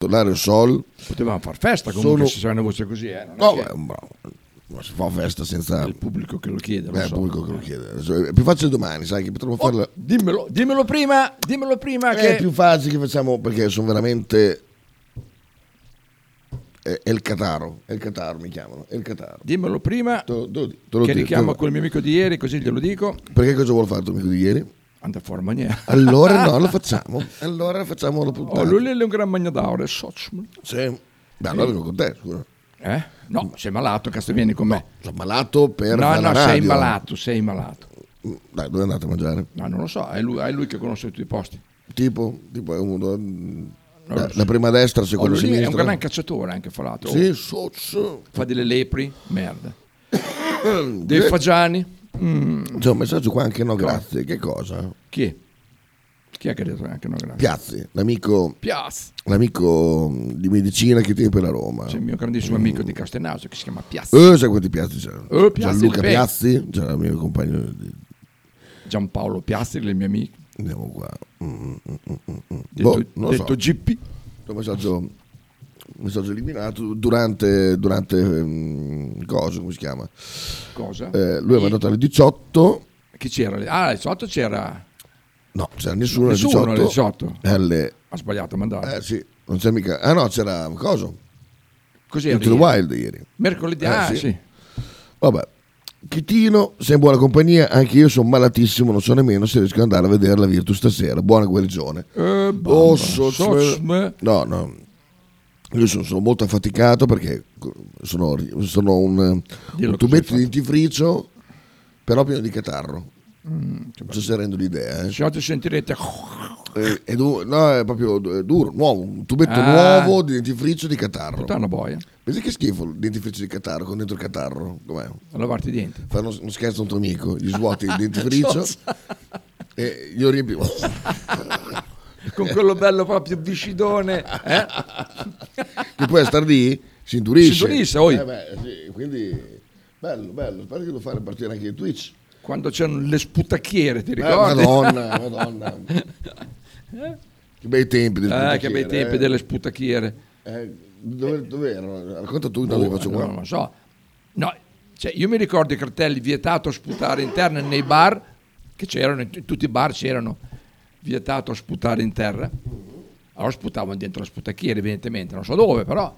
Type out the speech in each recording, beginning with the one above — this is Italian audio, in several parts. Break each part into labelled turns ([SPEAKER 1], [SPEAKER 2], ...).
[SPEAKER 1] tornare il Esatto, sol.
[SPEAKER 2] Potevamo far festa comunque
[SPEAKER 1] Sono-
[SPEAKER 2] se c'è una voce così, eh, non è
[SPEAKER 1] No,
[SPEAKER 2] che-
[SPEAKER 1] beh, è un bravo. Non si fa festa senza...
[SPEAKER 2] è il pubblico che lo chiede, lo
[SPEAKER 1] Eh,
[SPEAKER 2] so.
[SPEAKER 1] pubblico che lo chiede. Adesso È più facile domani, sai, che potremmo farla...
[SPEAKER 2] Oh, dimmelo, dimmelo prima, dimmelo prima
[SPEAKER 1] È
[SPEAKER 2] che
[SPEAKER 1] Eh, più facile che facciamo perché sono veramente... È, è il Cataro, è il Cataro mi chiamano, è il Cataro.
[SPEAKER 2] dimmelo prima
[SPEAKER 1] Te lo- te lo dico, te lo
[SPEAKER 2] che
[SPEAKER 1] dico, eh.
[SPEAKER 2] richiamo
[SPEAKER 1] te
[SPEAKER 2] quel mio amico di ieri, così glielo dico.
[SPEAKER 1] lo- Perché cosa vuol fare tu amico di ieri?
[SPEAKER 2] Anda fuori maniera.
[SPEAKER 1] Allora no, lo facciamo. Allora facciamo la puntata.
[SPEAKER 2] Oh, lui lì è un gran magnadaure, socio.
[SPEAKER 1] Sì. Beh, allora vengo con te, scusa.
[SPEAKER 2] Eh? No, sei malato, cazzo vieni con me.
[SPEAKER 1] Sono malato per
[SPEAKER 2] No,
[SPEAKER 1] fare
[SPEAKER 2] no,
[SPEAKER 1] la
[SPEAKER 2] sei
[SPEAKER 1] radio. Mm,
[SPEAKER 2] malato, sei malato.
[SPEAKER 1] Dai, dove andate a mangiare?
[SPEAKER 2] No, non lo so, è lui, è lui che conosce tutti i posti.
[SPEAKER 1] Tipo, tipo è uno... mm,
[SPEAKER 2] lo
[SPEAKER 1] La,
[SPEAKER 2] so.
[SPEAKER 1] la prima destra,
[SPEAKER 2] Oh,
[SPEAKER 1] seconda
[SPEAKER 2] lui lì è un
[SPEAKER 1] sinistra.
[SPEAKER 2] gran cacciatore anche fra l'altro.
[SPEAKER 1] Sì, so, so.
[SPEAKER 2] Fa delle lepri, merda. Dei fagiani. Mm,
[SPEAKER 1] C'è un messaggio qua anche no, grazie. Che cosa?
[SPEAKER 2] chi è? Chi è che ha detto anche no grazie?
[SPEAKER 1] Piazzi, l'amico,
[SPEAKER 2] Piaz.
[SPEAKER 1] l'amico mh, di medicina che tiene per la Roma.
[SPEAKER 2] C'è il mio grandissimo
[SPEAKER 1] Mm.
[SPEAKER 2] amico di Castenaso che si chiama Piaz.
[SPEAKER 1] Eh, sai quanti piazzi c'è?
[SPEAKER 2] Eh, Piazzi,
[SPEAKER 1] Gianluca
[SPEAKER 2] il pe-
[SPEAKER 1] Piazzi, c'è il mio compagno. di- Eh.
[SPEAKER 2] Giampaolo Piastri, il mio amico,
[SPEAKER 1] Andiamo qua. Mm, mm, mm, mm, mm.
[SPEAKER 2] detto,
[SPEAKER 1] Boh, non lo so.
[SPEAKER 2] detto GP.
[SPEAKER 1] un messaggio, un messaggio eliminato durante, durante ehm, cosa, come si chiama?
[SPEAKER 2] Cosa?
[SPEAKER 1] Eh, lui è mandato alle 18,
[SPEAKER 2] Chi c'era? lì? Ah, sotto c'era.
[SPEAKER 1] no, c'era nessuno alle
[SPEAKER 2] Nessuno
[SPEAKER 1] 18.
[SPEAKER 2] alle 18.
[SPEAKER 1] Alle-
[SPEAKER 2] Ha sbagliato a mandare.
[SPEAKER 1] eh, sì, non c'è mica, ah no, c'era cosa,
[SPEAKER 2] Così
[SPEAKER 1] Into the
[SPEAKER 2] era.
[SPEAKER 1] Wild ieri.
[SPEAKER 2] Mercoledì,
[SPEAKER 1] Eh,
[SPEAKER 2] ah,
[SPEAKER 1] sì.
[SPEAKER 2] sì.
[SPEAKER 1] Vabbè, Chitino, sei in buona compagnia, anche io sono malatissimo, non so nemmeno se riesco ad andare a vedere la Virtus stasera, buona guarigione.
[SPEAKER 2] Eh, bamba,
[SPEAKER 1] Oh, so-
[SPEAKER 2] soc-
[SPEAKER 1] No, no. Io sono, sono molto affaticato perché sono, sono un,
[SPEAKER 2] Dillo
[SPEAKER 1] un tubetto di dentifricio, però pieno di catarro.
[SPEAKER 2] Mm,
[SPEAKER 1] non so se rendo l'idea. eh.
[SPEAKER 2] Se oggi sentirete
[SPEAKER 1] Eh, è du- no, è proprio du- è duro, nuovo, un tubetto
[SPEAKER 2] Ah.
[SPEAKER 1] nuovo di dentifricio di catarro.
[SPEAKER 2] tutta una boia
[SPEAKER 1] Pensi che schifo il dentifricio di catarro con dentro il catarro? Com'è?
[SPEAKER 2] a lavarti i denti.
[SPEAKER 1] Fa uno, uno scherzo a un tuo amico, gli svuoti il dentifricio e io riempivo.
[SPEAKER 2] Con quello bello proprio viscidone. Eh?
[SPEAKER 1] che poi a star lì si indurisce.
[SPEAKER 2] Si indurisce, oi.
[SPEAKER 1] Eh beh, sì, quindi bello, bello. Spero che lo fare partire anche in Twitch.
[SPEAKER 2] Quando c'erano le sputacchiere, ti
[SPEAKER 1] Eh,
[SPEAKER 2] ricordi?
[SPEAKER 1] madonna, madonna. Che bei tempi del
[SPEAKER 2] Eh, che
[SPEAKER 1] sputacchiere,
[SPEAKER 2] bei tempi
[SPEAKER 1] eh.
[SPEAKER 2] delle sputacchiere.
[SPEAKER 1] Eh, dove, dove erano? Racconta tu, intanto
[SPEAKER 2] Boh,
[SPEAKER 1] che faccio
[SPEAKER 2] allora
[SPEAKER 1] qua.
[SPEAKER 2] Non lo so. No, cioè, io mi ricordo i cartelli vietato sputare in terra nei bar, che c'erano, in t- in tutti i bar c'erano vietato sputare in terra. Allora sputavano dentro la sputacchiera, evidentemente, non so dove, però.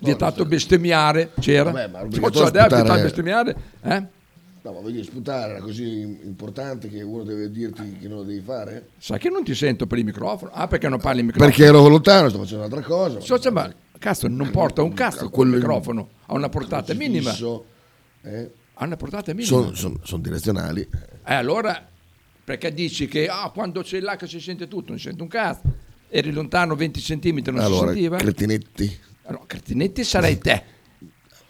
[SPEAKER 2] Vietato bestemmiare c'era.
[SPEAKER 1] Vabbè, ma
[SPEAKER 2] Cioè,
[SPEAKER 1] obbligatorio
[SPEAKER 2] cioè, dai,
[SPEAKER 1] sputare-
[SPEAKER 2] vietato bestemmiare? Eh?
[SPEAKER 1] No, ma voglio sputare, era così importante che uno deve dirti che non lo devi fare?
[SPEAKER 2] Sai che non ti sento per il microfono? Ah, perché non parli il microfono?
[SPEAKER 1] Perché ero lontano, sto facendo un'altra cosa.
[SPEAKER 2] So, cioè, ma cazzo, non porta un cazzo quel
[SPEAKER 1] Quello-
[SPEAKER 2] microfono, ha una portata Ah, minima.
[SPEAKER 1] Fisso, eh.
[SPEAKER 2] Ha una portata minima.
[SPEAKER 1] Sono sono- sono direzionali.
[SPEAKER 2] Eh, allora, perché dici che ah, quando c'è là che si sente tutto, non si sente un cazzo. Eri lontano 20 cm, non si
[SPEAKER 1] Allora,
[SPEAKER 2] sentiva.
[SPEAKER 1] cretinetti.
[SPEAKER 2] allora, Cretinetti sarei te.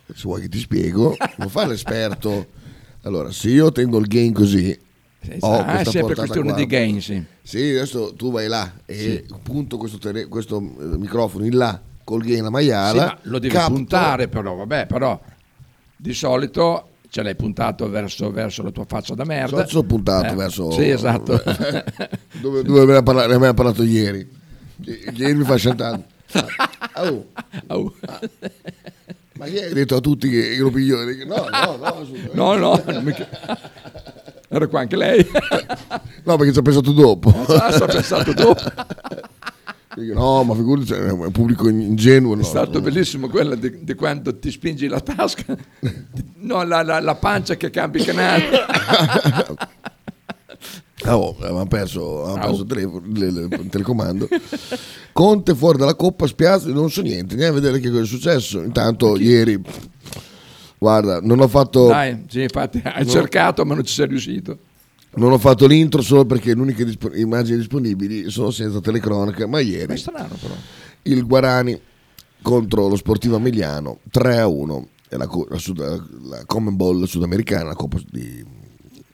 [SPEAKER 1] se vuoi che ti spiego, non fa l'esperto. Allora, se io tengo il gain così,
[SPEAKER 2] Sì,
[SPEAKER 1] ho
[SPEAKER 2] ah, è
[SPEAKER 1] Oh, questa
[SPEAKER 2] sempre
[SPEAKER 1] portata
[SPEAKER 2] questione
[SPEAKER 1] qua.
[SPEAKER 2] di gain, sì.
[SPEAKER 1] Sì, adesso tu vai là e punto questo, tele- questo, eh, microfono in là col gain a
[SPEAKER 2] Sì,
[SPEAKER 1] maiala.
[SPEAKER 2] ma lo devi
[SPEAKER 1] Ah, capto-
[SPEAKER 2] puntare però, vabbè, però di solito ce l'hai puntato verso, verso la tua faccia da merda.
[SPEAKER 1] Sono solo puntato
[SPEAKER 2] Eh,
[SPEAKER 1] verso
[SPEAKER 2] Sì, esatto.
[SPEAKER 1] dove, dove aveva parlato, ne aveva parlato ieri. I- Ieri mi fa sciantare. Ah, oh,
[SPEAKER 2] Au.
[SPEAKER 1] ma chi è che ha detto a tutti che ero pigliore? No, no, no, assolutamente.
[SPEAKER 2] no, no, non mi- era qua anche lei.
[SPEAKER 1] no, perché ci ho pensato dopo.
[SPEAKER 2] Ah, ci ho pensato dopo. È
[SPEAKER 1] Dico, No, ma figurati, cioè, è un pubblico ingenuo. No,
[SPEAKER 2] stato
[SPEAKER 1] no.
[SPEAKER 2] bellissimo quello di, di quando ti spingi la tasca, ti- no, la, la- la pancia che cambi canale.
[SPEAKER 1] Ah, oh, avevamo perso,
[SPEAKER 2] Ah,
[SPEAKER 1] avevamo perso
[SPEAKER 2] oh.
[SPEAKER 1] il, telefono, il- il telecomando. Conte fuori dalla coppa, spiazzo, non so niente, andiamo a vedere che cosa è successo. Intanto ieri, guarda, non ho fatto,
[SPEAKER 2] Dai, sì, infatti hai cercato ma non ci sei riuscito.
[SPEAKER 1] non ho fatto l'intro solo perché le uniche dispo- immagini disponibili sono senza telecronaca, ma
[SPEAKER 2] È
[SPEAKER 1] ieri
[SPEAKER 2] strano però.
[SPEAKER 1] il Guarani contro lo Sportivo Emiliano 3 a 1 è la, co- la sud- la Common Ball sudamericana, la Coppa di...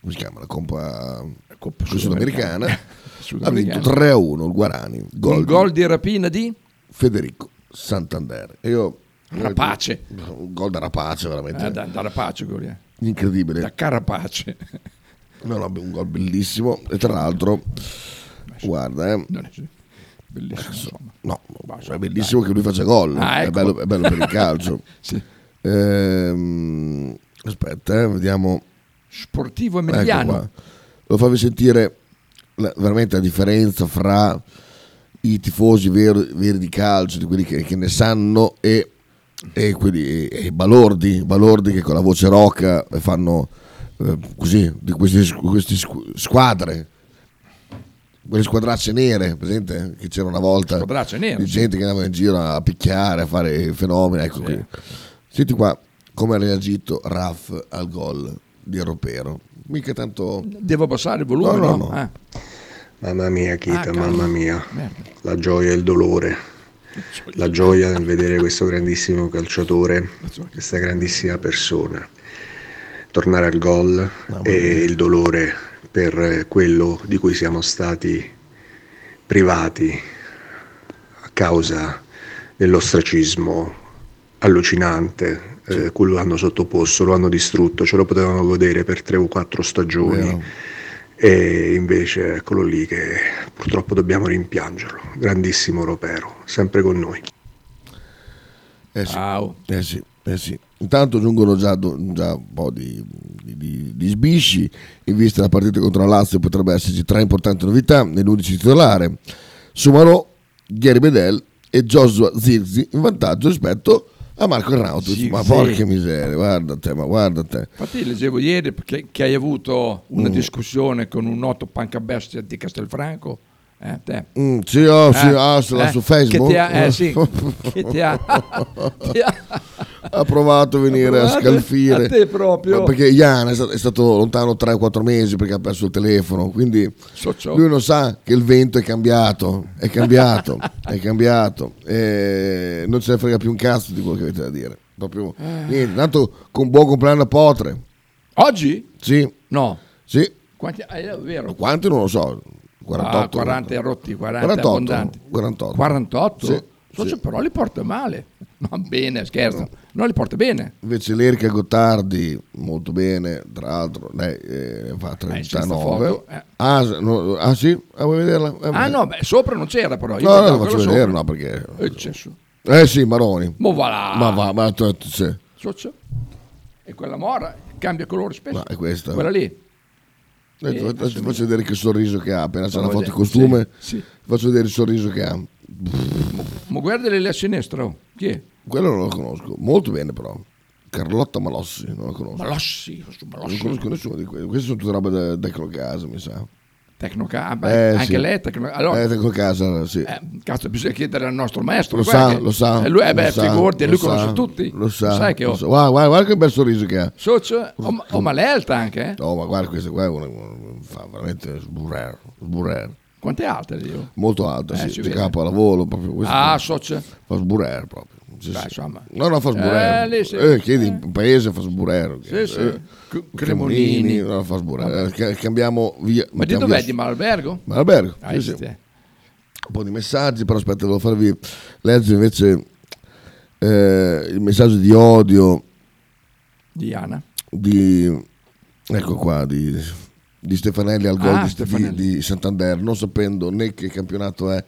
[SPEAKER 1] come si chiama? La Coppa
[SPEAKER 2] Coppa
[SPEAKER 1] sudamericana. Ha
[SPEAKER 2] Sudamericana.
[SPEAKER 1] vinto 3 a 1 il Guarani, gol,
[SPEAKER 2] Un
[SPEAKER 1] di
[SPEAKER 2] gol di rapina di
[SPEAKER 1] Federico Santander. E io,
[SPEAKER 2] Rapace.
[SPEAKER 1] Un gol da rapace, veramente
[SPEAKER 2] Eh, da, da rapace quello lì, eh.
[SPEAKER 1] incredibile.
[SPEAKER 2] da carapace.
[SPEAKER 1] No, no, un gol bellissimo. E tra l'altro, guarda, eh,
[SPEAKER 2] Non è- Bellissimo. insomma.
[SPEAKER 1] No, è bellissimo che lui faccia gol.
[SPEAKER 2] Ah,
[SPEAKER 1] è,
[SPEAKER 2] ecco.
[SPEAKER 1] bello, è bello per il calcio.
[SPEAKER 2] Sì.
[SPEAKER 1] Ehm, aspetta, eh, vediamo.
[SPEAKER 2] Sportivo
[SPEAKER 1] Ecco
[SPEAKER 2] Emiliano.
[SPEAKER 1] qua. Lo fammi sentire la- veramente la differenza fra i tifosi veri, veri di calcio, di quelli che, che ne sanno, e, e quelli, e- e i balordi, balordi che con la voce rocca fanno eh, così, di queste, squ- queste squ- squadre. Quelle squadracce nere, presente? Che c'era una volta
[SPEAKER 2] Squadracce nere,
[SPEAKER 1] di
[SPEAKER 2] sì.
[SPEAKER 1] gente che andava in giro a picchiare, a fare fenomeni. Ecco qui. Senti qua come ha reagito Raff al gol di Ropero. Mica tanto.
[SPEAKER 2] Devo abbassare il volume?
[SPEAKER 1] No, no,
[SPEAKER 2] No,
[SPEAKER 1] no.
[SPEAKER 2] Ah,
[SPEAKER 3] Mamma mia, Kita,
[SPEAKER 2] cavolo.
[SPEAKER 3] mamma mia.
[SPEAKER 2] merda.
[SPEAKER 3] La gioia e il dolore.
[SPEAKER 2] Eh.
[SPEAKER 3] La gioia nel vedere questo grandissimo calciatore, questa grandissima persona. Tornare al gol e il dolore per quello di cui siamo stati privati a causa dell'ostracismo allucinante eh, cui lo hanno sottoposto, lo hanno distrutto, ce lo potevano godere per tre o quattro stagioni
[SPEAKER 1] Vero.
[SPEAKER 3] e invece eccolo lì che purtroppo dobbiamo rimpiangerlo, grandissimo Ropero, sempre con noi.
[SPEAKER 1] Eh sì,
[SPEAKER 2] Au.
[SPEAKER 1] eh sì, eh sì. Intanto giungono già, do- già un po' di, di- di- di sbisci. In vista della partita contro la Lazio potrebbe esserci tre importanti novità nell'11 titolare. Sumarò, Gary Bedel e Joshua Zirzi in vantaggio rispetto a Marco Arnautovic.
[SPEAKER 2] Zirzi.
[SPEAKER 1] Ma porca miseria, guarda te, ma guarda te.
[SPEAKER 2] Infatti leggevo ieri che, che hai avuto una
[SPEAKER 1] Mm.
[SPEAKER 2] discussione con un noto pancabestia di Castelfranco. Eh, te.
[SPEAKER 1] Mm, sì, oh, sì,
[SPEAKER 2] Eh,
[SPEAKER 1] ah, sulla-
[SPEAKER 2] eh,
[SPEAKER 1] su Facebook.
[SPEAKER 2] Che ti ha, eh, sì, che ti ha, ti ha-
[SPEAKER 1] ha provato a venire
[SPEAKER 2] Ha provato
[SPEAKER 1] a scalfire
[SPEAKER 2] a te proprio.
[SPEAKER 1] Ma perché Ian è stato, è stato lontano 3-4 mesi perché ha perso il telefono quindi
[SPEAKER 2] Socio.
[SPEAKER 1] lui non sa che il vento è cambiato è cambiato è cambiato e non ce ne frega più un cazzo di quello che avete da dire proprio niente tanto con buon compleanno a Potre
[SPEAKER 2] Oggi?
[SPEAKER 1] sì
[SPEAKER 2] No.
[SPEAKER 1] sì
[SPEAKER 2] Quanti, eh, è vero.
[SPEAKER 1] quanti non lo so 48
[SPEAKER 2] Ah, 40 e rotti, 40
[SPEAKER 1] 48,
[SPEAKER 2] abbondanti.
[SPEAKER 1] 48.
[SPEAKER 2] 48?
[SPEAKER 1] Sì,
[SPEAKER 2] Socio, però li porta male. Ma bene, scherzo. No, li porta bene.
[SPEAKER 1] Invece l'Erika Gottardi, molto bene, tra l'altro, lei eh, fa
[SPEAKER 2] Eh, senza
[SPEAKER 1] 39.
[SPEAKER 2] foto, eh.
[SPEAKER 1] ah, s- no, ah, sì? Ah, vuoi vederla? Eh,
[SPEAKER 2] Ah
[SPEAKER 1] beh.
[SPEAKER 2] no, beh, sopra non c'era però. Io
[SPEAKER 1] No, no,
[SPEAKER 2] guardavo
[SPEAKER 1] la Eh, faccio
[SPEAKER 2] quello
[SPEAKER 1] vedere,
[SPEAKER 2] sopra.
[SPEAKER 1] no, perché...
[SPEAKER 2] Eh, c'è Ah. su.
[SPEAKER 1] Eh sì, Maroni.
[SPEAKER 2] Mo va là.
[SPEAKER 1] Ma va, ma tu- tu-
[SPEAKER 2] Eh,
[SPEAKER 1] sì.
[SPEAKER 2] Socio. E quella mora cambia colore spesso.
[SPEAKER 1] Ma è questa.
[SPEAKER 2] Quella lì.
[SPEAKER 1] Eh,
[SPEAKER 2] Eh,
[SPEAKER 1] tu-
[SPEAKER 2] adesso
[SPEAKER 1] ti faccio vedere che sorriso che ha, appena c'è la
[SPEAKER 2] Vado
[SPEAKER 1] foto di
[SPEAKER 2] a vedere.
[SPEAKER 1] costume,
[SPEAKER 2] Sì, sì.
[SPEAKER 1] ti faccio vedere il sorriso che ha.
[SPEAKER 2] Ma guardale lì a sinistra. oh. Chi è?
[SPEAKER 1] Quello non lo conosco, molto bene però. Carlotta Malossi, non la conosco.
[SPEAKER 2] Malossi. su
[SPEAKER 1] Non
[SPEAKER 2] Malossi.
[SPEAKER 1] conosco nessuno di questi, queste sono tutte robe da, da Clocasa, mi sa.
[SPEAKER 2] Tecnoca- ah,
[SPEAKER 1] Eh,
[SPEAKER 2] beh, anche
[SPEAKER 1] sì.
[SPEAKER 2] lei è tecno- Allora,
[SPEAKER 1] Eh, da Clocasa, sì.
[SPEAKER 2] eh, cazzo, bisogna chiedere al nostro maestro.
[SPEAKER 1] Lo
[SPEAKER 2] guarda
[SPEAKER 1] sa,
[SPEAKER 2] che-
[SPEAKER 1] lo sa.
[SPEAKER 2] E lui, eh,
[SPEAKER 1] lo
[SPEAKER 2] beh,
[SPEAKER 1] sa,
[SPEAKER 2] figurati,
[SPEAKER 1] lo
[SPEAKER 2] lui
[SPEAKER 1] sa,
[SPEAKER 2] conosce tutti.
[SPEAKER 1] Lo sa.
[SPEAKER 2] Sai che
[SPEAKER 1] lo
[SPEAKER 2] ho.
[SPEAKER 1] sa. Guarda, guarda, guarda che bel sorriso che ha.
[SPEAKER 2] Socio, ho, ho Malelta anche. Eh?
[SPEAKER 1] No, ma guarda, questo qua è uno- uno- fa veramente sburrare. sburrare.
[SPEAKER 2] Quante altre io?
[SPEAKER 1] Molto alto,
[SPEAKER 2] Eh,
[SPEAKER 1] sì,
[SPEAKER 2] si
[SPEAKER 1] c'è
[SPEAKER 2] vede.
[SPEAKER 1] capolavoro proprio. Questo
[SPEAKER 2] Ah, socio.
[SPEAKER 1] fa sburrare proprio. Sì,
[SPEAKER 2] Dai,
[SPEAKER 1] sì.
[SPEAKER 2] insomma.
[SPEAKER 1] No, no, fa sburrare.
[SPEAKER 2] Eh, lì sì.
[SPEAKER 1] Eh, chiedi un paese, fa sburrare.
[SPEAKER 2] Sì, sì.
[SPEAKER 1] Eh,
[SPEAKER 2] C- Cremolini.
[SPEAKER 1] no, fa sburrare. Eh, ca- Cambiamo via.
[SPEAKER 2] Ma di
[SPEAKER 1] cambia
[SPEAKER 2] dov'è?
[SPEAKER 1] su-
[SPEAKER 2] Di Malbergo?
[SPEAKER 1] Ma albergo,
[SPEAKER 2] Ah,
[SPEAKER 1] sì, sì.
[SPEAKER 2] sì.
[SPEAKER 1] un po' di messaggi, però aspetta, devo farvi leggere invece eh, il messaggio di odio
[SPEAKER 2] Diana.
[SPEAKER 1] di ecco qua di, di Stefanelli al gol
[SPEAKER 2] Ah,
[SPEAKER 1] di-
[SPEAKER 2] Stefanelli.
[SPEAKER 1] di, di Santander non sapendo né che campionato è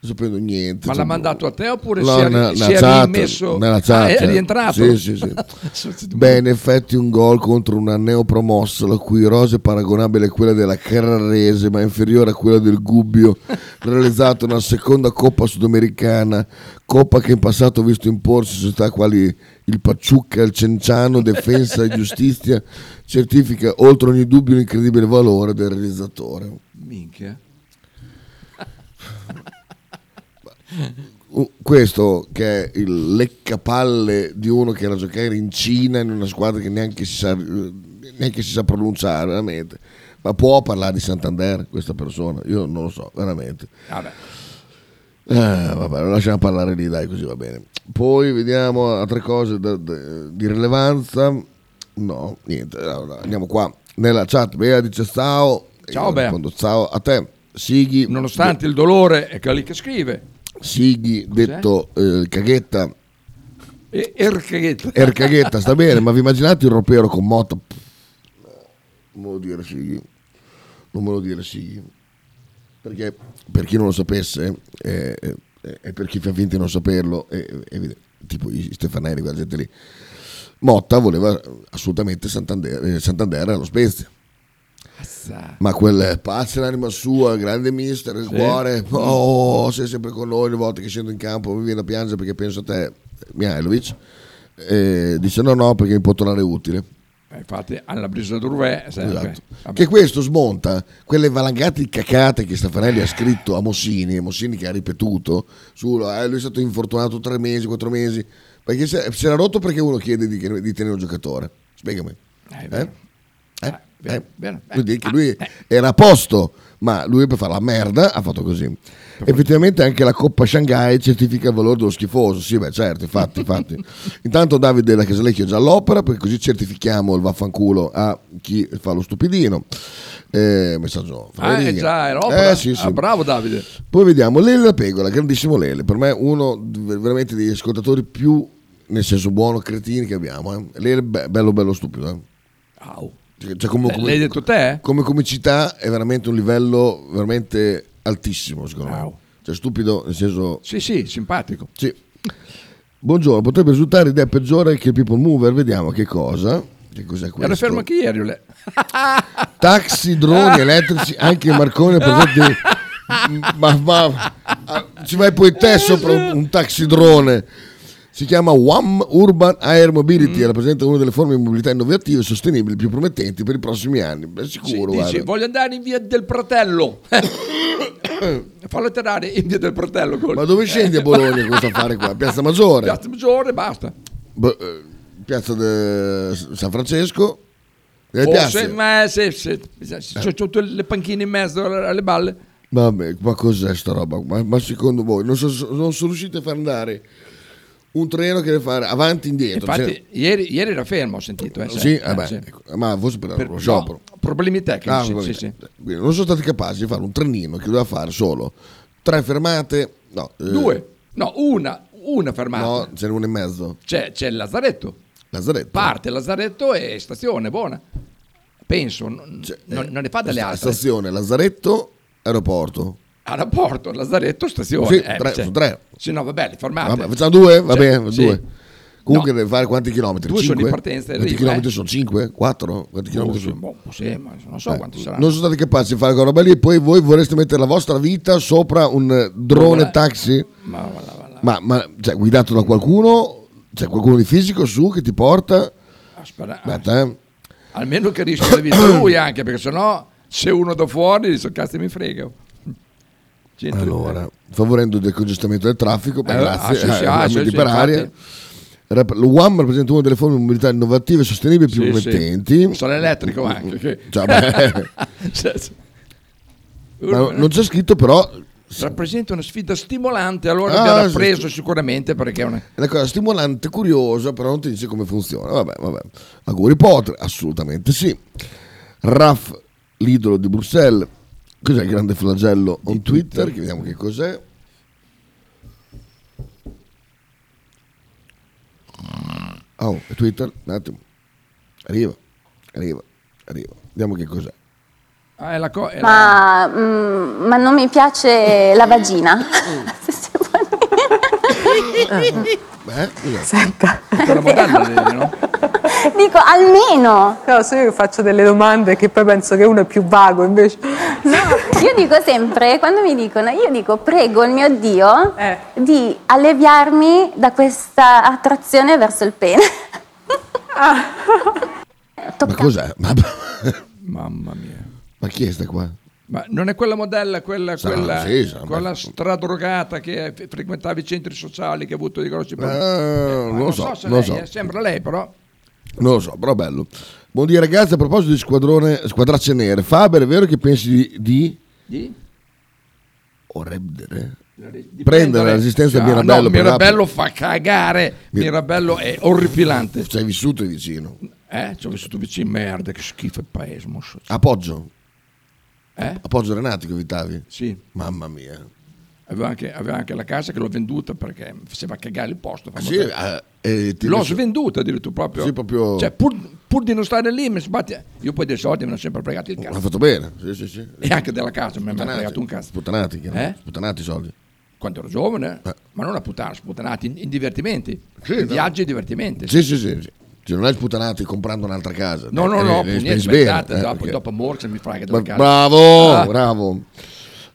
[SPEAKER 1] non sapendo niente
[SPEAKER 2] Ma l'ha
[SPEAKER 1] Cioè,
[SPEAKER 2] mandato a te oppure
[SPEAKER 1] no,
[SPEAKER 2] si è,
[SPEAKER 1] nella-
[SPEAKER 2] ri- si
[SPEAKER 1] nella
[SPEAKER 2] è
[SPEAKER 1] chat,
[SPEAKER 2] rimesso?
[SPEAKER 1] nella
[SPEAKER 2] Ah,
[SPEAKER 1] chat.
[SPEAKER 2] è rientrato?
[SPEAKER 1] Sì, sì, sì.
[SPEAKER 2] Socio, tu-
[SPEAKER 1] Beh, in effetti un gol contro una neopromossa, la cui rosa è paragonabile a quella della Carrarese, ma inferiore a quella del Gubbio, realizzato nella seconda Coppa sudamericana, Coppa che in passato ha visto imporsi società quali il Paciucca, il Cenciano, Defensa e Giustizia, certifica oltre ogni dubbio l'incredibile valore del realizzatore.
[SPEAKER 2] Minchia.
[SPEAKER 1] Uh, Questo che è il leccapalle di uno che era giocare in Cina in una squadra che neanche si sa, neanche si sa pronunciare, veramente. Ma può parlare di Santander questa persona? Io non lo so, veramente.
[SPEAKER 2] Vabbè.
[SPEAKER 1] Eh, vabbè, lo lasciamo parlare lì, dai, così va bene. Poi vediamo altre cose da- da- di rilevanza. No, niente. Allora, andiamo qua nella chat. Bea dice ciao.
[SPEAKER 2] Ciao,
[SPEAKER 1] Io
[SPEAKER 2] Bea.
[SPEAKER 1] rispondo ciao a te. Sighi.
[SPEAKER 2] Nonostante il dolore, è quelli che scrive.
[SPEAKER 1] Sighi, detto eh, Caghetta.
[SPEAKER 2] E Ercaghetto.
[SPEAKER 1] Eh. Ercaghetta sta bene, ma vi immaginate il ropero con moto? Pff, Non me lo dire Sighi. Non me lo dire Sighi. Perché per chi non lo sapesse eh, eh, e per chi fa finta di non saperlo, eh, eh, tipo i Stefanelli, quella gente lì, Motta voleva assolutamente Santander, eh, Santander allo Spezia.
[SPEAKER 2] Azzà.
[SPEAKER 1] Ma quel pazzo l'anima sua, grande mister, il cuore, oh, sei sempre con noi, le volte che scendo in campo mi viene a piangere perché penso a te, Mihailovic, eh, dice no no perché mi può tornare utile.
[SPEAKER 2] Eh, Infatti, alla brisa d'Urvè, sai,
[SPEAKER 1] Esatto.
[SPEAKER 2] Eh, ok. Vabbè.
[SPEAKER 1] Che questo smonta quelle valangate di cacate che Stefanelli ha scritto a Mossini, e Mossini che ha ripetuto, su, eh, lui è stato infortunato tre mesi, quattro mesi, perché se- si era rotto perché uno chiede di, di tenere un giocatore. Spiegami.
[SPEAKER 2] Eh, è
[SPEAKER 1] Eh?
[SPEAKER 2] vero.
[SPEAKER 1] Eh?
[SPEAKER 2] Ah, bene,
[SPEAKER 1] Eh?
[SPEAKER 2] bene, eh,
[SPEAKER 1] Vuol dire che
[SPEAKER 2] ah,
[SPEAKER 1] lui era a posto, ma lui per fare la merda ha fatto così. Effettivamente anche la Coppa Shanghai certifica il valore dello schifoso. Sì, beh, certo, infatti, infatti. Intanto Davide da Casalecchio è già all'opera, perché così certifichiamo il vaffanculo a chi fa lo stupidino. Eh, messaggio. fra le
[SPEAKER 2] Ah, è
[SPEAKER 1] righe.
[SPEAKER 2] già, è l'opera.
[SPEAKER 1] Eh, sì, sì.
[SPEAKER 2] Ah, bravo Davide.
[SPEAKER 1] Poi vediamo Lele la Pegola, grandissimo Lele, per me uno d- veramente degli ascoltatori più, nel senso buono, cretini che abbiamo. Eh. Lele be- bello bello stupido. eh.
[SPEAKER 2] Au.
[SPEAKER 1] Cioè, cioè, come-
[SPEAKER 2] Eh,
[SPEAKER 1] come-
[SPEAKER 2] L'hai detto te?
[SPEAKER 1] come comicità è veramente un livello veramente altissimo secondo me
[SPEAKER 2] Wow.
[SPEAKER 1] cioè stupido nel senso
[SPEAKER 2] Sì, sì, simpatico.
[SPEAKER 1] sì. buongiorno potrebbe risultare idea peggiore che People Mover vediamo che cosa che cos'è questo
[SPEAKER 2] Era fermo anche ieri. le-
[SPEAKER 1] taxi droni elettrici anche Marcone progetti Mm, ma, ma- ah, ci vai poi te sopra un, un taxi drone si chiama WAM Urban Air Mobility,
[SPEAKER 2] Mm.
[SPEAKER 1] rappresenta una delle forme di mobilità innovative e sostenibili più promettenti per i prossimi anni. Beh,
[SPEAKER 2] Sì,
[SPEAKER 1] sicuro,
[SPEAKER 2] dici,
[SPEAKER 1] guarda.
[SPEAKER 2] voglio andare in via del Pratello. Fallo atterrare in via del Pratello. col-
[SPEAKER 1] Ma dove scendi a Bologna questo affare qua? Piazza Maggiore,
[SPEAKER 2] Piazza Maggiore, basta.
[SPEAKER 1] Bo- eh, Piazza de- San Francesco, le
[SPEAKER 2] Forse,
[SPEAKER 1] piazze. Eh.
[SPEAKER 2] ma se, se, se, se- c'ho tutte le panchine in mezzo alle balle.
[SPEAKER 1] Vabbè, ma cos'è sta roba? Ma, ma secondo voi non, so- non sono riusciti a far andare un treno che deve fare avanti e indietro?
[SPEAKER 2] Infatti, ieri, ieri era fermo, ho sentito. Eh,
[SPEAKER 1] Cioè,
[SPEAKER 2] sai.
[SPEAKER 1] sì,
[SPEAKER 2] Eh,
[SPEAKER 1] vabbè,
[SPEAKER 2] sì.
[SPEAKER 1] ecco, ma forse per,
[SPEAKER 2] Per-
[SPEAKER 1] lo sciopero.
[SPEAKER 2] no, problemi tecnici,
[SPEAKER 1] Ah,
[SPEAKER 2] sì,
[SPEAKER 1] vabbè.
[SPEAKER 2] sì, sì.
[SPEAKER 1] Quindi non sono stati capaci di fare un trenino che doveva fare solo tre fermate, no, eh,
[SPEAKER 2] Due, no, una, una fermata.
[SPEAKER 1] no, ce n'è una e mezzo.
[SPEAKER 2] C'è, c'è il Lazzaretto.
[SPEAKER 1] Lazzaretto.
[SPEAKER 2] Parte Lazzaretto e stazione, buona. Penso, non,
[SPEAKER 1] Cioè,
[SPEAKER 2] non-
[SPEAKER 1] eh,
[SPEAKER 2] non ne fa delle
[SPEAKER 1] sta-
[SPEAKER 2] altre.
[SPEAKER 1] Stazione Lazzaretto, aeroporto.
[SPEAKER 2] Aeroporto, Lazzaretto, stazione.
[SPEAKER 1] Sì,
[SPEAKER 2] eh,
[SPEAKER 1] tre,
[SPEAKER 2] cioè.
[SPEAKER 1] sono tre.
[SPEAKER 2] Sì, no, vabbè, le fermate.
[SPEAKER 1] Vabbè, facciamo due? Va
[SPEAKER 2] Cioè,
[SPEAKER 1] bene,
[SPEAKER 2] sì.
[SPEAKER 1] due. Comunque
[SPEAKER 2] No.
[SPEAKER 1] deve fare quanti chilometri?
[SPEAKER 2] Due sono in
[SPEAKER 1] Cinque?
[SPEAKER 2] partenza e
[SPEAKER 1] Quanti
[SPEAKER 2] arrivo,
[SPEAKER 1] chilometri
[SPEAKER 2] eh.
[SPEAKER 1] sono? 5? 4? Quanti
[SPEAKER 2] Boh,
[SPEAKER 1] chilometri
[SPEAKER 2] sì,
[SPEAKER 1] sono?
[SPEAKER 2] boh, sì, ma non so quanti saranno.
[SPEAKER 1] Eh, Non sono stati capaci di fare quella roba lì e poi voi vorreste mettere la vostra vita sopra un eh, drone
[SPEAKER 2] Vola-
[SPEAKER 1] taxi?
[SPEAKER 2] Ma, ma- ma- ma-
[SPEAKER 1] Ma, ma, cioè, guidato da qualcuno? C'è qualcuno di fisico su che ti porta?
[SPEAKER 2] aspetta,
[SPEAKER 1] Aspetta, eh.
[SPEAKER 2] almeno che rischia la vita lui anche, perché sennò se uno da fuori dice cazzo mi frega. Gente,
[SPEAKER 1] Allora, favorendo il decongestamento del traffico, beh,
[SPEAKER 2] Eh,
[SPEAKER 1] grazie,
[SPEAKER 2] ah, sì, sì,
[SPEAKER 1] eh,
[SPEAKER 2] ah, sì,
[SPEAKER 1] aumenti
[SPEAKER 2] sì,
[SPEAKER 1] per
[SPEAKER 2] infatti.
[SPEAKER 1] aria. Rap- Lo WAM rappresenta una delle forme di mobilità innovative e sostenibili più
[SPEAKER 2] Sì, sì.
[SPEAKER 1] promettenti.
[SPEAKER 2] Sono elettrico anche. che-
[SPEAKER 1] Cioè, beh,
[SPEAKER 2] Cioè, se- eh.
[SPEAKER 1] ma non c'è scritto però
[SPEAKER 2] Rappresenta una sfida stimolante, allora
[SPEAKER 1] Ah,
[SPEAKER 2] abbiamo
[SPEAKER 1] sì,
[SPEAKER 2] preso sicuramente perché è una...
[SPEAKER 1] È una cosa stimolante, curiosa, però non ti dice come funziona. Vabbè, vabbè. Auguri Potter, assolutamente sì. Raff, l'idolo di Bruxelles. Cos'è il grande flagello on Twitter? Che vediamo che cos'è. Oh, è Twitter, un attimo. Arriva, arriva, arriva. Vediamo che cos'è.
[SPEAKER 2] Ah, è la co- è la-
[SPEAKER 4] Ma, mm, ma non mi piace la vagina. Se si può
[SPEAKER 1] Beh, eh, cos'è?
[SPEAKER 2] tutta la modella, vedi, no?
[SPEAKER 4] dire. Dico almeno.
[SPEAKER 5] No, se io faccio delle domande che poi penso che uno è più vago invece.
[SPEAKER 4] No, io dico sempre, quando mi dicono, io dico prego il mio Dio
[SPEAKER 5] Eh.
[SPEAKER 4] di alleviarmi da questa attrazione verso il pene.
[SPEAKER 1] Ma
[SPEAKER 4] Tocca.
[SPEAKER 1] cos'è? Ma,
[SPEAKER 2] Mamma mia.
[SPEAKER 1] ma chi è sta qua?
[SPEAKER 2] Ma non è quella modella, quella,
[SPEAKER 1] Sarà-
[SPEAKER 2] quella,
[SPEAKER 1] sì, sarà-
[SPEAKER 2] quella stradrogata che f- frequentava i centri sociali, che ha avuto dei grossi problemi?
[SPEAKER 1] Ah, non lo so,
[SPEAKER 2] Eh, se
[SPEAKER 1] non lo
[SPEAKER 2] lei,
[SPEAKER 1] so.
[SPEAKER 2] eh, sembra lei però.
[SPEAKER 1] Non lo so, però bello. Buondì ragazzi, a proposito di squadrone, squadracce nere, Faber è vero che pensi di, di-
[SPEAKER 2] Di?
[SPEAKER 1] o eh? rendere?
[SPEAKER 2] di
[SPEAKER 1] Prendere la resistenza
[SPEAKER 2] Ah,
[SPEAKER 1] di Mirabello
[SPEAKER 2] No,
[SPEAKER 1] per
[SPEAKER 2] Mirabello fa cagare. Mirabello è orripilante.
[SPEAKER 1] Ci hai vissuto vicino.
[SPEAKER 2] Eh, ci ho vissuto vicino, merda, che schifo il paese. mo
[SPEAKER 1] Ah.
[SPEAKER 2] so-
[SPEAKER 1] A Poggio,
[SPEAKER 2] Eh?
[SPEAKER 1] a Poggio Renati che abitavi?
[SPEAKER 2] Sì.
[SPEAKER 1] Mamma mia.
[SPEAKER 2] aveva anche, aveva anche la casa che l'ho venduta perché mi faceva cagare il posto.
[SPEAKER 1] Ah, sì, ah, eh, ti
[SPEAKER 2] l'ho
[SPEAKER 1] adesso-
[SPEAKER 2] svenduta addirittura proprio.
[SPEAKER 1] Sì, proprio-
[SPEAKER 2] Cioè, pur, pur di non stare lì, mi sbatti... io poi dei soldi me ne ho sempre fregato il
[SPEAKER 1] L'ha
[SPEAKER 2] cazzo.
[SPEAKER 1] fatto bene. Sì, sì, sì.
[SPEAKER 2] E anche della casa mi ha
[SPEAKER 1] Sputanati.
[SPEAKER 2] Eh, fregato un cazzo.
[SPEAKER 1] Sputanati, chiaro.
[SPEAKER 2] Eh?
[SPEAKER 1] Sputanati i soldi.
[SPEAKER 2] Quando ero giovane, ma non a puttana, sputanati, in, in divertimenti.
[SPEAKER 1] Eh. Sì,
[SPEAKER 2] in
[SPEAKER 1] no.
[SPEAKER 2] viaggi e divertimenti.
[SPEAKER 1] Sì, sì, sì. sì. Cioè, non hai sputanati comprando un'altra casa.
[SPEAKER 2] No, no,
[SPEAKER 1] Eh,
[SPEAKER 2] no,
[SPEAKER 1] eh,
[SPEAKER 2] niente,
[SPEAKER 1] pensi bene,
[SPEAKER 2] aspettate,
[SPEAKER 1] eh,
[SPEAKER 2] dopo,
[SPEAKER 1] perché-
[SPEAKER 2] dopo Morse mi frega della
[SPEAKER 1] Bra-
[SPEAKER 2] casa.
[SPEAKER 1] bravo,
[SPEAKER 2] Ah.
[SPEAKER 1] bravo.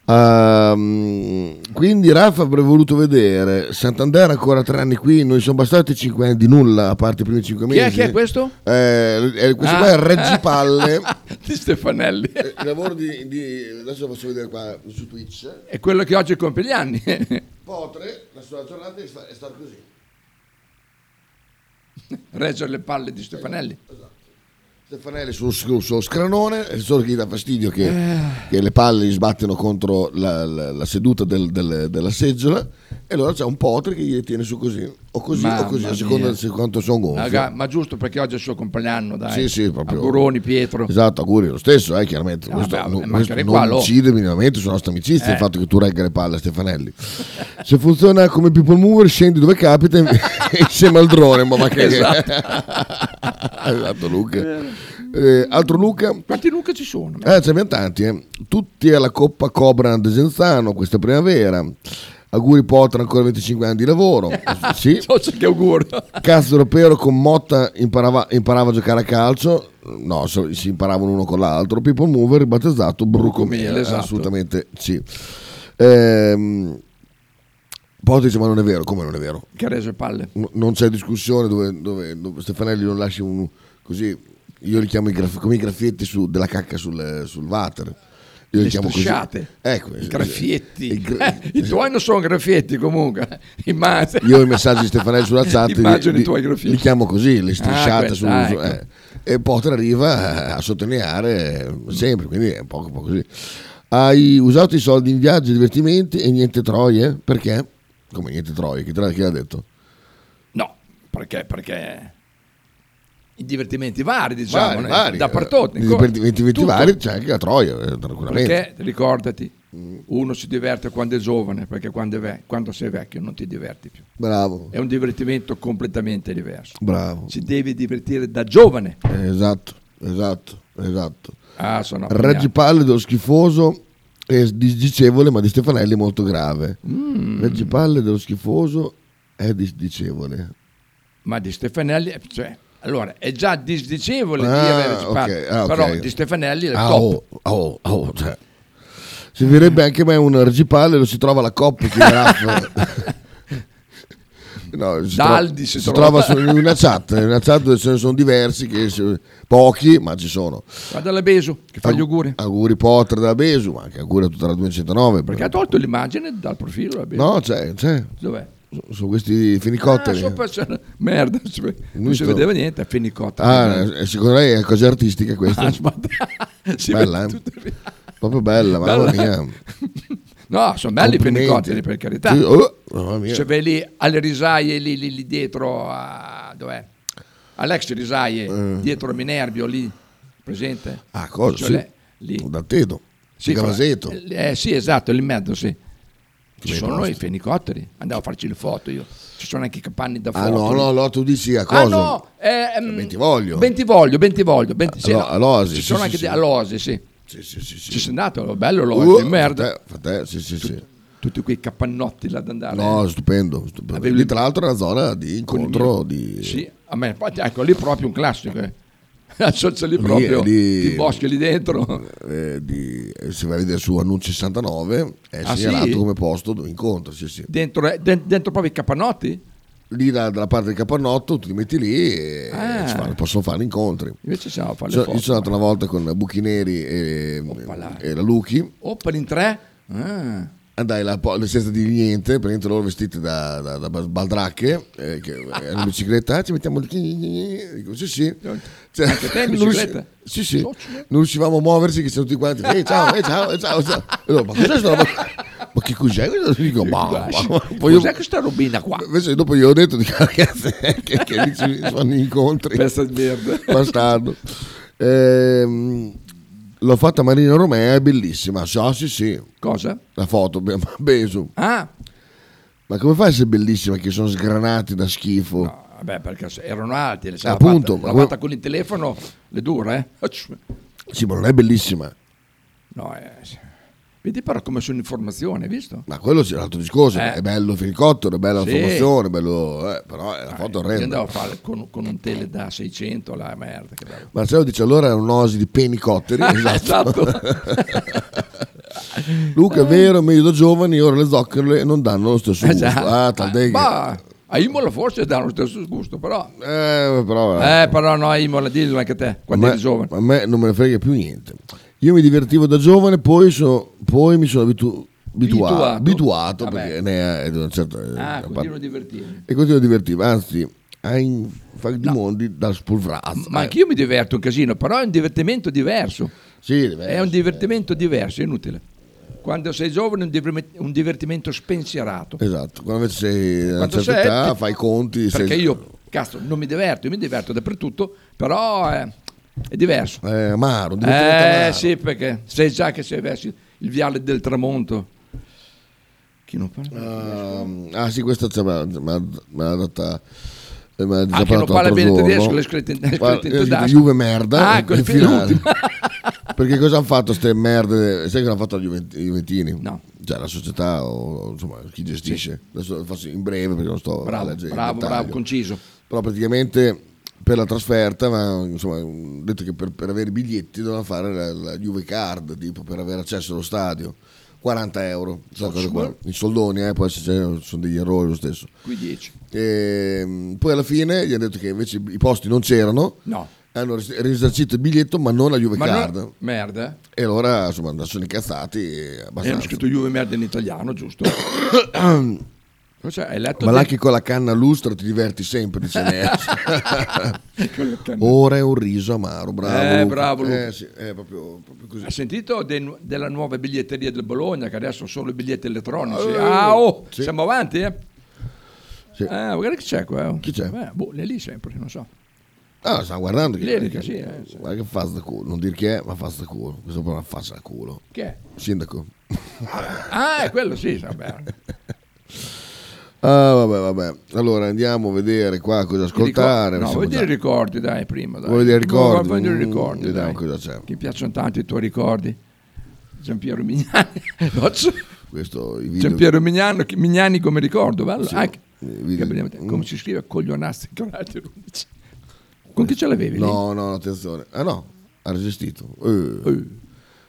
[SPEAKER 1] Ehm, quindi Rafa avrebbe voluto vedere Santander ancora tre anni qui, non gli sono bastati cinque anni di nulla, a parte i primi cinque
[SPEAKER 2] Chi
[SPEAKER 1] mesi.
[SPEAKER 2] è, chi è questo? Ah.
[SPEAKER 1] Eh, eh, questo qua è il Reggipalle.
[SPEAKER 2] di Stefanelli.
[SPEAKER 1] Eh, il lavoro di, di- adesso lo faccio vedere qua su Twitch.
[SPEAKER 2] È quello che oggi compie gli anni.
[SPEAKER 1] Potre, la sua giornata è sta- è stata così.
[SPEAKER 2] Reggere le palle di Stefanelli.
[SPEAKER 1] Stefanelli sul, sul, sul scranone, è solo che gli dà fastidio che, che le palle gli sbattono contro la, la- la seduta del- del- della seggiola e allora c'è un potre che gli tiene su così, o così
[SPEAKER 2] Mamma
[SPEAKER 1] o così, a
[SPEAKER 2] mia.
[SPEAKER 1] seconda di quanto sono gonfio.
[SPEAKER 2] Raga, ma giusto perché oggi è il suo compleanno, dai.
[SPEAKER 1] Sì, sì, proprio.
[SPEAKER 2] Auguroni, Pietro.
[SPEAKER 1] Esatto, auguri lo stesso, eh, chiaramente.
[SPEAKER 2] Ah,
[SPEAKER 1] questo
[SPEAKER 2] beh,
[SPEAKER 1] non,
[SPEAKER 2] ma
[SPEAKER 1] questo
[SPEAKER 2] anche
[SPEAKER 1] non
[SPEAKER 2] qua, lo-
[SPEAKER 1] incide minimamente sulla nostra amicizia
[SPEAKER 2] Eh.
[SPEAKER 1] il fatto che tu regga le palle a Stefanelli. Se funziona come people mover, scendi dove capita insieme al drone. Ma, ma che
[SPEAKER 2] Esatto.
[SPEAKER 1] Esatto, Luca. Eh, altro Luca.
[SPEAKER 2] Quanti Luca ci sono?
[SPEAKER 1] Eh, ce abbiamo tanti, eh. tutti alla Coppa Cobra di Genzano questa primavera. Auguri Potter, ancora 25 anni di lavoro. Sì.
[SPEAKER 2] So c'è che auguro.
[SPEAKER 1] Cazzo europeo con Motta imparava, imparava a giocare a calcio. No, so- si imparavano uno con l'altro. People Mover ribattezzato Brucomele.
[SPEAKER 2] Brucomele, esatto.
[SPEAKER 1] Assolutamente sì. Ehm, Potter dice: Ma non è vero, come non è vero?
[SPEAKER 2] Che ha reso le palle.
[SPEAKER 1] N- non c'è discussione dove, dove- dove Stefanelli non lascia un così io li chiamo i graf- come i graffietti su- della cacca sul, sul water io
[SPEAKER 2] Le strisciate.
[SPEAKER 1] Diciamo ecco
[SPEAKER 2] I graffietti.
[SPEAKER 1] I
[SPEAKER 2] I,
[SPEAKER 1] gra- eh, esatto.
[SPEAKER 2] tuoi non sono graffietti comunque. Immagini.
[SPEAKER 1] io i messaggi di Stefanelli sulla chat
[SPEAKER 2] Immagino
[SPEAKER 1] li,
[SPEAKER 2] i tuoi graffiti.
[SPEAKER 1] li chiamo così le strisciate
[SPEAKER 2] questa,
[SPEAKER 1] su-
[SPEAKER 2] ah,
[SPEAKER 1] su-
[SPEAKER 2] ecco.
[SPEAKER 1] eh. e Potter arriva eh, a sottolineare eh, sempre quindi è un po', un po' così hai usato i soldi in viaggio e divertimenti e niente troie perché? come niente troie chi te l'ha- chi l'ha detto?
[SPEAKER 2] No, perché? Perché i divertimenti vari, diciamo,
[SPEAKER 1] vari,
[SPEAKER 2] eh,
[SPEAKER 1] vari,
[SPEAKER 2] da
[SPEAKER 1] eh,
[SPEAKER 2] partotti.
[SPEAKER 1] di
[SPEAKER 2] ancora.
[SPEAKER 1] divertimenti
[SPEAKER 2] Tutto.
[SPEAKER 1] vari c'è anche la Troia, eh, tranquillamente.
[SPEAKER 2] Perché ricordati, uno si diverte quando è giovane, perché quando, è ve- quando sei vecchio non ti diverti più.
[SPEAKER 1] Bravo,
[SPEAKER 2] È un divertimento completamente diverso.
[SPEAKER 1] bravo.
[SPEAKER 2] Ci devi divertire da giovane.
[SPEAKER 1] Eh, esatto, esatto, esatto.
[SPEAKER 2] Ah, sono
[SPEAKER 1] Reggi Pallido schifoso è disdicevole, ma di Stefanelli molto grave.
[SPEAKER 2] Mm.
[SPEAKER 1] Reggi Pallido schifoso è disdicevole.
[SPEAKER 2] ma di Stefanelli, eh, cioè, allora è già disdicevole
[SPEAKER 1] Ah,
[SPEAKER 2] dire Reggi Pallido,
[SPEAKER 1] ok, ah, ok.
[SPEAKER 2] però di Stefanelli è il
[SPEAKER 1] Ah,
[SPEAKER 2] top.
[SPEAKER 1] oh, oh, oh, cioè. Servirebbe anche me un Reggi Pallido, si trova la coppa che Raff- No, si,
[SPEAKER 2] Daldi si
[SPEAKER 1] si trova
[SPEAKER 2] trova.
[SPEAKER 1] su- in una chat, in una chat dove ce ne sono diversi, che si- pochi, ma ci sono.
[SPEAKER 2] Guarda la Besu che fa gli auguri,
[SPEAKER 1] Auguri Potter da Besu, ma anche auguri a tutta la 209.
[SPEAKER 2] perché ha tolto l'immagine dal profilo la Besu.
[SPEAKER 1] No, cioè, c'è, c'è.
[SPEAKER 2] Dov'è?
[SPEAKER 1] Sono- Sono questi
[SPEAKER 2] Ah,
[SPEAKER 1] fenicotteri.
[SPEAKER 2] sopra c'è una- merda, cioè, non si
[SPEAKER 1] Giusto.
[SPEAKER 2] vedeva niente, è fenicotta.
[SPEAKER 1] Ah, eh, secondo lei è cosa artistica questa?
[SPEAKER 2] Ah, sbatta- si
[SPEAKER 1] Bella,
[SPEAKER 2] vede
[SPEAKER 1] eh?
[SPEAKER 2] tutto lì.
[SPEAKER 1] Proprio bella, mamma
[SPEAKER 2] Bella.
[SPEAKER 1] mia.
[SPEAKER 2] No, sono belli i
[SPEAKER 1] Complimenti.
[SPEAKER 2] fenicotteri per carità. Cioè,
[SPEAKER 1] Sì, oh, mamma mia.
[SPEAKER 2] Se vai lì alle risaie, lì, lì, lì dietro a... dov'è? All'ex risaie, dietro a Minerbio, lì, presente?
[SPEAKER 1] Eh. Ah, cosa?
[SPEAKER 2] Cioè,
[SPEAKER 1] sì.
[SPEAKER 2] lei- lì.
[SPEAKER 1] Da Tedo.
[SPEAKER 2] Sì,
[SPEAKER 1] Cavasetto.
[SPEAKER 2] fra- Eh, sì, esatto, lì in mezzo, sì. Ci
[SPEAKER 1] Bei
[SPEAKER 2] sono
[SPEAKER 1] posti.
[SPEAKER 2] i fenicotteri, andavo a farci le foto io. Ci sono anche i capanni da foto.
[SPEAKER 1] Ah, no, no, no, tu dici a cosa?
[SPEAKER 2] Ah no, ehm,
[SPEAKER 1] Bentivoglio.
[SPEAKER 2] Bentivoglio, Bentivoglio, Benti- sì,
[SPEAKER 1] Allo-
[SPEAKER 2] no.
[SPEAKER 1] Alosi,
[SPEAKER 2] Ci
[SPEAKER 1] sì,
[SPEAKER 2] sono
[SPEAKER 1] sì,
[SPEAKER 2] anche
[SPEAKER 1] sì.
[SPEAKER 2] di Alosi, sì.
[SPEAKER 1] Sì, sì, sì. sì.
[SPEAKER 2] Ci sei andato, bello
[SPEAKER 1] Uh,
[SPEAKER 2] Alosi, merda.
[SPEAKER 1] frate- frate- sì, sì, sì.
[SPEAKER 2] Tutti quei cappannotti là da andare.
[SPEAKER 1] No, stupendo. stupendo.
[SPEAKER 2] Avevi-
[SPEAKER 1] Lì, tra l'altro è una zona di
[SPEAKER 2] Con il
[SPEAKER 1] incontro
[SPEAKER 2] mio-
[SPEAKER 1] di...
[SPEAKER 2] Sì, a me, infatti, ecco, lì proprio un classico. Eh. C'è lì
[SPEAKER 1] Lì-
[SPEAKER 2] proprio
[SPEAKER 1] lì-
[SPEAKER 2] i boschi lì dentro.
[SPEAKER 1] eh, di- eh, se vai a vedere su Annunci 69 è
[SPEAKER 2] Ah,
[SPEAKER 1] segnalato
[SPEAKER 2] sì?
[SPEAKER 1] come posto dove incontro sì, sì.
[SPEAKER 2] Dentro, eh, den- dentro proprio i cappannotti.
[SPEAKER 1] lì da- dalla parte del capannotto tu ti metti lì e
[SPEAKER 2] Ah.
[SPEAKER 1] ci fanno- possono fare incontri
[SPEAKER 2] Invece siamo a fare le
[SPEAKER 1] Cioè,
[SPEAKER 2] foto.
[SPEAKER 1] io sono andato una volta con Buchi Neri e,
[SPEAKER 2] Oppala.
[SPEAKER 1] e la Luchi
[SPEAKER 2] Open in tre. Ah.
[SPEAKER 1] andai là po- senza dire niente praticamente loro vestiti da, da- da baldracche eh, che erano in bicicletta ah, ci mettiamo il dico sì sì Cioè,
[SPEAKER 2] Anche te in
[SPEAKER 1] non riusci-
[SPEAKER 2] bicicletta?
[SPEAKER 1] sì sì
[SPEAKER 2] Oh,
[SPEAKER 1] non riuscivamo a muoversi che siamo tutti quanti ehi ciao ehi ciao ehi, ciao, ciao. E loro, ma cos'è questa roba ma che cos'è questo dico ma, Ah, ma, ma- poi io-
[SPEAKER 2] Cos'è questa robina qua?
[SPEAKER 1] Invece dopo gli ho detto di ragazzi che, che lì ci sono gli incontri.
[SPEAKER 2] Pezzo di merda.
[SPEAKER 1] Bastardo. Ehm, L'ho fatta a Marina Romea, è bellissima. So, sì, sì.
[SPEAKER 2] Cosa?
[SPEAKER 1] La foto, be- ma Besu.
[SPEAKER 2] Ah,
[SPEAKER 1] Ma come fai a essere bellissima che sono sgranati da schifo?
[SPEAKER 2] no, vabbè, perché se- erano alti, le sarà
[SPEAKER 1] Appunto,
[SPEAKER 2] fatta,
[SPEAKER 1] ma
[SPEAKER 2] l'ha
[SPEAKER 1] que-
[SPEAKER 2] fatta con il telefono, le dure, eh?
[SPEAKER 1] Sì, ma non è bellissima.
[SPEAKER 2] No, eh, sì. Vedi però come sono informazioni, hai visto?
[SPEAKER 1] Ma quello c'è un altro discorso.
[SPEAKER 2] Eh.
[SPEAKER 1] È bello il felicottero, è bella la
[SPEAKER 2] Sì. Ah,
[SPEAKER 1] formazione, è bello... eh, però è una foto
[SPEAKER 2] Io
[SPEAKER 1] orrenda.
[SPEAKER 2] andavo a fare con, con un tele da 600, la merda. Che bello.
[SPEAKER 1] Marcello dice allora è un'osi di penicotteri. esatto.
[SPEAKER 2] Esatto.
[SPEAKER 1] Luca è vero, meglio da giovani, ora le zoccole non danno lo stesso gusto.
[SPEAKER 2] Esatto.
[SPEAKER 1] Ah, tant'è che...
[SPEAKER 2] Ma a Imola forse dà lo stesso gusto, però...
[SPEAKER 1] Eh, però...
[SPEAKER 2] Eh, però no, a Imola, dillo anche te, quando
[SPEAKER 1] a me,
[SPEAKER 2] eri giovane.
[SPEAKER 1] a me non me ne frega più niente. Io mi divertivo da giovane, poi, sono- poi mi sono abitu- abitua-
[SPEAKER 2] Abituato.
[SPEAKER 1] abituato,
[SPEAKER 2] Vabbè.
[SPEAKER 1] perché ne è, è di una certa-
[SPEAKER 2] Ah,
[SPEAKER 1] eh,
[SPEAKER 2] continuo a divertirmi.
[SPEAKER 1] e continuo a divertirmi. Anzi, hai fatto di mondi da spolvrazzo.
[SPEAKER 2] Ma anch'io mi diverto un casino, però è un divertimento diverso.
[SPEAKER 1] Eh, Sì,
[SPEAKER 2] È un divertimento diverso, è inutile. Quando sei giovane è un diver- un divertimento spensierato.
[SPEAKER 1] Esatto, quando invece sei a una
[SPEAKER 2] Quando
[SPEAKER 1] certa
[SPEAKER 2] sei-
[SPEAKER 1] età
[SPEAKER 2] ti-
[SPEAKER 1] fai i conti. sei-
[SPEAKER 2] Perché io, cazzo, non mi diverto, io mi diverto dappertutto, però eh, è diverso.
[SPEAKER 1] Eh, amaro, un divertimento
[SPEAKER 2] Eh
[SPEAKER 1] amaro.
[SPEAKER 2] sì, perché sei già che se avessi il viale del tramonto. Chi non parla?
[SPEAKER 1] Ehm, ah sì, questa c'è, ma, ma, ma l'ha data... eh, me l'ha già
[SPEAKER 2] Ah, che non
[SPEAKER 1] parlato
[SPEAKER 2] parla
[SPEAKER 1] l'altro
[SPEAKER 2] bene
[SPEAKER 1] giorno.
[SPEAKER 2] tedesco, l'hai scritto in- l'hai
[SPEAKER 1] Parla-
[SPEAKER 2] scritto in
[SPEAKER 1] io ho scritto
[SPEAKER 2] tedesco.
[SPEAKER 1] Juve merda
[SPEAKER 2] Ah,
[SPEAKER 1] in-
[SPEAKER 2] quel
[SPEAKER 1] in
[SPEAKER 2] film
[SPEAKER 1] finale.
[SPEAKER 2] l'ultimo.
[SPEAKER 1] Perché cosa hanno fatto queste merde? Sai che l'hanno fatto i Juvent- i Juventini?
[SPEAKER 2] No.
[SPEAKER 1] Cioè la società o insomma chi gestisce. Adesso lo faccio in breve perché non sto a
[SPEAKER 2] Bravo,
[SPEAKER 1] leggere il
[SPEAKER 2] bravo, bravo,
[SPEAKER 1] dettaglio.
[SPEAKER 2] conciso.
[SPEAKER 1] Però praticamente per la trasferta, ma insomma, hanno detto che per, per avere i biglietti dovevano fare la, la Juve Card, tipo per avere accesso allo stadio. 40 euro, questa cosa qua. i soldoni, eh, poi se c'è- sono degli errori lo stesso.
[SPEAKER 2] Qui 10.
[SPEAKER 1] Ehm, poi alla fine gli hanno detto che invece i posti non c'erano,
[SPEAKER 2] No.
[SPEAKER 1] hanno ris- risarcito il biglietto ma non la Juve
[SPEAKER 2] Ma
[SPEAKER 1] Card.
[SPEAKER 2] no, merda. eh?
[SPEAKER 1] E allora insomma adesso sono incazzati eh,
[SPEAKER 2] Eh, hanno
[SPEAKER 1] abbastanza.
[SPEAKER 2] scritto Juve merda in italiano, giusto? Cosa hai letto?
[SPEAKER 1] ma là
[SPEAKER 2] del-
[SPEAKER 1] che con la canna lustra ti diverti sempre, dice Nelson.
[SPEAKER 2] Con la canna.
[SPEAKER 1] Ora è un riso amaro, bravo.
[SPEAKER 2] Eh,
[SPEAKER 1] Luca.
[SPEAKER 2] bravo, Luca.
[SPEAKER 1] Eh, sì, è proprio, proprio così.
[SPEAKER 2] Ha sentito dei nu- della nuova biglietteria del Bologna che adesso sono i biglietti elettronici? ah, oh,
[SPEAKER 1] sì.
[SPEAKER 2] siamo avanti, eh?
[SPEAKER 1] Sì.
[SPEAKER 2] Ah, guarda chi c'è qua. oh.
[SPEAKER 1] Chi c'è?
[SPEAKER 2] Eh, boh, lei lì sempre, non so.
[SPEAKER 1] Ah, stavo guardando. Che,
[SPEAKER 2] Lirica, sì, eh, sì.
[SPEAKER 1] Guarda che fa da culo, non dire che è, ma fa da culo. Questo è proprio una faccia da culo.
[SPEAKER 2] Chi è?
[SPEAKER 1] Sindaco.
[SPEAKER 2] Ah, è quello sì, vabbè.
[SPEAKER 1] Ah, vabbè, vabbè. Allora andiamo a vedere qua cosa ascoltare.
[SPEAKER 2] no,
[SPEAKER 1] Siamo
[SPEAKER 2] vuoi dire
[SPEAKER 1] già-
[SPEAKER 2] i ricordi, dai, prima. Dai.
[SPEAKER 1] Vuoi vedere i ricordi?
[SPEAKER 2] Vuoi vedere i
[SPEAKER 1] Mm,
[SPEAKER 2] ricordi,
[SPEAKER 1] vediamo
[SPEAKER 2] dai.
[SPEAKER 1] cosa c'è.
[SPEAKER 2] Che piacciono tanto i tuoi ricordi. Giampiero Mignani. No, c'è-
[SPEAKER 1] Questo i video.
[SPEAKER 2] Giampiero Mignano, chi- Mignani come ricordo, bello. Ah, che-
[SPEAKER 1] Eh, vedi-
[SPEAKER 2] che abbiamo- come si scrive? Coglionasti. coraggio, l'undici. Con chi ce l'avevi lì?
[SPEAKER 1] Eh, No, no, attenzione. Ah no, ha resistito. Eh.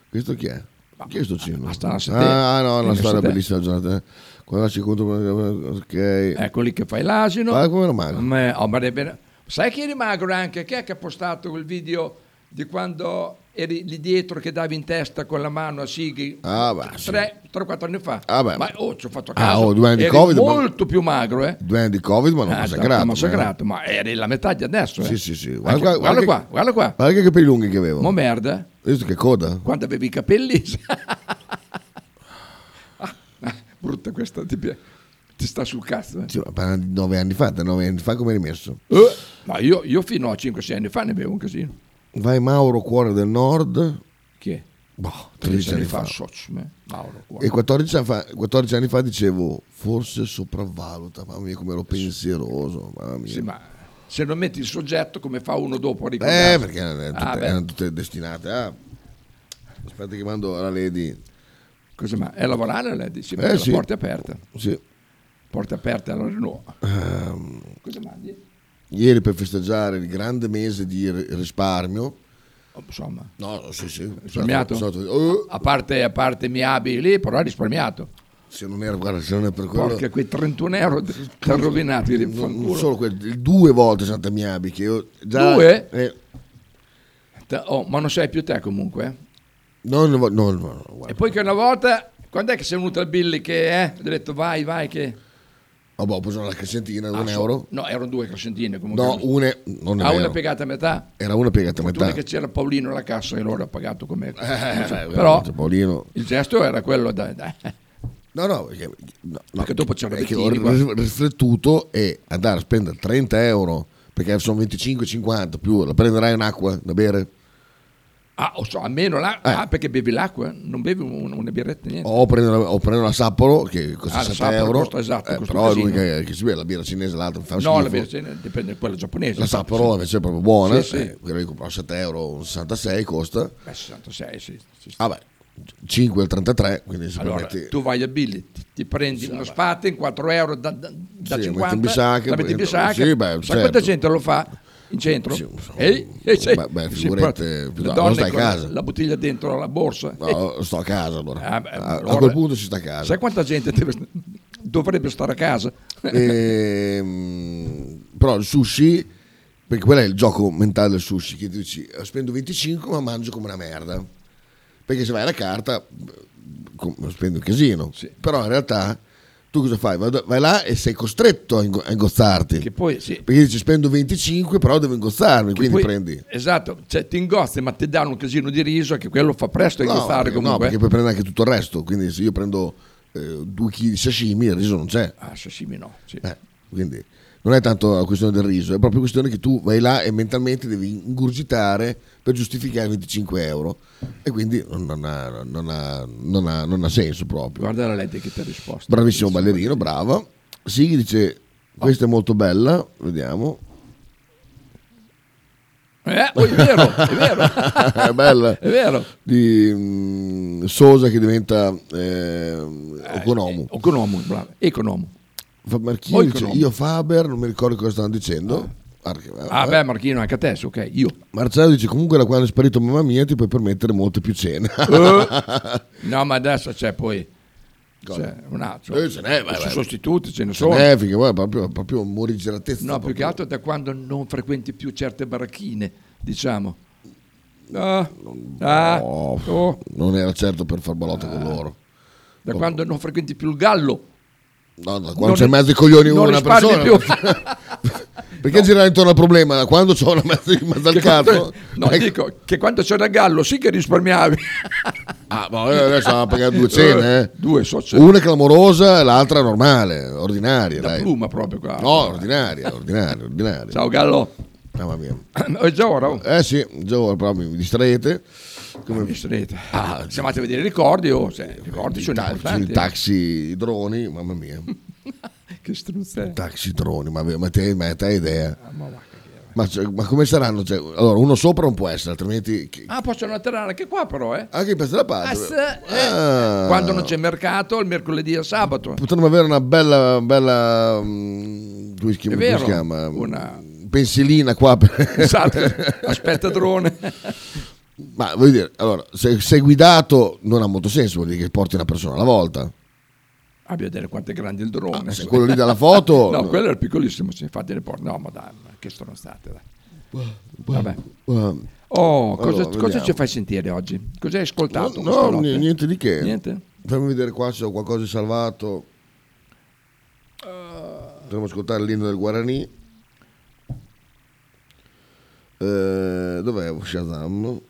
[SPEAKER 1] Questo chi è? Chi è sto cino?
[SPEAKER 2] ma sta a sé te.
[SPEAKER 1] Ah, no,
[SPEAKER 2] Viene
[SPEAKER 1] una
[SPEAKER 2] a
[SPEAKER 1] storia
[SPEAKER 2] sé te.
[SPEAKER 1] bellissima giornata. Quando ci contro ok.
[SPEAKER 2] Ecco lì che fai l'asino.
[SPEAKER 1] Guarda come ero magro.
[SPEAKER 2] Ma- oh, ma è bene- Sai che eri magro anche? Chi è che ha postato quel video di quando eri lì dietro che davi in testa con la mano a Sighi?
[SPEAKER 1] Ah, beh, sì.
[SPEAKER 2] 3-4 anni fa.
[SPEAKER 1] Ah, beh.
[SPEAKER 2] ma oh, ci ho fatto
[SPEAKER 1] Ah,
[SPEAKER 2] caso.
[SPEAKER 1] oh, due anni di
[SPEAKER 2] eri
[SPEAKER 1] Covid, ma-
[SPEAKER 2] molto più magro, eh?
[SPEAKER 1] Due anni di Covid, ma non
[SPEAKER 2] Ah,
[SPEAKER 1] massacrato. eh.
[SPEAKER 2] tanto massacrato, ma eri la metà di adesso, eh?
[SPEAKER 1] Sì, sì, sì.
[SPEAKER 2] Anche- Guarda,
[SPEAKER 1] che- Oh.
[SPEAKER 2] qua, guarda qua.
[SPEAKER 1] Guarda che capelli lunghi che avevo.
[SPEAKER 2] Mo merda, eh.
[SPEAKER 1] Hai visto che coda?
[SPEAKER 2] quando avevi i capelli... Ah, ah, brutta questa, ti, pi- ti sta sul cazzo, eh?
[SPEAKER 1] Sì, ma parla di nove anni fa, da nove anni fa come eri messo?
[SPEAKER 2] Eh, ma io, io fino a 5-6 anni fa ne bevo un casino.
[SPEAKER 1] Vai Mauro Cuore del Nord.
[SPEAKER 2] Che?
[SPEAKER 1] Boh,
[SPEAKER 2] 13 anni
[SPEAKER 1] fa.
[SPEAKER 2] fa, socio, me, Mauro. guarda.
[SPEAKER 1] E 14 anni, fa, 14 anni fa dicevo, forse sopravvaluta, mamma mia come ero pensieroso, mamma mia.
[SPEAKER 2] Sì, ma se non metti il soggetto, come fa uno dopo a
[SPEAKER 1] Eh,
[SPEAKER 2] ricordarsi?
[SPEAKER 1] perché erano tutte,
[SPEAKER 2] Ah, beh.
[SPEAKER 1] erano tutte destinate. ah. Aspetta che mando alla Lady.
[SPEAKER 2] Cosa, ma è lavorare eh, lei dice, mette
[SPEAKER 1] Eh, sì.
[SPEAKER 2] la porta aperta.
[SPEAKER 1] Sì.
[SPEAKER 2] Porta aperta alla Renault.
[SPEAKER 1] Ehm.
[SPEAKER 2] Cosa mandi?
[SPEAKER 1] Ieri per festeggiare il grande mese di ri- risparmio.
[SPEAKER 2] Oh, Insomma,
[SPEAKER 1] No, sì, sì.
[SPEAKER 2] Risparmiato?
[SPEAKER 1] Sono stato- oh,
[SPEAKER 2] a parte, a parte Miabi lì, però ha risparmiato.
[SPEAKER 1] se non era, guarda, se non è per quello...
[SPEAKER 2] Porca, quei 31 euro ti ti ha rovinato. Lì,
[SPEAKER 1] non- non
[SPEAKER 2] fanculo.
[SPEAKER 1] solo quel- due volte Santa Miabi che io già...
[SPEAKER 2] Due?
[SPEAKER 1] Eh,
[SPEAKER 2] Te- oh, ma non sei più te comunque. eh?
[SPEAKER 1] no, no, no, no, no, guarda.
[SPEAKER 2] E poi che una volta, quando è che sei venuto al Billy che eh, gli ho detto vai, vai che...
[SPEAKER 1] Oh, boh, ho preso la crescentina,
[SPEAKER 2] Ah,
[SPEAKER 1] un
[SPEAKER 2] so-
[SPEAKER 1] euro.
[SPEAKER 2] No, erano due crescentine comunque.
[SPEAKER 1] No, Eh, una... Non è
[SPEAKER 2] Ah, una
[SPEAKER 1] vero.
[SPEAKER 2] piegata a metà.
[SPEAKER 1] Era una piegata a
[SPEAKER 2] Fortuna
[SPEAKER 1] metà.
[SPEAKER 2] che c'era Paolino alla cassa e loro ha pagato come...
[SPEAKER 1] Eh,
[SPEAKER 2] però
[SPEAKER 1] veramente, Paolino.
[SPEAKER 2] il gesto era quello da... da-
[SPEAKER 1] No, no, perché, no, no,
[SPEAKER 2] Perché dopo c'era
[SPEAKER 1] perché
[SPEAKER 2] Bettini,
[SPEAKER 1] ho
[SPEAKER 2] guarda.
[SPEAKER 1] ris- riflettuto e andare a spendere 30 euro perché sono 25,50 più la prenderai un'acqua da bere
[SPEAKER 2] Ah, o so, a meno là,
[SPEAKER 1] Eh.
[SPEAKER 2] ah, perché bevi l'acqua, non bevi un- una birretta, niente.
[SPEAKER 1] O prendo, la, o prendo la Sapporo che costa
[SPEAKER 2] Ah,
[SPEAKER 1] 7
[SPEAKER 2] la Sapporo
[SPEAKER 1] euro,
[SPEAKER 2] costa- esatto,
[SPEAKER 1] eh,
[SPEAKER 2] costa un
[SPEAKER 1] però è l'unica
[SPEAKER 2] casino.
[SPEAKER 1] che, si beve, la birra cinese l'altra mi fa
[SPEAKER 2] no, la
[SPEAKER 1] schifo.
[SPEAKER 2] birra cinese dipende da quella giapponese.
[SPEAKER 1] La Sapporo invece è proprio buona,
[SPEAKER 2] Sì, sì.
[SPEAKER 1] eh, quella che compro a 7 euro, un 66 costa,
[SPEAKER 2] Beh, 66, sì. sì, sì.
[SPEAKER 1] vabbè, 5 al 33, quindi se
[SPEAKER 2] Allora,
[SPEAKER 1] permetti-
[SPEAKER 2] tu vai a Billy, ti, ti prendi una spate in 4 euro da, da, da
[SPEAKER 1] Sì,
[SPEAKER 2] 50,
[SPEAKER 1] metti in bisacca,
[SPEAKER 2] la metti in
[SPEAKER 1] poi-
[SPEAKER 2] bisacca,
[SPEAKER 1] sì, beh,
[SPEAKER 2] sai
[SPEAKER 1] certo.
[SPEAKER 2] quanta gente lo fa in centro?
[SPEAKER 1] Sì,
[SPEAKER 2] Ehi, ehi, sì.
[SPEAKER 1] Beh, beh,
[SPEAKER 2] Sì,
[SPEAKER 1] figurette,
[SPEAKER 2] però
[SPEAKER 1] più
[SPEAKER 2] le
[SPEAKER 1] da-
[SPEAKER 2] donne
[SPEAKER 1] non stai a
[SPEAKER 2] con
[SPEAKER 1] casa.
[SPEAKER 2] La bottiglia dentro la borsa. Eh,
[SPEAKER 1] No, sto a casa allora.
[SPEAKER 2] Ah, beh,
[SPEAKER 1] a, a
[SPEAKER 2] allora-
[SPEAKER 1] quel punto si sta a casa.
[SPEAKER 2] Sai quanta gente deve- dovrebbe stare a casa?
[SPEAKER 1] Ehm, però il sushi, perché quello è il gioco mentale del sushi, che dici "Eh, spendo 25 ma mangio come una merda. Perché se vai alla carta eh, com- spendo un casino. Però in realtà tu cosa fai? Vado- vai là e sei costretto a, ingo- a ingozzarti.
[SPEAKER 2] Che poi sì,
[SPEAKER 1] Perché dici spendo 25 però devo ingozzarmi,
[SPEAKER 2] Che
[SPEAKER 1] quindi
[SPEAKER 2] poi-
[SPEAKER 1] prendi...
[SPEAKER 2] Esatto, cioè ti ingozzi, ma ti danno un casino di riso che quello fa presto a
[SPEAKER 1] No,
[SPEAKER 2] ingozzare
[SPEAKER 1] perché, no,
[SPEAKER 2] comunque.
[SPEAKER 1] perché poi prendi anche tutto il resto, quindi se io prendo eh, due chili di sashimi il riso non c'è.
[SPEAKER 2] Ah, sashimi no. sì.
[SPEAKER 1] Eh, quindi non è tanto la questione del riso, è proprio questione che tu vai là e mentalmente devi ingurgitare per giustificare 25 euro e quindi non non ha, non ha- non ha- non ha senso proprio.
[SPEAKER 2] Guarda la lente che ti ha risposto.
[SPEAKER 1] Bravissimo ballerino, brava. Sighi dice, questa è molto bella, vediamo.
[SPEAKER 2] Eh, oh, è vero, è vero.
[SPEAKER 1] è bella.
[SPEAKER 2] È vero.
[SPEAKER 1] Di mm, Sosa che diventa eh, Okonomu.
[SPEAKER 2] Economo, bravo. Economo.
[SPEAKER 1] Fa- Marchini
[SPEAKER 2] Oh,
[SPEAKER 1] dice,
[SPEAKER 2] Economu.
[SPEAKER 1] io Faber, non mi ricordo cosa stavano dicendo. Arca-
[SPEAKER 2] Ah, beh, Marchino, anche a te, sì, ok, io.
[SPEAKER 1] eh. Marcello dice comunque da quando è sparito mamma mia ti puoi permettere molte più cene.
[SPEAKER 2] Eh, No, ma adesso c'è poi. C'è un altro.
[SPEAKER 1] Eh, ce n'è, vai,
[SPEAKER 2] Ci
[SPEAKER 1] vai.
[SPEAKER 2] sostituti, ce ne sono.
[SPEAKER 1] Eh, figa, guarda, proprio, proprio morigeratezza.
[SPEAKER 2] No,
[SPEAKER 1] proprio.
[SPEAKER 2] più che altro da quando non frequenti più certe baracchine, diciamo. Ah, ah,
[SPEAKER 1] No,
[SPEAKER 2] oh, Ah.
[SPEAKER 1] Non era certo per far balotto con loro.
[SPEAKER 2] da quando non frequenti più il gallo.
[SPEAKER 1] No, no,
[SPEAKER 2] Non
[SPEAKER 1] quando c'è
[SPEAKER 2] ri-
[SPEAKER 1] mezzo i coglioni
[SPEAKER 2] non
[SPEAKER 1] una
[SPEAKER 2] risparmi
[SPEAKER 1] persona. Perché girare intorno al problema? Da Quando c'ho una mezzo in mezzo al
[SPEAKER 2] Che
[SPEAKER 1] cazzo.
[SPEAKER 2] quando- no,
[SPEAKER 1] Ecco.
[SPEAKER 2] dico che quando c'era gallo sì che risparmiavi.
[SPEAKER 1] Ah, ma io adesso stavo a pagare due cene. eh.
[SPEAKER 2] Due so c'è
[SPEAKER 1] Una clamorosa, l'altra normale, ordinaria.
[SPEAKER 2] la
[SPEAKER 1] dai.
[SPEAKER 2] pluma proprio qua.
[SPEAKER 1] No, ordinaria, ordinaria, ordinaria.
[SPEAKER 2] Ah, Ciao gallo.
[SPEAKER 1] Mamma mia.
[SPEAKER 2] È già ora. oh.
[SPEAKER 1] Eh sì, già ora però mi distraete. Come...
[SPEAKER 2] Mi sarete. Siamo andati a vedere i ricordi, oh, cioè, i ricordi sono
[SPEAKER 1] Ta-
[SPEAKER 2] importanti.
[SPEAKER 1] Ah, il taxi i droni, mamma mia,
[SPEAKER 2] Che struzza.
[SPEAKER 1] taxi droni, ma, ma te ma te hai idea.
[SPEAKER 2] Ah, Ma va, che chiaro.
[SPEAKER 1] Ma, cioè, ma come saranno? Cioè, allora, uno sopra non può essere, altrimenti chi-
[SPEAKER 2] Ah, possono atterrare anche qua però, eh.
[SPEAKER 1] anche in pezzo della parte.
[SPEAKER 2] Ah, se- eh,
[SPEAKER 1] Ah.
[SPEAKER 2] Quando non c'è mercato, il mercoledì e il sabato.
[SPEAKER 1] Potremmo avere una bella, bella mm, come si chiama?
[SPEAKER 2] È
[SPEAKER 1] come si
[SPEAKER 2] vero,
[SPEAKER 1] chiama?
[SPEAKER 2] una-
[SPEAKER 1] Pensilina qua. per-
[SPEAKER 2] Esatto. Aspetta drone. Ah,
[SPEAKER 1] ma voglio dire, allora, se, se guidato non ha molto senso, vuol dire che porti una persona alla volta. Ah,
[SPEAKER 2] Abbia a vedere quanto è grande il drone.
[SPEAKER 1] Se quello lì dalla foto...
[SPEAKER 2] No, quello era piccolissimo, sì, infatti le porte. No, ma dai, ma che sono state. Dai. Vabbè.
[SPEAKER 1] Eh,
[SPEAKER 2] Oh, cosa,
[SPEAKER 1] Allora,
[SPEAKER 2] cosa
[SPEAKER 1] vediamo.
[SPEAKER 2] ci fai sentire oggi? Cosa hai ascoltato?
[SPEAKER 1] No,
[SPEAKER 2] questa
[SPEAKER 1] no,
[SPEAKER 2] notte?
[SPEAKER 1] niente di che.
[SPEAKER 2] Niente?
[SPEAKER 1] Fammi vedere qua se ho qualcosa di salvato.
[SPEAKER 2] Ah.
[SPEAKER 1] Potremmo ascoltare l'inno del Guarani. Eh, dov'è Shazam?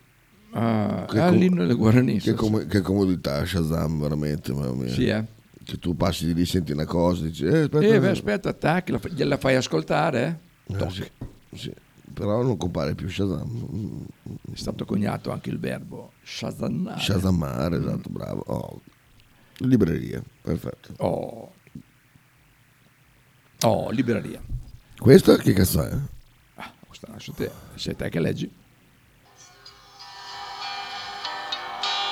[SPEAKER 2] Ah,
[SPEAKER 1] Che
[SPEAKER 2] ah,
[SPEAKER 1] com-
[SPEAKER 2] l'inno del Guarani.
[SPEAKER 1] Che, com- che comodità Shazam, veramente. Mamma mia.
[SPEAKER 2] Sì, eh.
[SPEAKER 1] Che tu passi di lì, senti una cosa, dici... Eh, aspetta,
[SPEAKER 2] Eh, beh, aspetta, tac, la, gliela fai ascoltare? eh?
[SPEAKER 1] Eh, sì, sì. Però non compare più Shazam.
[SPEAKER 2] È stato coniato anche il verbo shazannare.
[SPEAKER 1] Shazamare, esatto, bravo. Oh. Libreria, perfetto.
[SPEAKER 2] oh. oh, libreria. Ah,
[SPEAKER 1] Questa che cazzo è?
[SPEAKER 2] Questa, adesso te- sei te che leggi.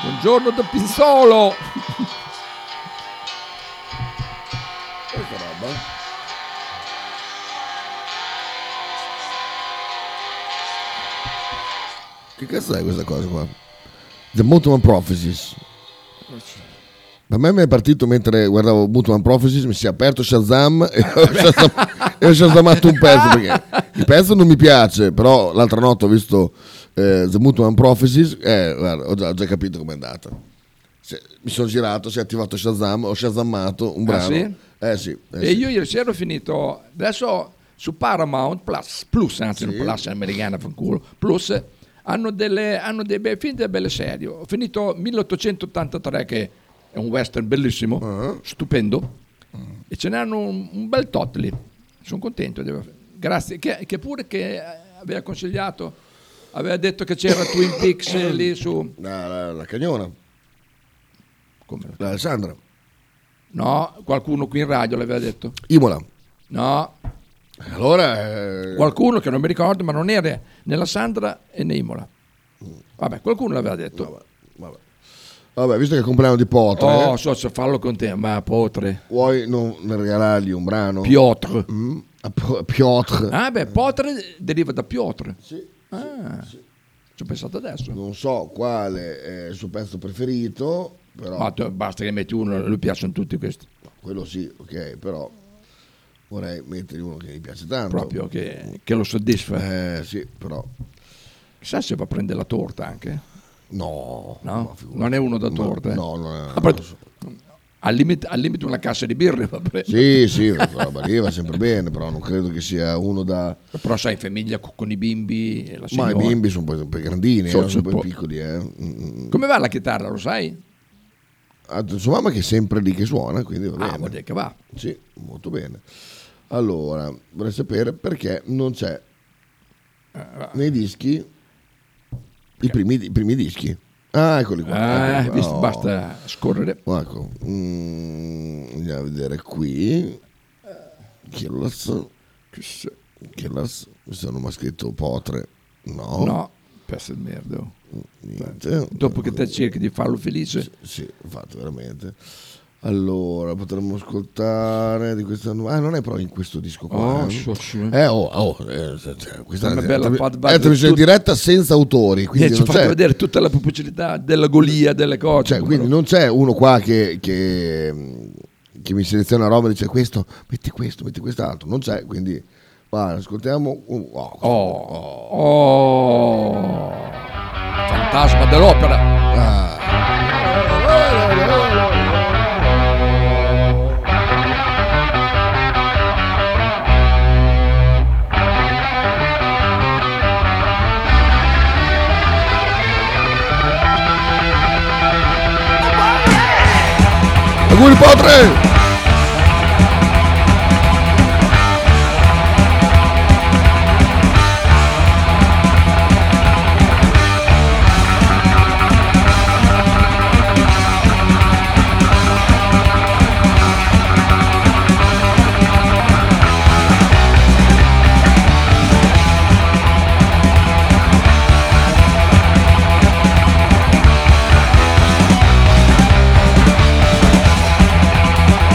[SPEAKER 2] Buongiorno da Pinzolo!
[SPEAKER 1] Questa roba? Che cazzo è questa cosa qua? The Mutual Prophecies. Per me mi è partito mentre guardavo Mutual Prophecies, mi si è aperto Shazam e ho, Shazam, e ho shazamato un pezzo perché il pezzo non mi piace, però l'altra notte ho visto eh, The Mutual Prophecies e ho già, ho già capito com'è andata. Se- mi sono girato, si è attivato Shazam, ho shazamato un brano.
[SPEAKER 2] Ah, sì?
[SPEAKER 1] Eh sì. eh
[SPEAKER 2] E
[SPEAKER 1] sì.
[SPEAKER 2] io ieri sera ho finito, adesso su Paramount Plus, Plus anzi non
[SPEAKER 1] Sì.
[SPEAKER 2] Plus è americana, fanculo, Plus hanno, delle, hanno dei bei film e delle belle serie. Ho finito 1883 che è un western bellissimo,
[SPEAKER 1] Ah.
[SPEAKER 2] stupendo, e ce n'hanno un, un bel tot lì. Sono contento di aver- Grazie, che, che pure che eh, aveva consigliato Aveva detto che c'era Twin Peaks eh, lì su...
[SPEAKER 1] La, la- la cagnona,
[SPEAKER 2] come?
[SPEAKER 1] la Alessandra,
[SPEAKER 2] No, qualcuno qui in radio l'aveva detto.
[SPEAKER 1] Imola.
[SPEAKER 2] No,
[SPEAKER 1] Allora, eh,
[SPEAKER 2] qualcuno che non mi ricordo, ma non era né la Sandra e né Imola. Vabbè, qualcuno l'aveva detto.
[SPEAKER 1] vabbè, visto che è il compleanno di eh. Potre,
[SPEAKER 2] Oh, so se fallo con te, ma potre.
[SPEAKER 1] vuoi non regalargli un brano?
[SPEAKER 2] Piotr.
[SPEAKER 1] Mm? A P- a Piotr.
[SPEAKER 2] Ah, beh, potre deriva da Piotr.
[SPEAKER 1] Sì,
[SPEAKER 2] Ah, ci ho pensato adesso.
[SPEAKER 1] Non so quale è il suo pezzo preferito, però
[SPEAKER 2] Ma tu- basta che metti uno, a lui piacciono tutti questi.
[SPEAKER 1] quello sì, ok, però vorrei mettere uno che mi piace tanto.
[SPEAKER 2] Proprio che, che lo soddisfa.
[SPEAKER 1] Eh, sì, però
[SPEAKER 2] Chissà se va a prendere la torta anche.
[SPEAKER 1] no.
[SPEAKER 2] No? Non è uno da torta. eh.
[SPEAKER 1] No, no, no.
[SPEAKER 2] Ah, però- Al limite, al limite una cassa di birre va bene.
[SPEAKER 1] Sì, sì, la roba lì va sempre bene, però non credo che sia uno da...
[SPEAKER 2] Però sai, in famiglia co- con i bimbi e la
[SPEAKER 1] Ma
[SPEAKER 2] signora.
[SPEAKER 1] i bimbi sono poi, poi grandini, eh,
[SPEAKER 2] Sono
[SPEAKER 1] sono, poi
[SPEAKER 2] po-
[SPEAKER 1] piccoli. Eh. Mm, mm.
[SPEAKER 2] Come va la chitarra, lo sai?
[SPEAKER 1] Ah, Sua mamma che è sempre lì che suona, quindi va bene.
[SPEAKER 2] Ah, vuol dire che va.
[SPEAKER 1] Sì, molto bene. Allora, vorrei sapere perché non c'è
[SPEAKER 2] Eh,
[SPEAKER 1] nei dischi i primi, i primi dischi. Ah, eccoli qua.
[SPEAKER 2] Ah,
[SPEAKER 1] eccoli qua.
[SPEAKER 2] visto,
[SPEAKER 1] Oh.
[SPEAKER 2] basta scorrere.
[SPEAKER 1] Ecco, mm, andiamo a vedere qui. Killers. Killers. Questo non mi ha scritto Potre. No.
[SPEAKER 2] No, pezzo di merda.
[SPEAKER 1] Niente.
[SPEAKER 2] Dopo che te cerchi di farlo felice,
[SPEAKER 1] Sì, fatto veramente. Allora, potremmo ascoltare di questa nu- Ah, non è però in questo disco qua.
[SPEAKER 2] Oh,
[SPEAKER 1] eh?
[SPEAKER 2] so, sì.
[SPEAKER 1] Eh, oh, oh, eh, cioè, cioè, questa
[SPEAKER 2] Una bella
[SPEAKER 1] è una
[SPEAKER 2] Pat
[SPEAKER 1] è
[SPEAKER 2] Barrett,
[SPEAKER 1] una trasmissione
[SPEAKER 2] tut-
[SPEAKER 1] diretta senza autori,
[SPEAKER 2] ti
[SPEAKER 1] quindi,
[SPEAKER 2] eh, ci
[SPEAKER 1] non
[SPEAKER 2] fatto
[SPEAKER 1] c'è,
[SPEAKER 2] vedere tutta la pubblicità della golia, delle cose.
[SPEAKER 1] cioè, quindi non c'è uno qua che, che- che mi seleziona una roba e dice questo, metti questo, metti quest'altro, non c'è, quindi guarda, ascoltiamo un- oh,
[SPEAKER 2] Oh, oh, fantasma dell'opera.
[SPEAKER 1] auguri Potre!
[SPEAKER 6] Thank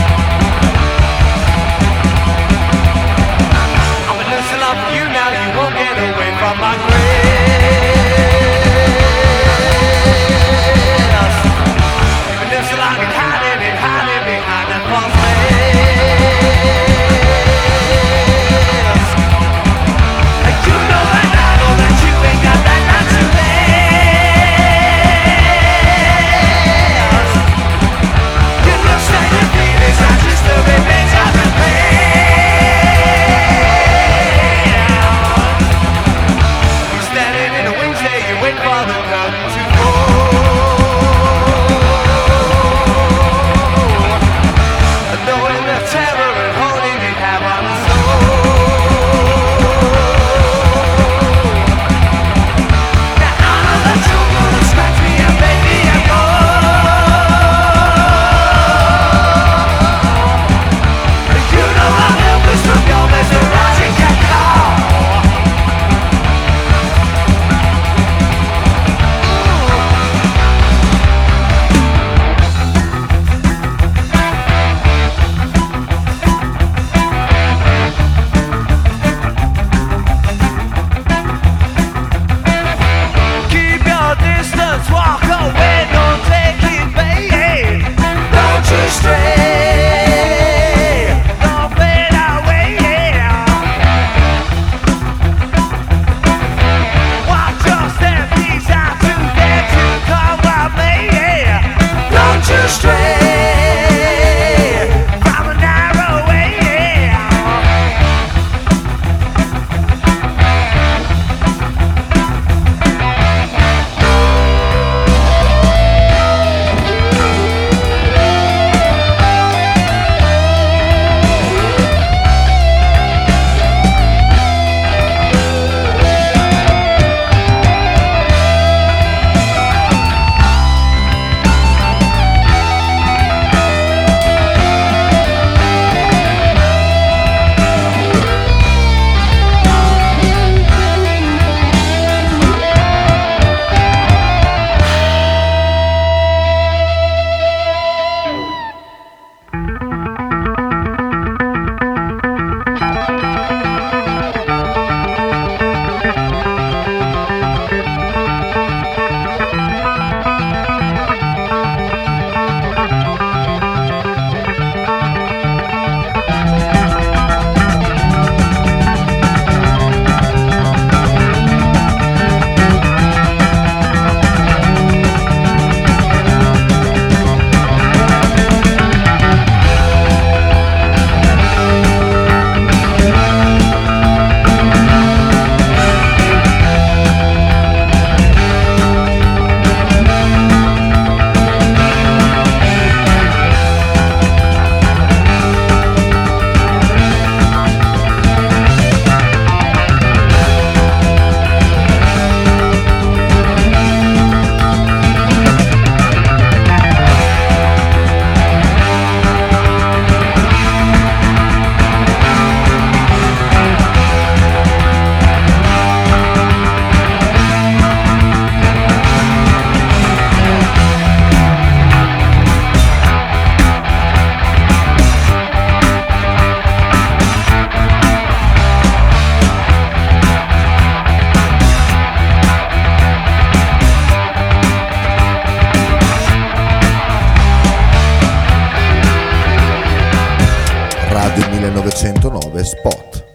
[SPEAKER 1] 109 Spot.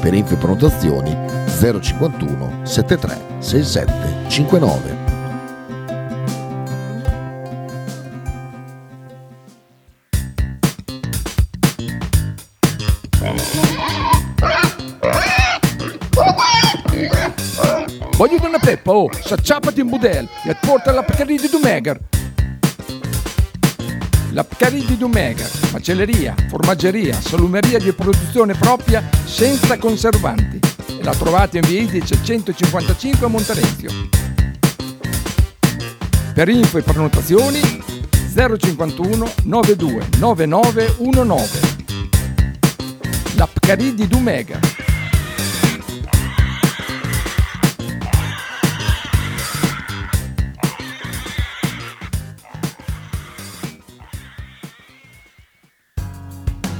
[SPEAKER 1] Per info e prenotazioni 051 73 67 59.
[SPEAKER 2] Voglio una peppa, oh, s'acciappati in budel e porta la Pcaridi di Dumegar. La Pcaridi di Dumegar, macelleria, formaggeria, salumeria di produzione propria senza conservanti. E la trovate in via Idice 155 a Monterezio. Per info e prenotazioni 051 92 9919. La Pcaridi di Dumegar.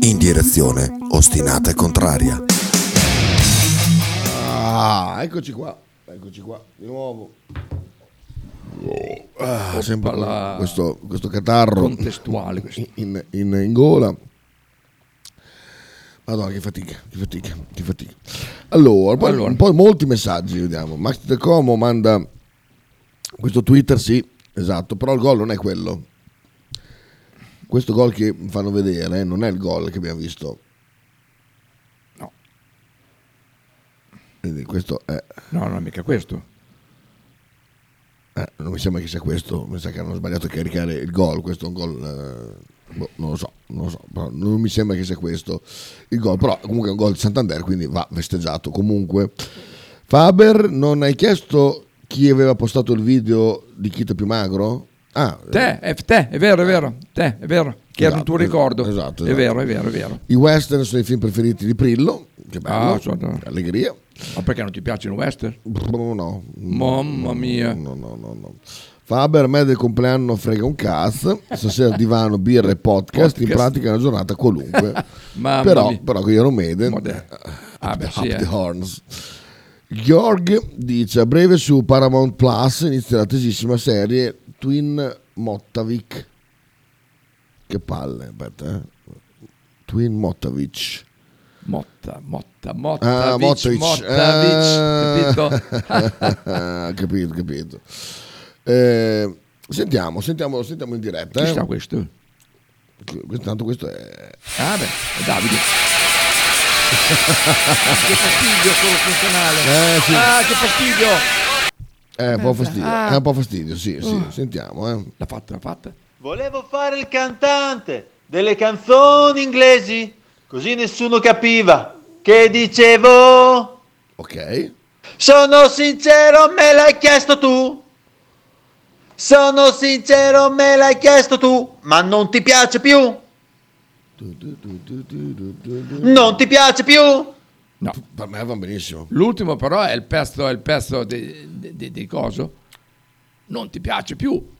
[SPEAKER 1] in direzione ostinata e contraria. Ah, eccoci qua, eccoci qua, di nuovo. Ah, sempre
[SPEAKER 2] Oppala.
[SPEAKER 1] questo, questo catarro
[SPEAKER 2] Contestuale questo.
[SPEAKER 1] in, in- in gola. Madonna, che fatica, che fatica, che fatica. Allora, poi,
[SPEAKER 2] Allora.
[SPEAKER 1] poi molti messaggi, vediamo. Max De Como manda questo Twitter, sì, esatto, però il gol non è quello. Questo gol che fanno vedere non è il gol che abbiamo visto.
[SPEAKER 2] No.
[SPEAKER 1] Quindi questo è...
[SPEAKER 2] No, non è mica questo.
[SPEAKER 1] Eh, non mi sembra che sia questo, mi sa che hanno sbagliato a caricare il gol, questo è un gol, eh, boh, non lo so, non lo so, però non mi sembra che sia questo il gol, però comunque è un gol di Santander, quindi va festeggiato comunque. Faber, non hai chiesto chi aveva postato il video di Chita più magro? Ah,
[SPEAKER 2] Te, è te, è vero, è vero, te, è vero, che era
[SPEAKER 1] Eh. Esatto,
[SPEAKER 2] il
[SPEAKER 1] esatto,
[SPEAKER 2] tuo ricordo.
[SPEAKER 1] esatto,
[SPEAKER 2] È
[SPEAKER 1] esatto.
[SPEAKER 2] vero, è vero, è vero.
[SPEAKER 1] i western sono i film preferiti di Prillo, che bello,
[SPEAKER 2] Ah, certo.
[SPEAKER 1] che allegria.
[SPEAKER 2] Ma perché non ti piacciono i western?
[SPEAKER 1] Brr, No,
[SPEAKER 2] Mamma mia.
[SPEAKER 1] No, no, no, no. Faber, a me del compleanno frega un cazzo. Stasera divano, birra e podcast. In
[SPEAKER 2] Podcast.
[SPEAKER 1] pratica è una giornata qualunque.
[SPEAKER 2] Mamma
[SPEAKER 1] però,
[SPEAKER 2] mia.
[SPEAKER 1] però con Iron Maiden,
[SPEAKER 2] Modè. Ah, beh,
[SPEAKER 1] up
[SPEAKER 2] sì,
[SPEAKER 1] the
[SPEAKER 2] eh.
[SPEAKER 1] horns. Georg dice a breve su Paramount Plus inizia la tesissima serie Twin Mottavic. Che palle, aspetta, eh. Twin Mottavic.
[SPEAKER 2] Motta,
[SPEAKER 1] Ah,
[SPEAKER 2] Motta,
[SPEAKER 1] eh.
[SPEAKER 2] Motta, Vic,
[SPEAKER 1] Mottavic.
[SPEAKER 2] Motta, Vic, capito?
[SPEAKER 1] capito, capito. Eh, Sentiamo, sentiamo, sentiamo in diretta.
[SPEAKER 2] Ci
[SPEAKER 1] eh.
[SPEAKER 2] sta questo?
[SPEAKER 1] Questo- Tanto questo è...
[SPEAKER 2] Ah beh, è Davide. che fastidio solo funzionale.
[SPEAKER 1] Eh, sì.
[SPEAKER 2] Ah, che fastidio!
[SPEAKER 1] È un po' fastidio, è un po' fastidio, sì, sì, sentiamo. eh.
[SPEAKER 2] L'ha fatta, l'ha fatta.
[SPEAKER 7] Volevo fare il cantante delle canzoni inglesi, così nessuno capiva che dicevo.
[SPEAKER 1] Ok.
[SPEAKER 7] Sono sincero, me l'hai chiesto tu. Sono sincero, me l'hai chiesto tu, ma non ti piace più. Non ti piace più.
[SPEAKER 1] Per me va benissimo.
[SPEAKER 2] L'ultimo però è il pezzo, è il pezzo di, di- di- di coso. Non ti piace più.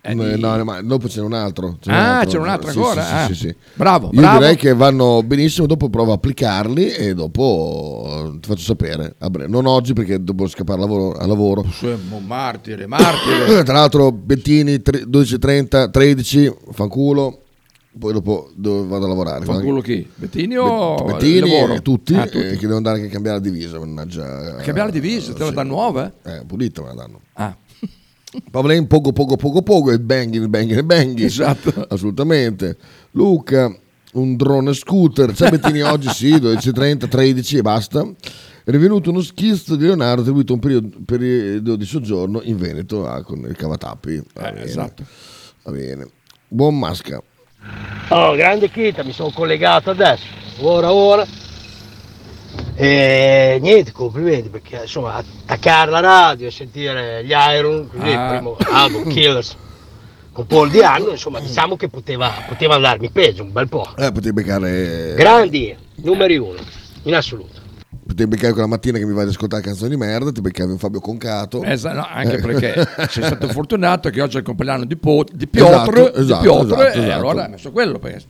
[SPEAKER 2] È
[SPEAKER 1] No,
[SPEAKER 2] Eh, di-
[SPEAKER 1] Eh, no, ma dopo c'è un altro. c'è
[SPEAKER 2] Ah,
[SPEAKER 1] un altro.
[SPEAKER 2] c'era un'altra
[SPEAKER 1] Sì,
[SPEAKER 2] ancora?
[SPEAKER 1] sì,
[SPEAKER 2] Ah.
[SPEAKER 1] sì, sì, sì.
[SPEAKER 2] Bravo,
[SPEAKER 1] Io
[SPEAKER 2] bravo.
[SPEAKER 1] direi che vanno benissimo, dopo provo a applicarli e dopo eh, ti faccio sapere. A breve. Non oggi perché devo scappare al lavoro. al lavoro.
[SPEAKER 2] Semmo martire, martire.
[SPEAKER 1] Eh, Tra l'altro Bettini tre- 12.30, 13, fanculo, poi dopo dove vado a lavorare.
[SPEAKER 2] Fanculo chi? Bettini o
[SPEAKER 1] Be- Bettini,
[SPEAKER 2] lavoro?
[SPEAKER 1] eh, tutti,
[SPEAKER 2] Ah,
[SPEAKER 1] eh, che devo andare anche a cambiare la divisa, mannaggia.
[SPEAKER 2] Cambiare divisa, te la danno nuova?
[SPEAKER 1] Eh, pulita me la danno.
[SPEAKER 2] Ah,
[SPEAKER 1] Pavlen poco poco poco poco e banging banging banging
[SPEAKER 2] Esatto.
[SPEAKER 1] assolutamente Luca un drone scooter Ciao Bettini oggi sì 12.30 13 e basta è rivenuto uno schizzo di Leonardo attribuito a un periodo, periodo di soggiorno in Veneto ah, con il cavatappi Va bene,
[SPEAKER 2] esatto.
[SPEAKER 1] va bene buon masca
[SPEAKER 8] Oh, grande Chita, mi sono collegato adesso, ora ora. E niente, complimenti perché insomma attaccare la radio e sentire gli Iron, così,
[SPEAKER 2] Ah.
[SPEAKER 8] il primo album Killers, un po' di anno, insomma
[SPEAKER 2] Mm.
[SPEAKER 8] diciamo che poteva, poteva andarmi peggio un bel po'.
[SPEAKER 1] eh, potevi beccare
[SPEAKER 8] Grandi, numeri uno, in assoluto.
[SPEAKER 1] potevi beccare quella mattina che mi vai ad ascoltare canzoni di merda ti beccavi un Fabio Concato
[SPEAKER 2] Esa- no,
[SPEAKER 1] Eh.
[SPEAKER 2] anche perché sei stato fortunato che oggi è il compleanno di, Po- di
[SPEAKER 1] Esatto,
[SPEAKER 2] Piotr, di
[SPEAKER 1] esatto,
[SPEAKER 2] Piotr,
[SPEAKER 1] esatto,
[SPEAKER 2] e
[SPEAKER 1] esatto.
[SPEAKER 2] allora hai messo quello perché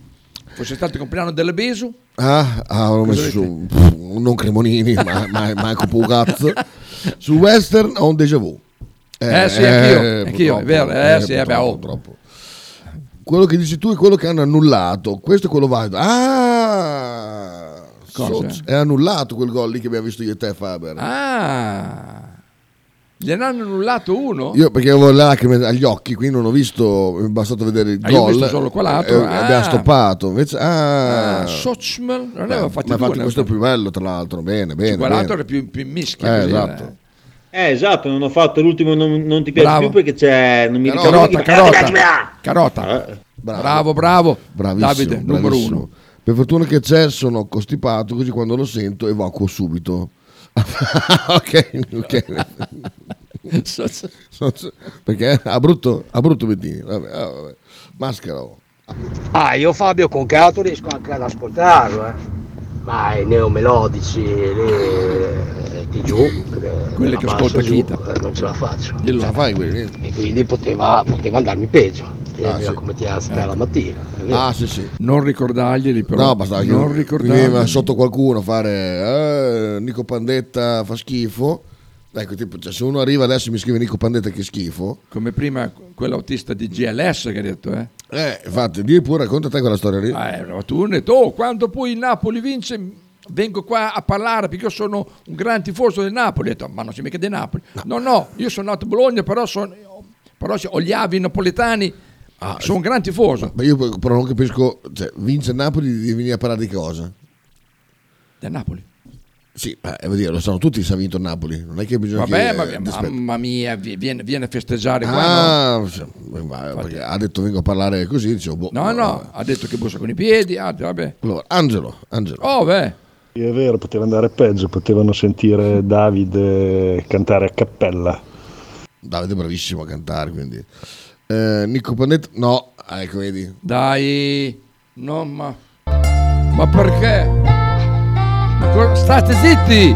[SPEAKER 2] fosse stato il compleanno dell'Ebesu
[SPEAKER 1] Ah, ah ho messo su pff, non Cremonini, ma, ma manco un cazzo. Sul western ho un déjà vu.
[SPEAKER 2] Eh, sì, anch'io, anch'io, è vero, eh, sì, eh, beh, oh.
[SPEAKER 1] purtroppo. Quello che dici tu è quello che hanno annullato. Questo è quello valido. Ah!
[SPEAKER 2] Cosa?
[SPEAKER 1] so- è annullato quel gol lì che abbiamo visto io e te, Faber.
[SPEAKER 2] Ah, gliene hanno annullato uno?
[SPEAKER 1] Io perché avevo le lacrime agli occhi, quindi non ho visto, mi è bastato vedere il
[SPEAKER 2] Ah, io ho
[SPEAKER 1] gol.
[SPEAKER 2] visto solo qua l'altro,
[SPEAKER 1] eh, Abbiamo
[SPEAKER 2] ah.
[SPEAKER 1] stoppato. Invece, ah,
[SPEAKER 2] Ah, Sochmel non
[SPEAKER 1] Beh,
[SPEAKER 2] aveva
[SPEAKER 1] ma
[SPEAKER 2] fatto
[SPEAKER 1] infatti questo è più bello, tra l'altro. Bene, bene.
[SPEAKER 2] Guardato
[SPEAKER 1] bene.
[SPEAKER 2] era più, più in mischia.
[SPEAKER 1] Eh,
[SPEAKER 2] così,
[SPEAKER 1] esatto.
[SPEAKER 7] Eh, esatto, non ho fatto l'ultimo, non, non ti piace
[SPEAKER 2] Bravo.
[SPEAKER 7] più perché c'è. Non mi
[SPEAKER 2] eh.
[SPEAKER 7] ricordo.
[SPEAKER 2] Carota, carota, carota. Bravo, bravo.
[SPEAKER 1] Eh, Bravissimo,
[SPEAKER 2] Davide, numero
[SPEAKER 1] bravissimo.
[SPEAKER 2] uno.
[SPEAKER 1] Per fortuna che c'è, sono costipato, così quando lo sento evacuo subito. ok, ok. So- so- Perché ha brutto, ha brutto Bettini. Vabbè, ah, vabbè. Maschera. oh.
[SPEAKER 8] Ah, io Fabio Concato riesco anche ad ascoltarlo, eh. Ma i neomelodici lì, di giù, eh,
[SPEAKER 2] Quelli che
[SPEAKER 8] abbasso
[SPEAKER 2] ascolta
[SPEAKER 8] giù,
[SPEAKER 2] Chita.
[SPEAKER 8] eh, non ce la faccio.
[SPEAKER 1] Ce la fai quelli?
[SPEAKER 8] e quindi poteva, poteva andarmi peggio e
[SPEAKER 1] Ah,
[SPEAKER 8] mira
[SPEAKER 1] sì.
[SPEAKER 8] come ti
[SPEAKER 9] Ecco.
[SPEAKER 8] alzi la mattina è vero?
[SPEAKER 1] Ah, sì, sì.
[SPEAKER 2] Non ricordarglieli però.
[SPEAKER 1] No, bastava che
[SPEAKER 2] non
[SPEAKER 1] mi veniva
[SPEAKER 2] ricordarglieli.
[SPEAKER 1] sotto qualcuno a fare eh, Nico Pandetta fa schifo. Ecco, tipo, cioè, se uno arriva adesso e mi scrive Nico Pandetta che schifo,
[SPEAKER 2] Come prima quell'autista di GLS che ha detto, eh.
[SPEAKER 1] eh, infatti, di pure, racconta te quella storia lì.
[SPEAKER 2] Ah, eravate uno e ho detto, "Oh, quando poi il Napoli vince vengo qua a parlare perché io sono un gran tifoso del Napoli. Ho detto, ma non sei mica del Napoli. No, no, io sono nato a Bologna, però, sono, però ho gli avi napoletani,
[SPEAKER 1] Ah,
[SPEAKER 2] sono un gran tifoso
[SPEAKER 1] Ma io poi- però non capisco, cioè, vince il Napoli di venire a parlare di cosa?
[SPEAKER 2] del Napoli.
[SPEAKER 1] Sì, ma, eh, voglio dire, lo sanno tutti se ha vinto il Napoli, non è che bisogna
[SPEAKER 2] Vabbè,
[SPEAKER 1] che,
[SPEAKER 2] ma-
[SPEAKER 1] eh, ti aspetti.
[SPEAKER 2] mamma mia, vi- viene, viene a festeggiare qua.
[SPEAKER 1] Ah, sì, ma- perché ha detto vengo a parlare così, dicevo, boh,
[SPEAKER 2] No, no, no, ha detto che bussa con i piedi, ah, vabbè.
[SPEAKER 1] Allora, Angelo, Angelo.
[SPEAKER 2] Oh, beh.
[SPEAKER 9] Sì, è vero, poteva andare peggio, potevano sentire Davide cantare a cappella.
[SPEAKER 1] Davide è bravissimo a cantare, quindi. Eh, Nico Panetta, no, ah, ecco, vedi.
[SPEAKER 2] Dai, no, ma. Ma perché? Ma co- state zitti!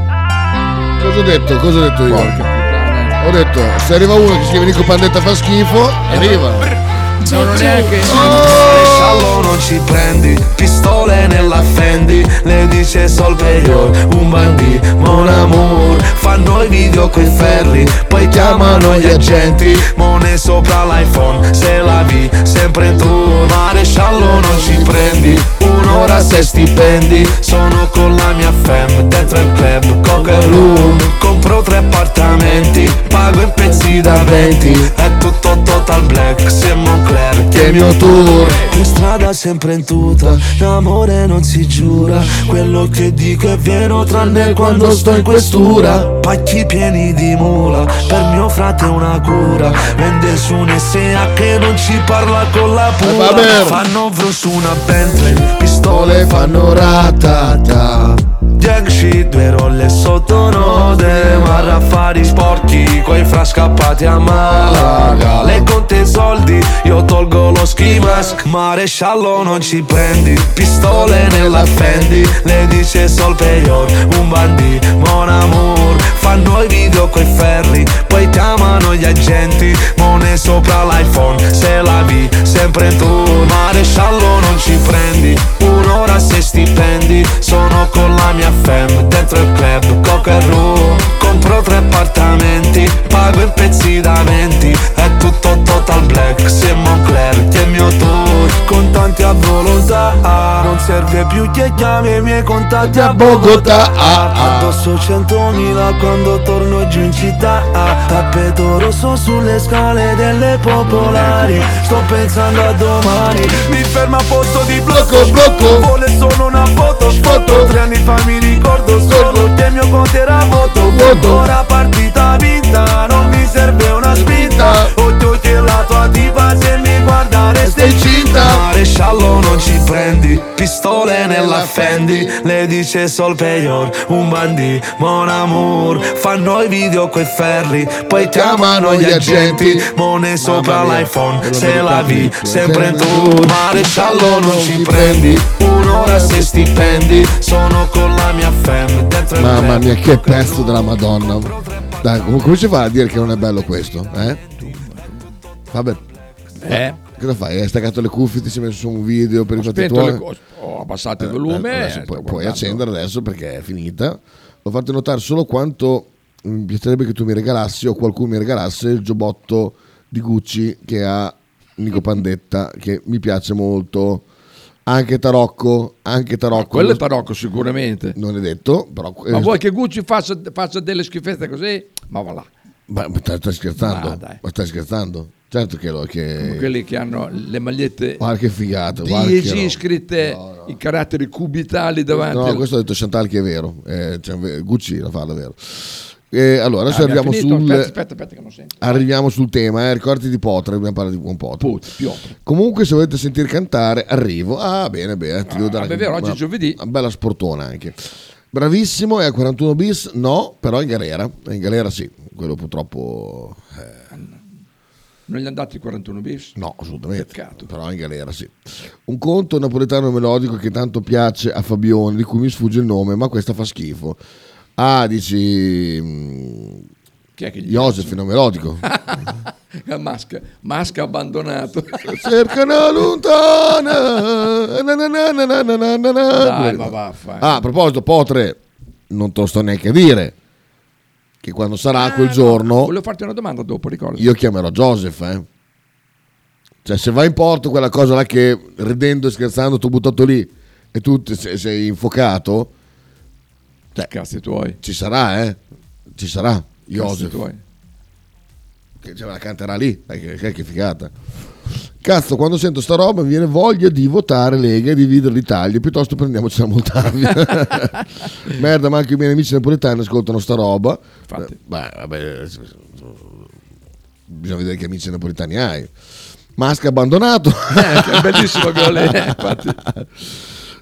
[SPEAKER 1] Cosa ho detto? Cosa ho detto io?
[SPEAKER 2] Porca puttana.
[SPEAKER 1] Ho detto, se arriva uno che scrive Nico Pandetta fa schifo, arriva.
[SPEAKER 2] Non ho neanche.
[SPEAKER 10] Sciallo non ci prendi, pistole nella Fendi Le dice Solveio, un bandì, mon amour Fanno i video coi ferri, poi chiamano gli agenti Mone sopra l'iPhone, se la vi, sempre tu Maresciallo non ci prendi, un'ora sei e stipendi Sono con la mia fam Dentro il club Coca Room Compro tre appartamenti Pago in pezzi da 20 È tutto total black Se Moncler Che è il mio tour In strada sempre in tuta L'amore non si giura Quello che dico è vero Tranne quando sto in questura Pacchi pieni di mula Per mio frate è una cura Vende su un SA Che non ci parla con la
[SPEAKER 1] va bene.
[SPEAKER 10] pura Fanno vro su una Bentley Pistole fanno ratata Jack shit, due rolle sotto note Ma raffari sporchi Coi fra scappati a Malaga Le conte soldi Io tolgo lo ski mask Maresciallo non ci prendi Pistole nella Fendi Le dice sol peyor Un bandì, mon amour Fanno i video coi ferri Poi chiamano gli agenti Mone sopra l'iPhone Se la vi sempre in tour Maresciallo non ci prendi Un'ora se stipendi Sono con la mia fam Dentro il club Coca Room Compro tre appartamenti Pago in pezzi da 20 È tutto total black Se Moncler che è il mio tour Contanti a volontà Non serve più che chiami i miei contatti a Bogotà Addosso 100.000 quando torno giù in città Ah. Tappeto rosso sulle scale delle popolari Sto pensando a domani Mi fermo a posto di blocco, blocco Vuole solo una foto, foto Tre anni fa mi ricordo solo che il mio conto era voto Ora partita vinta, non mi serve una spinta Occhio che la tua diva se mi guarda resta incinta Maresciallo non ci prendi, pistole nella Fendi Le dice sol peyor, un bandì, mon amour Fanno i video coi ferri, poi chiamano gli agenti Mone sopra l'iPhone, se la vi, sempre in tour Maresciallo non ci prendi, un'ora se stipendi Sono con la mia fam, dentro il
[SPEAKER 1] Mamma mia, che pezzo della Madonna. Dai, com- come si fa a dire che non è bello questo? Eh? Vabbè.
[SPEAKER 2] Eh?
[SPEAKER 1] Cosa fai? Hai staccato le cuffie, ti sei messo su un video per i fatti
[SPEAKER 2] spento
[SPEAKER 1] tuoi?
[SPEAKER 2] le cose, ho abbassato il
[SPEAKER 1] Eh,
[SPEAKER 2] volume,
[SPEAKER 1] eh, adesso puoi,
[SPEAKER 2] eh, sto
[SPEAKER 1] puoi
[SPEAKER 2] guardando.
[SPEAKER 1] accendere adesso perché è finita. Ho fatto notare solo quanto mm, mi piacerebbe che tu mi regalassi o qualcuno mi regalasse il giubbotto di Gucci che ha Nico Pandetta, che mi piace molto. Anche Tarocco, anche Tarocco.
[SPEAKER 2] Ah, quello è Tarocco sicuramente.
[SPEAKER 1] Non è detto, però...
[SPEAKER 2] Ma
[SPEAKER 1] eh,
[SPEAKER 2] vuoi che Gucci faccia, faccia delle schifezze così? Ma va là.
[SPEAKER 1] Ma, ma stai, stai scherzando?
[SPEAKER 2] Ma dai.
[SPEAKER 1] Ma stai scherzando? Certo che lo... Che...
[SPEAKER 2] Quelli che hanno le magliette
[SPEAKER 1] Guarda che figata, guarda che roba.
[SPEAKER 2] dieci scritte in caratteri cubitali davanti.
[SPEAKER 1] No,
[SPEAKER 2] al-
[SPEAKER 1] questo ha detto Chantal che è vero. Eh, cioè, ve- Gucci la fa davvero. Eh, allora, adesso
[SPEAKER 2] Ah,
[SPEAKER 1] arriviamo,
[SPEAKER 2] abbiamo finito?
[SPEAKER 1] sul,
[SPEAKER 2] Aspetta, aspetta, aspetta che non sento.
[SPEAKER 1] arriviamo sul tema. Eh, ricordati di Potre, dobbiamo parlare di buon Potre.
[SPEAKER 2] Piotr.
[SPEAKER 1] Comunque, se volete sentire cantare, arrivo. Ah, bene, bene. Ti devo dare
[SPEAKER 2] vabbè, è vero, oggi
[SPEAKER 1] una-
[SPEAKER 2] è giovedì.
[SPEAKER 1] Una bella sportona anche. Bravissimo, è a 41 bis? No, però è in galera. È in galera sì, quello purtroppo...
[SPEAKER 2] Non gli hanno dato il 41 bis?
[SPEAKER 1] No, assolutamente. Però in galera sì. Un conto napoletano melodico che tanto piace a Fabione, di cui mi sfugge il nome, ma questa fa schifo. Ah, dici... mm,
[SPEAKER 2] Chi è che gli
[SPEAKER 1] Iosefino melodico.
[SPEAKER 2] Masca, masca abbandonato.
[SPEAKER 1] Cercano lontana. na na na na na na na na.
[SPEAKER 2] Dai,
[SPEAKER 1] Quello.
[SPEAKER 2] ma vaffa.
[SPEAKER 1] Ah, a proposito, Potre, non te lo sto neanche a dire. Che quando sarà
[SPEAKER 2] Ah,
[SPEAKER 1] quel giorno...
[SPEAKER 2] Volevo farti una domanda dopo, ricordi?
[SPEAKER 1] Io chiamerò Joseph, eh. Cioè, se va in porto quella cosa là che ridendo e scherzando ti ho buttato lì e tu ti- sei, sei infocato. Cioè,
[SPEAKER 2] Cazzi tuoi.
[SPEAKER 1] Ci sarà, eh. Ci sarà.
[SPEAKER 2] Cazzi
[SPEAKER 1] Joseph.
[SPEAKER 2] tuoi.
[SPEAKER 1] Che ce la canterà lì. Dai, Che, che- che figata. Cazzo, quando sento sta roba mi viene voglia di votare Lega e dividere l'Italia, piuttosto prendiamoci la Moldavia. Merda, ma anche i miei amici napoletani ascoltano sta roba. Eh, Beh, vabbè, bisogna vedere che amici napoletani hai. Masca abbandonato.
[SPEAKER 2] Eh, è bellissimo quello lì, eh, infatti.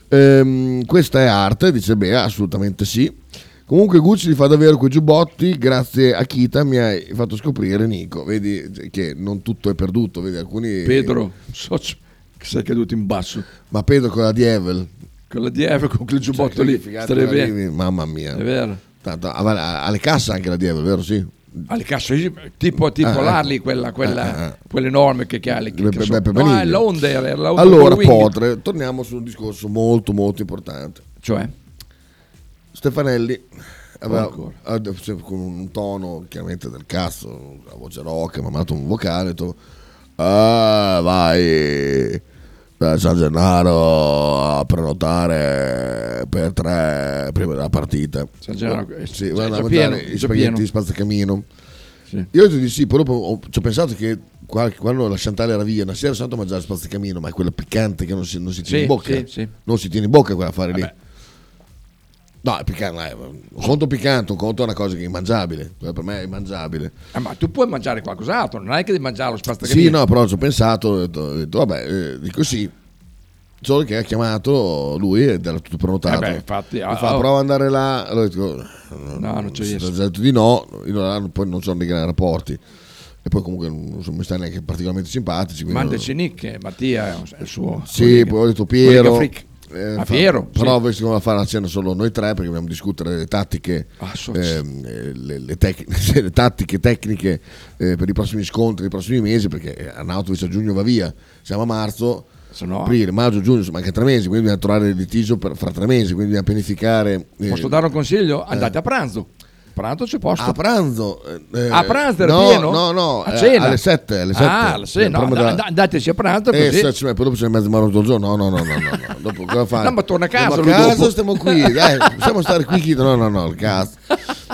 [SPEAKER 1] Ehm, questa è arte, dice Bea, assolutamente sì. Comunque Gucci li fa davvero quei giubbotti, grazie a Kita mi hai fatto scoprire Nico, vedi che non tutto è perduto, vedi alcuni...
[SPEAKER 2] Pedro, socio, che sei caduto in basso.
[SPEAKER 1] Ma Pedro con la Dievel, Cioè,
[SPEAKER 2] Con la DF, con quel giubbotto lì. Starebbe
[SPEAKER 1] arrivi,
[SPEAKER 2] bene.
[SPEAKER 1] mamma mia.
[SPEAKER 2] È vero.
[SPEAKER 1] Tanto, ah, ma alle casse anche la Dievel, vero? Sì.
[SPEAKER 2] Alle casse, sì, tipo, tipo
[SPEAKER 1] Ah,
[SPEAKER 2] l'Harley,
[SPEAKER 1] ecco.
[SPEAKER 2] quella, quella,
[SPEAKER 1] Ah, ah, ah.
[SPEAKER 2] quell'enorme che, che ha le che, che
[SPEAKER 1] Beppe-
[SPEAKER 2] so-
[SPEAKER 1] Beppe
[SPEAKER 2] no, eh,
[SPEAKER 1] Benigno.
[SPEAKER 2] è l'Honda, era la Honda
[SPEAKER 1] Allora,
[SPEAKER 2] Wing.
[SPEAKER 1] Potre, torniamo su un discorso molto molto importante.
[SPEAKER 2] Cioè?
[SPEAKER 1] Stefanelli aveva,
[SPEAKER 2] Ancora.
[SPEAKER 1] ad- se- con un tono chiaramente del cazzo, la voce rock, mi ha mandato un vocale, ha detto, ah, vai, da San Gennaro a prenotare per tre prima della partita.
[SPEAKER 2] San Gennaro, eh,
[SPEAKER 1] sì,
[SPEAKER 2] cioè,
[SPEAKER 1] vanno a
[SPEAKER 2] c'è
[SPEAKER 1] mangiare
[SPEAKER 2] pieno,
[SPEAKER 1] i
[SPEAKER 2] c'è
[SPEAKER 1] spaghetti
[SPEAKER 2] pieno.
[SPEAKER 1] di spazzacamino.
[SPEAKER 2] Sì.
[SPEAKER 1] Io ti dici, poi dopo ho- ci ho pensato che qua- quando la Chantal era via, una sera sono andato a mangiare spazzacamino, ma è quella piccante che non si, non si tiene
[SPEAKER 2] Sì,
[SPEAKER 1] in bocca.
[SPEAKER 2] sì, sì.
[SPEAKER 1] Non si tiene in bocca quella fare lì. No, è piccante, eh, un conto piccante, un conto è una cosa che è immangiabile, quella per me è immangiabile.
[SPEAKER 2] Ah, ma tu puoi mangiare qualcos'altro, non è che devi mangiare lo spazzacamino.
[SPEAKER 1] Sì, no, però ci ho pensato, ho detto, ho detto, vabbè, eh, dico sì. Solo che ha chiamato lui ed era tutto prenotato.
[SPEAKER 2] Eh beh, infatti,
[SPEAKER 1] Mi
[SPEAKER 2] ah,
[SPEAKER 1] fa,
[SPEAKER 2] oh.
[SPEAKER 1] prova ad andare là. Allora dico,
[SPEAKER 2] No, non ci
[SPEAKER 1] si
[SPEAKER 2] riesco.
[SPEAKER 1] era già detto di no, io là non- poi non sono dei grandi rapporti. E poi comunque non sono mi sta neanche particolarmente simpatici. quindi-
[SPEAKER 2] Mandaci Nick, eh, Mattia è un- è il suo.
[SPEAKER 1] Sì, poi ho detto Piero.
[SPEAKER 2] Collega
[SPEAKER 1] eh,
[SPEAKER 2] Ah,
[SPEAKER 1] fa-
[SPEAKER 2] Piero, sì.
[SPEAKER 1] Però sì. a fare la cena solo noi tre perché dobbiamo discutere le tattiche,
[SPEAKER 2] Ah,
[SPEAKER 1] ehm, eh, le, le tec- sì, le tattiche tecniche eh, per i prossimi scontri, i prossimi mesi, perché Arnautovic a giugno va via, siamo a marzo,
[SPEAKER 2] no-
[SPEAKER 1] aprile, maggio, giugno, insomma anche tre mesi, quindi dobbiamo trovare il litigio per- fra tre mesi, quindi dobbiamo pianificare... eh,
[SPEAKER 2] Posso dare un consiglio? Andate a pranzo. Pranzo c'è posto.
[SPEAKER 1] A pranzo? eh,
[SPEAKER 2] a pranzo era
[SPEAKER 1] no,
[SPEAKER 2] pieno?
[SPEAKER 1] no, no,
[SPEAKER 2] A
[SPEAKER 1] eh,
[SPEAKER 2] cena?
[SPEAKER 1] alle sette, alle sette.
[SPEAKER 2] Ah, alle sette, no,
[SPEAKER 1] Proprio
[SPEAKER 2] and-
[SPEAKER 1] da-
[SPEAKER 2] andateci a pranzo
[SPEAKER 1] Eh,
[SPEAKER 2] così.
[SPEAKER 1] se ci- poi dopo c'è mezzo maro tutto il giorno. No, no, no, no, no, no. Dopo cosa fai?
[SPEAKER 2] No, ma torna a casa
[SPEAKER 1] Andiamo
[SPEAKER 2] lui
[SPEAKER 1] a casa
[SPEAKER 2] dopo.
[SPEAKER 1] stiamo qui, dai, possiamo stare qui chi- No, no, no, il cazzo.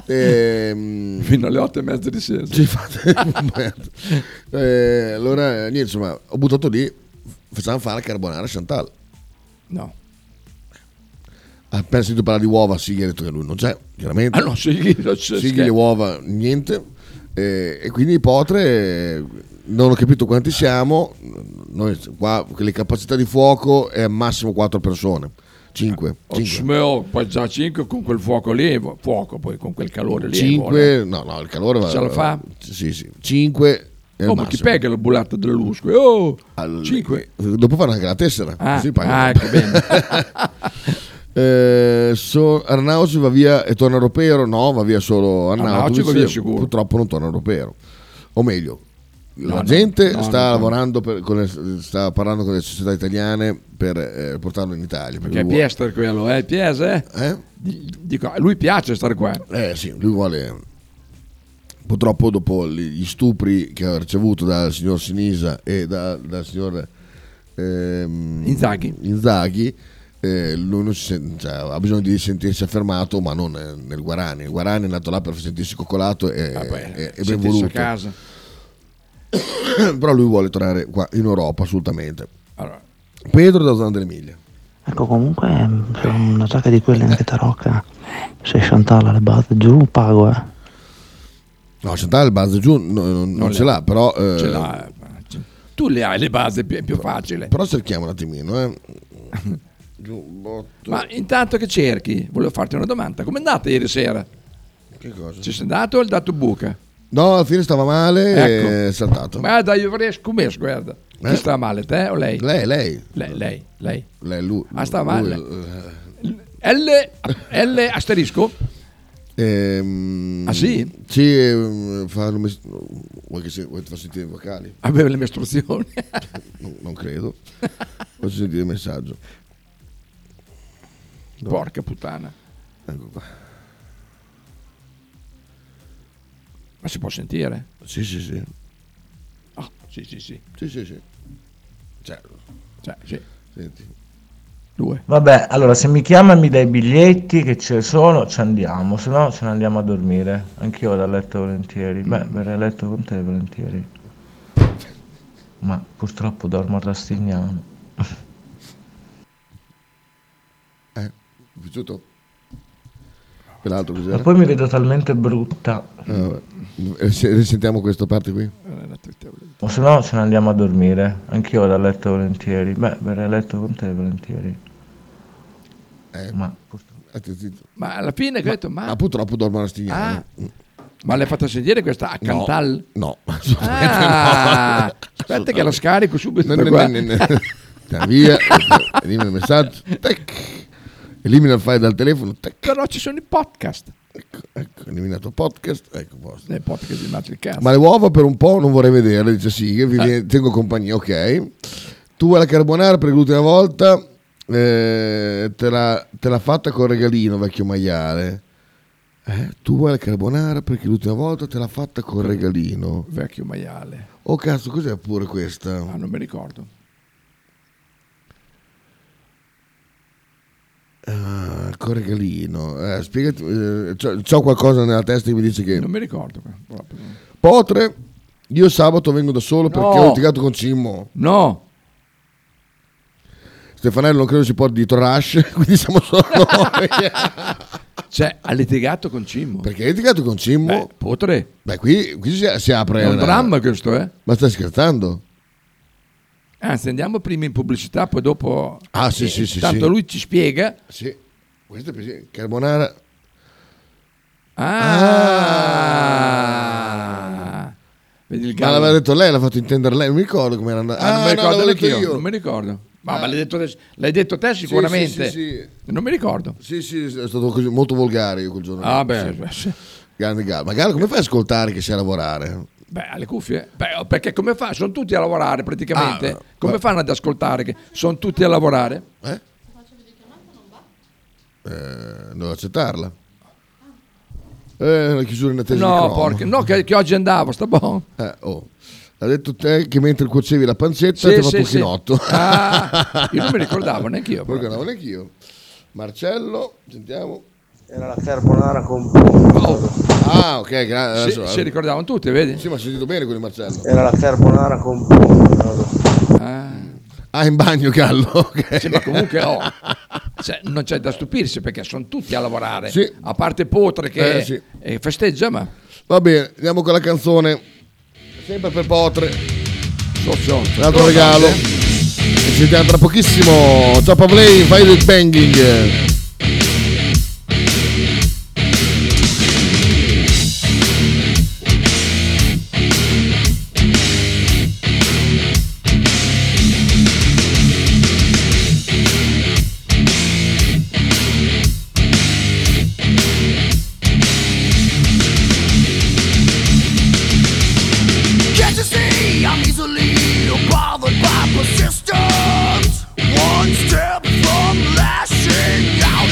[SPEAKER 1] Ehm,
[SPEAKER 2] Fino alle otto e mezza di sera.
[SPEAKER 1] sì, fate- merda. Eh, allora, niente, insomma, ho buttato lì, facciamo fare la carbonara a Chantal.
[SPEAKER 2] No.
[SPEAKER 1] Ha pensato di parlare di uova, sì, gli ha detto che lui non c'è, chiaramente.
[SPEAKER 2] Ah, no, Sighi non c'è,
[SPEAKER 1] Sighi,
[SPEAKER 2] scherzo.
[SPEAKER 1] le uova, niente. Eh, e quindi Potre, eh, non ho capito quanti siamo, noi qua le capacità di fuoco è massimo 4 persone, 5.
[SPEAKER 2] Oh, smeo, poi già 5 con quel fuoco lì, fuoco poi con quel calore lì. eh.
[SPEAKER 1] 5, no, no, il calore va.
[SPEAKER 2] Ce la fa?
[SPEAKER 1] Sì, sì. 5 è
[SPEAKER 2] Oh,
[SPEAKER 1] il
[SPEAKER 2] ma chi
[SPEAKER 1] massimo.
[SPEAKER 2] pega la bulata delle lusque? Oh, 5.
[SPEAKER 1] eh, Dopo fanno anche la tessera.
[SPEAKER 2] Ah,
[SPEAKER 1] così
[SPEAKER 2] ah,
[SPEAKER 1] pagano.
[SPEAKER 2] ecco, bene.
[SPEAKER 1] Eh, so- Arnausi va via e torna Ropero? No, va via solo Arnausi.
[SPEAKER 2] Arnausi va via sicuro.
[SPEAKER 1] Purtroppo non torna Ropero. O meglio, la
[SPEAKER 2] No, no,
[SPEAKER 1] gente
[SPEAKER 2] no, no,
[SPEAKER 1] sta
[SPEAKER 2] no.
[SPEAKER 1] lavorando, per- con le- sta parlando con le società italiane per eh, portarlo in Italia.
[SPEAKER 2] Perché è
[SPEAKER 1] lui vuole-
[SPEAKER 2] Piester quello, eh? Pies, eh? Di- Dico, a lui piace stare qua.
[SPEAKER 1] Eh sì, lui vuole. Purtroppo, dopo gli gli stupri che ha ricevuto dal signor Sinisa e da- dal signor ehm,
[SPEAKER 2] Inzaghi.
[SPEAKER 1] Inzaghi, eh, lui non si sen- cioè, ha bisogno di sentirsi affermato, ma non eh, nel Guarani. Il Guarani è nato là per sentirsi coccolato e, e- e ben
[SPEAKER 2] Ah, sentirsi
[SPEAKER 1] voluto.
[SPEAKER 2] a casa.
[SPEAKER 1] Però lui vuole tornare qua in Europa, assolutamente.
[SPEAKER 2] Allora.
[SPEAKER 1] Pedro da Zona dell'Emilia.
[SPEAKER 11] Ecco, comunque, se una giacca di quelle anche tarocca, se Chantal le batte giù, pago, eh.
[SPEAKER 1] No, Chantal il base giù no, non, non
[SPEAKER 2] le
[SPEAKER 1] ce
[SPEAKER 2] ha.
[SPEAKER 1] l'ha, però. eh,
[SPEAKER 2] Ce l'ha, Tu le hai le basi, più- è più facile.
[SPEAKER 1] Però cerchiamo un attimino, eh. Giù, botto.
[SPEAKER 2] Ma intanto che cerchi, volevo farti una domanda. Come andate ieri sera?
[SPEAKER 1] Che cosa?
[SPEAKER 2] Ci sei andato o hai dato buca?
[SPEAKER 1] No, alla fine stava male
[SPEAKER 2] Ecco.
[SPEAKER 1] e è saltato.
[SPEAKER 2] Guarda, io vorrei scommesso, guarda. Chi sta male, te o lei?
[SPEAKER 1] Eh. Lei, lei.
[SPEAKER 2] Lei, lei, lei.
[SPEAKER 1] Lei, lui.
[SPEAKER 2] Ah, stava
[SPEAKER 1] lui, eh,
[SPEAKER 2] male. L, L asterisco?
[SPEAKER 1] Ehm,
[SPEAKER 2] Ah, sì?
[SPEAKER 1] Sì, ehm, fa- non mi- vuoi, che se- vuoi far sentire i vocali?
[SPEAKER 2] Aveva le mestruzioni.
[SPEAKER 1] Non, non credo. Faccio sentire il messaggio.
[SPEAKER 2] Porca puttana.
[SPEAKER 1] Ecco qua.
[SPEAKER 2] Ma si può sentire?
[SPEAKER 1] Sì, sì, sì.
[SPEAKER 2] Ah, sì, sì, sì.
[SPEAKER 1] Sì, sì, sì. Cioè,
[SPEAKER 2] Cioè, sì.
[SPEAKER 1] senti.
[SPEAKER 12] Vabbè, allora se mi chiama e mi dai i biglietti che ce sono, ci andiamo, se no ce ne andiamo a dormire. Anch'io vado a letto volentieri. Beh, verrei a letto con te volentieri. Ma purtroppo dormo a Rastignano.
[SPEAKER 1] Eh, mi è piaciuto? Quell'altro
[SPEAKER 12] Ma
[SPEAKER 1] cos'era?
[SPEAKER 12] poi mi vedo talmente brutta.
[SPEAKER 1] Eh, vabbè. Eh, se- Risentiamo questa parte qui?
[SPEAKER 12] O se no ce ne andiamo a dormire. Anch'io vado a letto volentieri. Beh, verrei a letto con te volentieri. Ma
[SPEAKER 2] Ma alla fine che ho detto, ma...
[SPEAKER 1] Ma Ah, purtroppo dormo a Rastignano.
[SPEAKER 2] Ah, ma l'hai fatta sentire questa a
[SPEAKER 1] No,
[SPEAKER 2] Cantal?
[SPEAKER 1] No,
[SPEAKER 2] Ah,
[SPEAKER 1] no.
[SPEAKER 2] aspetta che la scarico subito.
[SPEAKER 1] No, no,
[SPEAKER 2] da qua.
[SPEAKER 1] no, no, no. Dai, via, elimina il messaggio, tac. elimina il file dal telefono, tac,
[SPEAKER 2] Però ci sono i podcast.
[SPEAKER 1] ecco, eliminato podcast, ecco posto.
[SPEAKER 2] Nei podcast di Matri Cazzo.
[SPEAKER 1] Ma le uova per un po' non vorrei vederle, dice sì, che vi viene- tengo compagnia, ok. Tu vuoi la carbonara per l'ultima volta, eh, te, la, te l'ha fatta col regalino, vecchio maiale. Eh, tu vuoi la carbonara perché l'ultima volta te l'ha fatta col regalino.
[SPEAKER 2] Vecchio maiale.
[SPEAKER 1] Oh cazzo, cos'è pure questa?
[SPEAKER 2] Ah, non mi ricordo.
[SPEAKER 1] Ah, Corregalino, eh, spiegati, eh, c'ho, c'ho qualcosa nella testa che mi dice che...
[SPEAKER 2] Non mi ricordo. qua, proprio.
[SPEAKER 1] Potre, io sabato vengo da solo perché ho litigato con Cimmo.
[SPEAKER 2] No.
[SPEAKER 1] Stefanello non credo si porti dietro Rush, quindi siamo solo noi.
[SPEAKER 2] cioè, ha litigato con Cimmo.
[SPEAKER 1] Perché ha litigato con Cimmo?
[SPEAKER 2] Beh, potre.
[SPEAKER 1] Beh, qui, qui si, si apre...
[SPEAKER 2] È un
[SPEAKER 1] una-
[SPEAKER 2] dramma questo, eh?
[SPEAKER 1] Ma stai scherzando?
[SPEAKER 2] Anzi, andiamo prima in pubblicità, poi dopo...
[SPEAKER 1] Ah, sì,
[SPEAKER 2] Eh,
[SPEAKER 1] sì, sì,
[SPEAKER 2] Tanto
[SPEAKER 1] sì.
[SPEAKER 2] lui ci spiega.
[SPEAKER 1] Sì. Questo è per- Carbonara...
[SPEAKER 2] Ah! Vedi il
[SPEAKER 1] Ma
[SPEAKER 2] gallo.
[SPEAKER 1] l'aveva detto lei, l'ha fatto intendere lei, non mi ricordo come era andata.
[SPEAKER 2] Ah, non
[SPEAKER 1] no,
[SPEAKER 2] mi ricordo
[SPEAKER 1] l'avevo detto
[SPEAKER 2] neanch'io,
[SPEAKER 1] io. Ah.
[SPEAKER 2] non mi ricordo. Ma, ma l'hai, detto te, l'hai detto te
[SPEAKER 1] Sì,
[SPEAKER 2] sicuramente.
[SPEAKER 1] sì, sì,
[SPEAKER 2] Non mi ricordo.
[SPEAKER 1] Sì, sì, è stato così, molto volgare io quel giorno. lì.
[SPEAKER 2] Ah, beh,
[SPEAKER 1] Sì.
[SPEAKER 2] beh, sì.
[SPEAKER 1] Grande Gallo. Ma Gallo, come fai a ascoltare che sei a lavorare?
[SPEAKER 2] Beh, alle cuffie. Beh, oh, perché come fa? Sono tutti a lavorare praticamente.
[SPEAKER 1] Ah,
[SPEAKER 2] come fanno ad ascoltare che sono tutti a lavorare?
[SPEAKER 1] Eh? Eh, devo accettarla. Eh, la chiusura in attesa di
[SPEAKER 2] No,
[SPEAKER 1] crono.
[SPEAKER 2] porca, no, che, che oggi andavo, sta buono.
[SPEAKER 1] Eh, oh. Ha detto te che mentre cuocevi la pancetta ti
[SPEAKER 2] Sì,
[SPEAKER 1] ha
[SPEAKER 2] sì,
[SPEAKER 1] fatto un
[SPEAKER 2] sì.
[SPEAKER 1] chinotto.
[SPEAKER 2] Ah, io non mi ricordavo neanche io.
[SPEAKER 1] Non mi ricordavo neanche io. Marcello, sentiamo.
[SPEAKER 8] Era la carbonara con pomodoro.
[SPEAKER 1] Ah, ok, grazie.
[SPEAKER 2] Si, si ricordavano tutti, vedi?
[SPEAKER 1] eh. Sì, ma ho sentito bene con il Marcello.
[SPEAKER 8] Era la carbonara con pomodoro.
[SPEAKER 1] Ah, in bagno Gallo. ok.
[SPEAKER 2] Sì, ma comunque oh, cioè, non c'è da stupirsi perché sono tutti a lavorare.
[SPEAKER 1] Sì.
[SPEAKER 2] A parte Potre che
[SPEAKER 1] Eh, sì.
[SPEAKER 2] eh, festeggia, ma
[SPEAKER 1] Va bene, andiamo con la canzone. Sempre per Potre.
[SPEAKER 2] socio.
[SPEAKER 1] Un altro regalo. Ci sentiamo tra pochissimo. Ciao Pavlei, fai del banging.
[SPEAKER 13] Can't you see I'm easily bothered by persistence? One step from lashing out.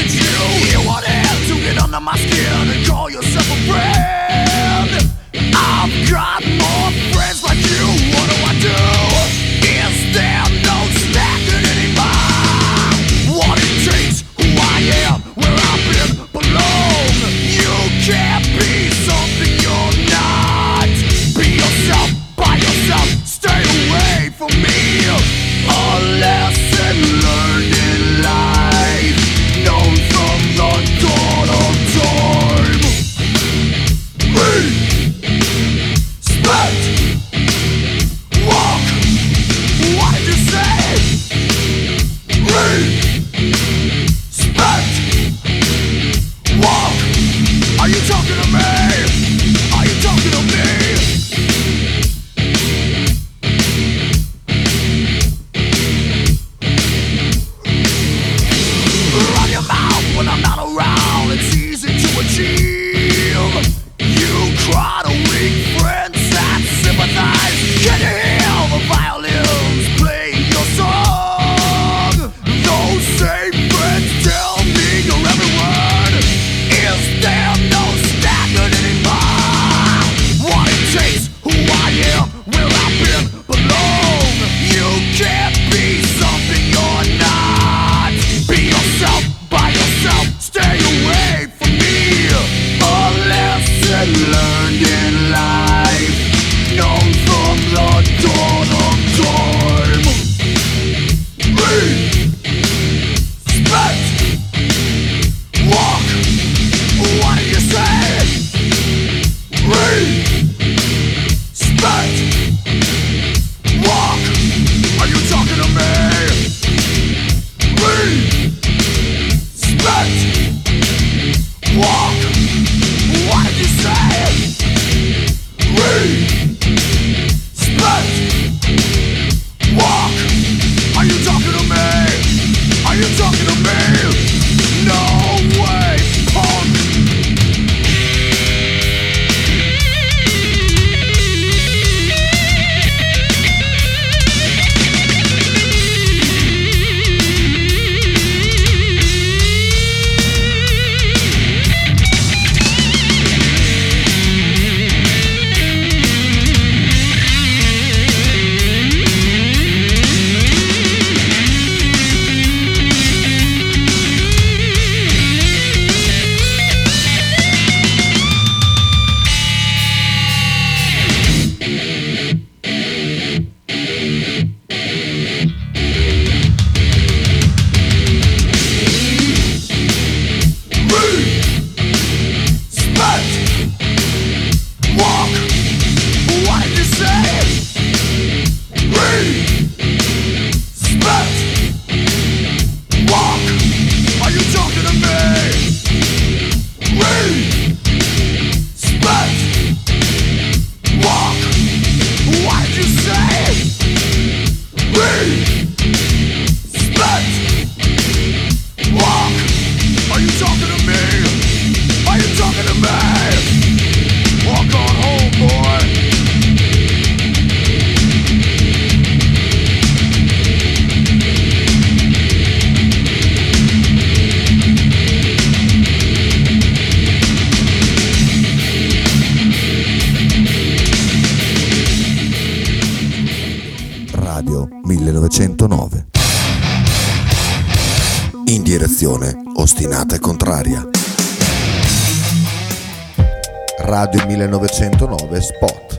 [SPEAKER 10] Radio 1909. In direzione ostinata e contraria. Radio 1909 Spot.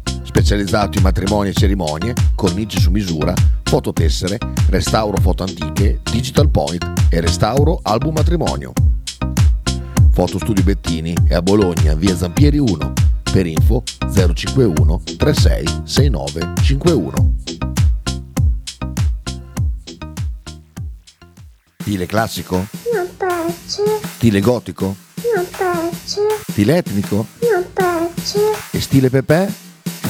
[SPEAKER 1] specializzato in matrimoni e cerimonie, cornici su misura, fototessere, restauro foto antiche, digital point e restauro album matrimonio. Fotostudio Bettini è a Bologna, via Zampieri 1, per info 051 36 69 51. Stile classico?
[SPEAKER 4] Non piace,
[SPEAKER 1] Stile gotico?
[SPEAKER 4] non piace,
[SPEAKER 1] Stile etnico?
[SPEAKER 4] non piace.
[SPEAKER 1] E stile Pepe?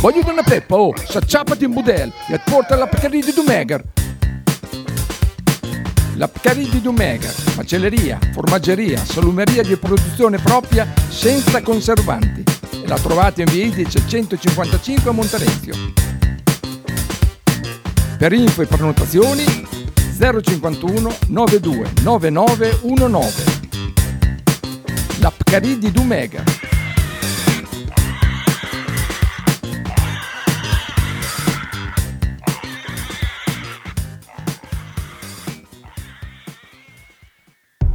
[SPEAKER 2] Voglio una peppa, oh, s'acciappati in budel e porta la Pcarì di Dumegar. La Pcarì di Dumegar, macelleria, formaggeria, salumeria di produzione propria senza conservanti. E la trovate in via Idice 155 a Monterezio. Per info e prenotazioni 051 92 9919. La Pcarì di Dumegar.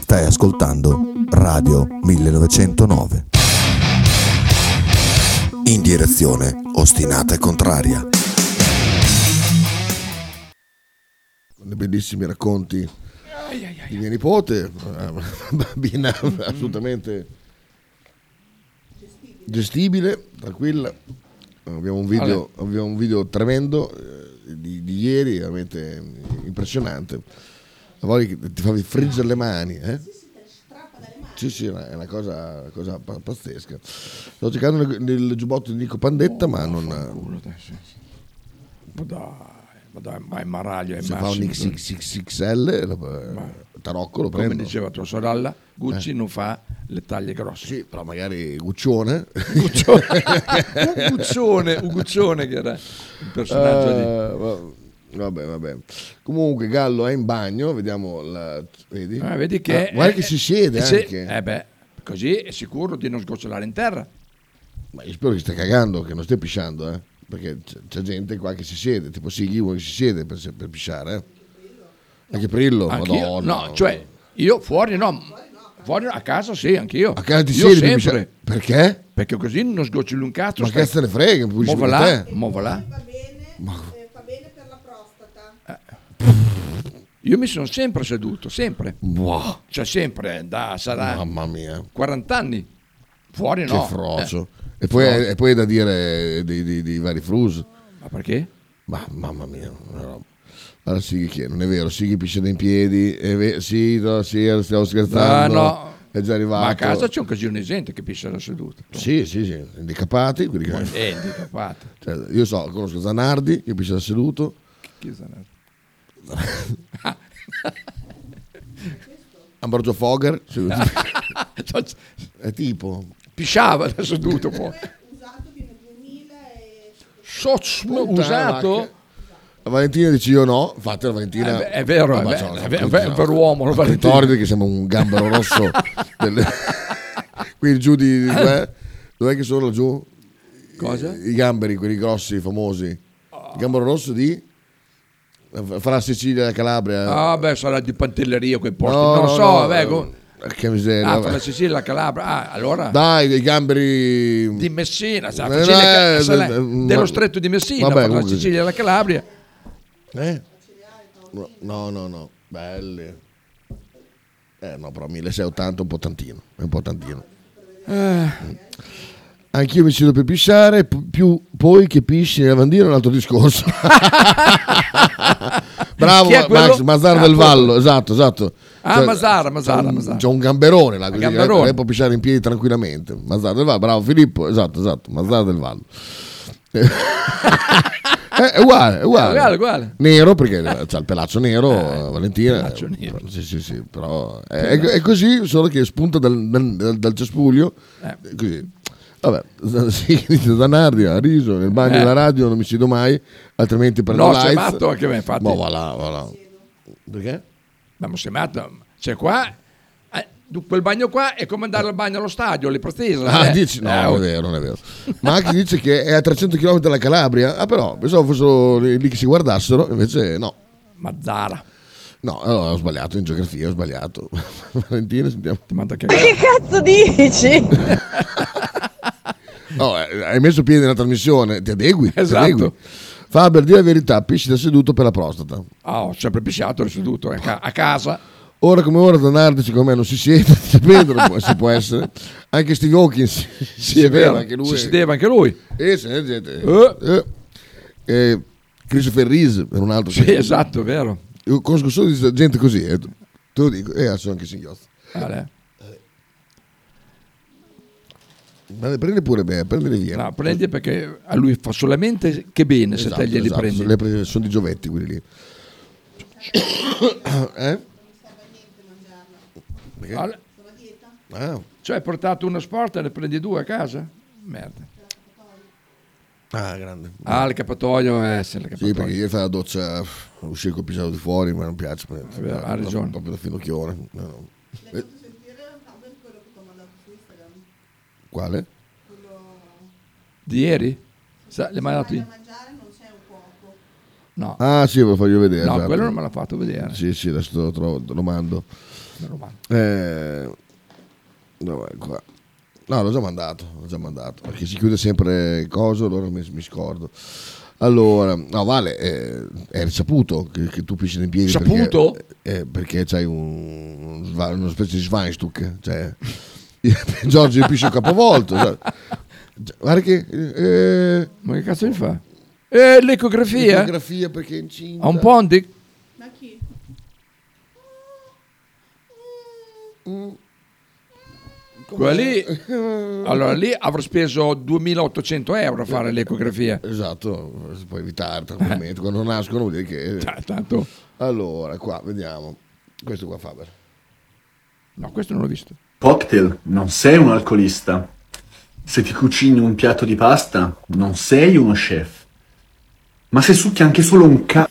[SPEAKER 10] Stai ascoltando Radio 1909. In direzione ostinata e contraria.
[SPEAKER 1] dei bellissimi racconti di mia nipote, una bambina
[SPEAKER 2] Mm-hmm.
[SPEAKER 1] assolutamente gestibile, tranquilla. Abbiamo un video, abbiamo un video tremendo eh, di, di ieri, veramente impressionante. A volte che ti fa friggere le mani. Eh? Sì, sì, è una, è una cosa, una cosa pa- pazzesca. Sto cercando nel, nel giubbotto di Nico Pandetta, ma
[SPEAKER 2] Oh,
[SPEAKER 1] non...
[SPEAKER 2] Ma dai, ma dai, ma è Maraglio, è
[SPEAKER 1] Se cioè, fa un
[SPEAKER 2] Massimo.
[SPEAKER 1] XXXL, lo- tarocco lo
[SPEAKER 2] Come
[SPEAKER 1] prendo. Eh.
[SPEAKER 2] diceva tua sorella, Gucci non fa le taglie grosse.
[SPEAKER 1] Sì, però magari Guccione.
[SPEAKER 2] Guccione. un Guccione, un Guccione che era il personaggio di...
[SPEAKER 1] di... Eh, Vabbè, vabbè. Comunque Gallo è in bagno, vediamo la... Vedi?
[SPEAKER 2] Ah, vedi che...
[SPEAKER 1] Ah, guarda
[SPEAKER 2] eh,
[SPEAKER 1] che si siede
[SPEAKER 2] eh, sì,
[SPEAKER 1] anche.
[SPEAKER 2] Eh beh, così è sicuro di non sgocciolare in terra.
[SPEAKER 1] Ma io spero che stia cagando, che non stia pisciando, eh. Perché c'è, c'è gente qua che si siede, tipo Sighi vuole che si siede per, se- per pisciare, eh. Anche Prillo,
[SPEAKER 2] Anch'io-
[SPEAKER 1] Oh, madonna.
[SPEAKER 2] no, cioè, io fuori no, fuori no, a casa sì, anch'io. A
[SPEAKER 1] casa ti
[SPEAKER 2] io
[SPEAKER 1] siedi per
[SPEAKER 2] sempre.
[SPEAKER 1] Perché?
[SPEAKER 2] Perché così non sgocciolo un cazzo.
[SPEAKER 1] Ma
[SPEAKER 2] stai-
[SPEAKER 1] che se ne frega, pulisci
[SPEAKER 2] Mo va
[SPEAKER 1] pure
[SPEAKER 2] là,
[SPEAKER 1] te.
[SPEAKER 2] mo va là. Eh. Io mi sono sempre seduto, sempre.
[SPEAKER 1] Boh.
[SPEAKER 2] Cioè sempre, da, sarà
[SPEAKER 1] Mamma mia.
[SPEAKER 2] 40 anni. Fuori
[SPEAKER 1] Che
[SPEAKER 2] no.
[SPEAKER 1] frocio.
[SPEAKER 2] Eh.
[SPEAKER 1] E, poi,
[SPEAKER 2] Frocio.
[SPEAKER 1] e poi è da dire di, di- di vari frus.
[SPEAKER 2] Eh, Ma perché?
[SPEAKER 1] Ma mamma mia, una roba. Allora Sighi che non è vero, Sighi pisce in piedi, è ve- sì, no, sì, stiamo scherzando.
[SPEAKER 2] Ah, no.
[SPEAKER 1] è già arrivato.
[SPEAKER 2] Ma a casa c'è un casino di gente che pissa la seduta.
[SPEAKER 1] Sì, sì, sì, handicapati. quelli che-
[SPEAKER 2] Eh, handicapato.
[SPEAKER 1] Cioè, io so, conosco Zanardi che piscia da seduto.
[SPEAKER 2] Chi è Zanardi?
[SPEAKER 1] Ambrogio Fogger. sì.
[SPEAKER 2] Ah.
[SPEAKER 1] è tipo. Pisciava
[SPEAKER 2] da seduto poi. Soc usato?
[SPEAKER 1] La Valentina dice io no, infatti la Valentina
[SPEAKER 2] Eh, beh, è vero,
[SPEAKER 1] Ah,
[SPEAKER 2] è
[SPEAKER 1] ma
[SPEAKER 2] ve-
[SPEAKER 1] sono-
[SPEAKER 2] è ve-
[SPEAKER 1] tutti,
[SPEAKER 2] è
[SPEAKER 1] no?
[SPEAKER 2] vero uomo, la
[SPEAKER 1] Ma
[SPEAKER 2] Valentina.
[SPEAKER 1] ricordi che siamo un gambero rosso del- qui giù di di- dov'è? Dov'è che sono laggiù?
[SPEAKER 2] Cosa?
[SPEAKER 1] I, i gamberi, quelli grossi, famosi. Il gambero rosso di fra Sicilia e Calabria. eh.
[SPEAKER 2] Ah, beh, sarà di Pantelleria quei posti.
[SPEAKER 1] No,
[SPEAKER 2] non
[SPEAKER 1] no,
[SPEAKER 2] so,
[SPEAKER 1] no,
[SPEAKER 2] vabbè, co-
[SPEAKER 1] eh, Che miseria.
[SPEAKER 2] Ah,
[SPEAKER 1] vabbè.
[SPEAKER 2] fra la Sicilia, la Calabria. Ah, allora
[SPEAKER 1] Dai, dei gamberi
[SPEAKER 2] di Messina, sa,
[SPEAKER 1] Eh,
[SPEAKER 2] Sicilia,
[SPEAKER 1] eh,
[SPEAKER 2] Ca- sa-
[SPEAKER 1] eh,
[SPEAKER 2] dello
[SPEAKER 1] ma-
[SPEAKER 2] stretto di Messina,
[SPEAKER 1] vabbè,
[SPEAKER 2] fra la
[SPEAKER 1] comunque sì.
[SPEAKER 2] Sicilia e la Calabria.
[SPEAKER 1] Eh? No, no, no, no. belli. Eh no, però 1680 è un po' tantino, è un po' tantino. Eh. Anch'io mi cedo per pisciare, p- più poi che pisci nel lavandino è un altro discorso. Bravo
[SPEAKER 2] Chi è
[SPEAKER 1] Ma-
[SPEAKER 2] quello?
[SPEAKER 1] Max, Mazzara
[SPEAKER 2] Ah,
[SPEAKER 1] del
[SPEAKER 2] quello.
[SPEAKER 1] Vallo, esatto, esatto.
[SPEAKER 2] Ah, Mazzara, Mazzara,
[SPEAKER 1] c'è un,
[SPEAKER 2] Mazzara.
[SPEAKER 1] C'è un gamberone là, così,
[SPEAKER 2] Gamberone.
[SPEAKER 1] lei- lei può pisciare in piedi tranquillamente. Mazzara del Vallo, bravo Filippo, esatto, esatto, Mazzara del Vallo. Eh, è uguale, è uguale.
[SPEAKER 2] È uguale, uguale.
[SPEAKER 1] Nero perché c'ha il pelaccio nero, eh, Valentina. Sì, sì, sì, però è, è- è così, solo che spunta dal, dal- dal cespuglio.
[SPEAKER 2] Eh.
[SPEAKER 1] Così. Vabbè, sì, dice Zanardi ha riso nel bagno
[SPEAKER 2] Eh.
[SPEAKER 1] della radio, non mi siedo mai, altrimenti prendo
[SPEAKER 2] No,
[SPEAKER 1] l'AIDS.
[SPEAKER 2] sei matto anche me, infatti.
[SPEAKER 1] Ma va là, va là. Perché?
[SPEAKER 2] Ma ma sei matto? Cioè qua, eh, du- quel bagno qua è come andare al bagno allo stadio, le partite.
[SPEAKER 1] Ah,
[SPEAKER 2] eh.
[SPEAKER 1] dici? No,
[SPEAKER 2] Eh,
[SPEAKER 1] non è
[SPEAKER 2] oh.
[SPEAKER 1] vero, non è vero. Max dice che è a 300 km dalla Calabria. Ah, però, pensavo fossero lì lì che si guardassero, invece no.
[SPEAKER 2] Mazzara.
[SPEAKER 1] No, allora ho sbagliato in geografia, ho sbagliato. Valentina, sentiamo.
[SPEAKER 2] Ti manda che
[SPEAKER 14] cazzo dici?
[SPEAKER 1] No, eh, hai messo piede nella trasmissione, ti adegui. ti
[SPEAKER 2] Esatto.
[SPEAKER 1] adegui. Faber, di la verità, pisci da seduto per la prostata.
[SPEAKER 2] Ah, ho sempre pisciato, ero seduto a, ca- a casa.
[SPEAKER 1] Ora come ora Zanardi secondo me non si siede, si Pedro può- si può essere. Anche Steve Hawkins si, sedeva,
[SPEAKER 2] vero,
[SPEAKER 1] anche lui.
[SPEAKER 2] Si sedeva anche lui.
[SPEAKER 1] Eh, se ne gente.
[SPEAKER 2] Eh.
[SPEAKER 1] Eh. Eh, Christopher Reese per un altro.
[SPEAKER 2] Sì,
[SPEAKER 1] che-
[SPEAKER 2] esatto, è vero.
[SPEAKER 1] Io conosco solo di- gente così, eh. te lo dico, e adesso anche singhiozzo.
[SPEAKER 2] Vale.
[SPEAKER 1] Ma le prendi pure bene, prendile via.
[SPEAKER 2] No, prendi perché a lui fa solamente che bene se
[SPEAKER 1] Esatto,
[SPEAKER 2] te glieli
[SPEAKER 1] esatto,
[SPEAKER 2] prendi.
[SPEAKER 1] le prese- sono di giovetti quelli lì. eh? Perché?
[SPEAKER 2] Vale.
[SPEAKER 1] Ah.
[SPEAKER 2] Cioè hai portato uno sport e ne prendi due a casa? Merda.
[SPEAKER 1] Ah, grande.
[SPEAKER 2] Ah, il capatoio, eh, sì, il
[SPEAKER 1] Sì,
[SPEAKER 2] capatoio.
[SPEAKER 1] perché ieri fai la doccia, uff, uscire col pigiama di fuori, ma non piace. È
[SPEAKER 2] vero, Eh, ha ragione.
[SPEAKER 1] Proprio da finocchione. No, no. Eh, Quale?
[SPEAKER 2] Di ieri? Sa- le mandato io? No.
[SPEAKER 1] Ah, sì, ve lo voglio vedere.
[SPEAKER 2] No,
[SPEAKER 1] esatto.
[SPEAKER 2] quello non me l'ha fatto vedere.
[SPEAKER 1] Sì, sì, adesso te lo, trovo, te lo mando.
[SPEAKER 2] Me lo mando.
[SPEAKER 1] Eh, dov'è qua? No, l'ho già mandato, l'ho già mandato. Perché si chiude sempre il coso, allora mi, mi scordo. Allora, no, Vale, eh, è risaputo che, che tu pisci in piedi.
[SPEAKER 2] Saputo?
[SPEAKER 1] Perché, eh, perché c'hai un, un sva- una specie di Schweinstuck. Cioè, Giorgio pisce un capovolto. sa- Guarda che... eh,
[SPEAKER 2] Ma che cazzo mi fa? Eh, l'ecografia?
[SPEAKER 1] L'ecografia perché è incinta.
[SPEAKER 2] Ha un pondic?
[SPEAKER 15] Ma chi?
[SPEAKER 2] Quella lì, allora lì avrò speso 2800 euro a fare l'ecografia.
[SPEAKER 1] Esatto, si può evitare tranquillamente. Quando nascono vuol dire che...
[SPEAKER 2] Cioè, tanto.
[SPEAKER 1] Allora, qua, vediamo. Questo qua Faber.
[SPEAKER 2] No, questo non l'ho visto.
[SPEAKER 16] Cocktail, non sei un alcolista. Se ti cucini un piatto di pasta, non sei uno chef. Ma se succhi anche solo un ca...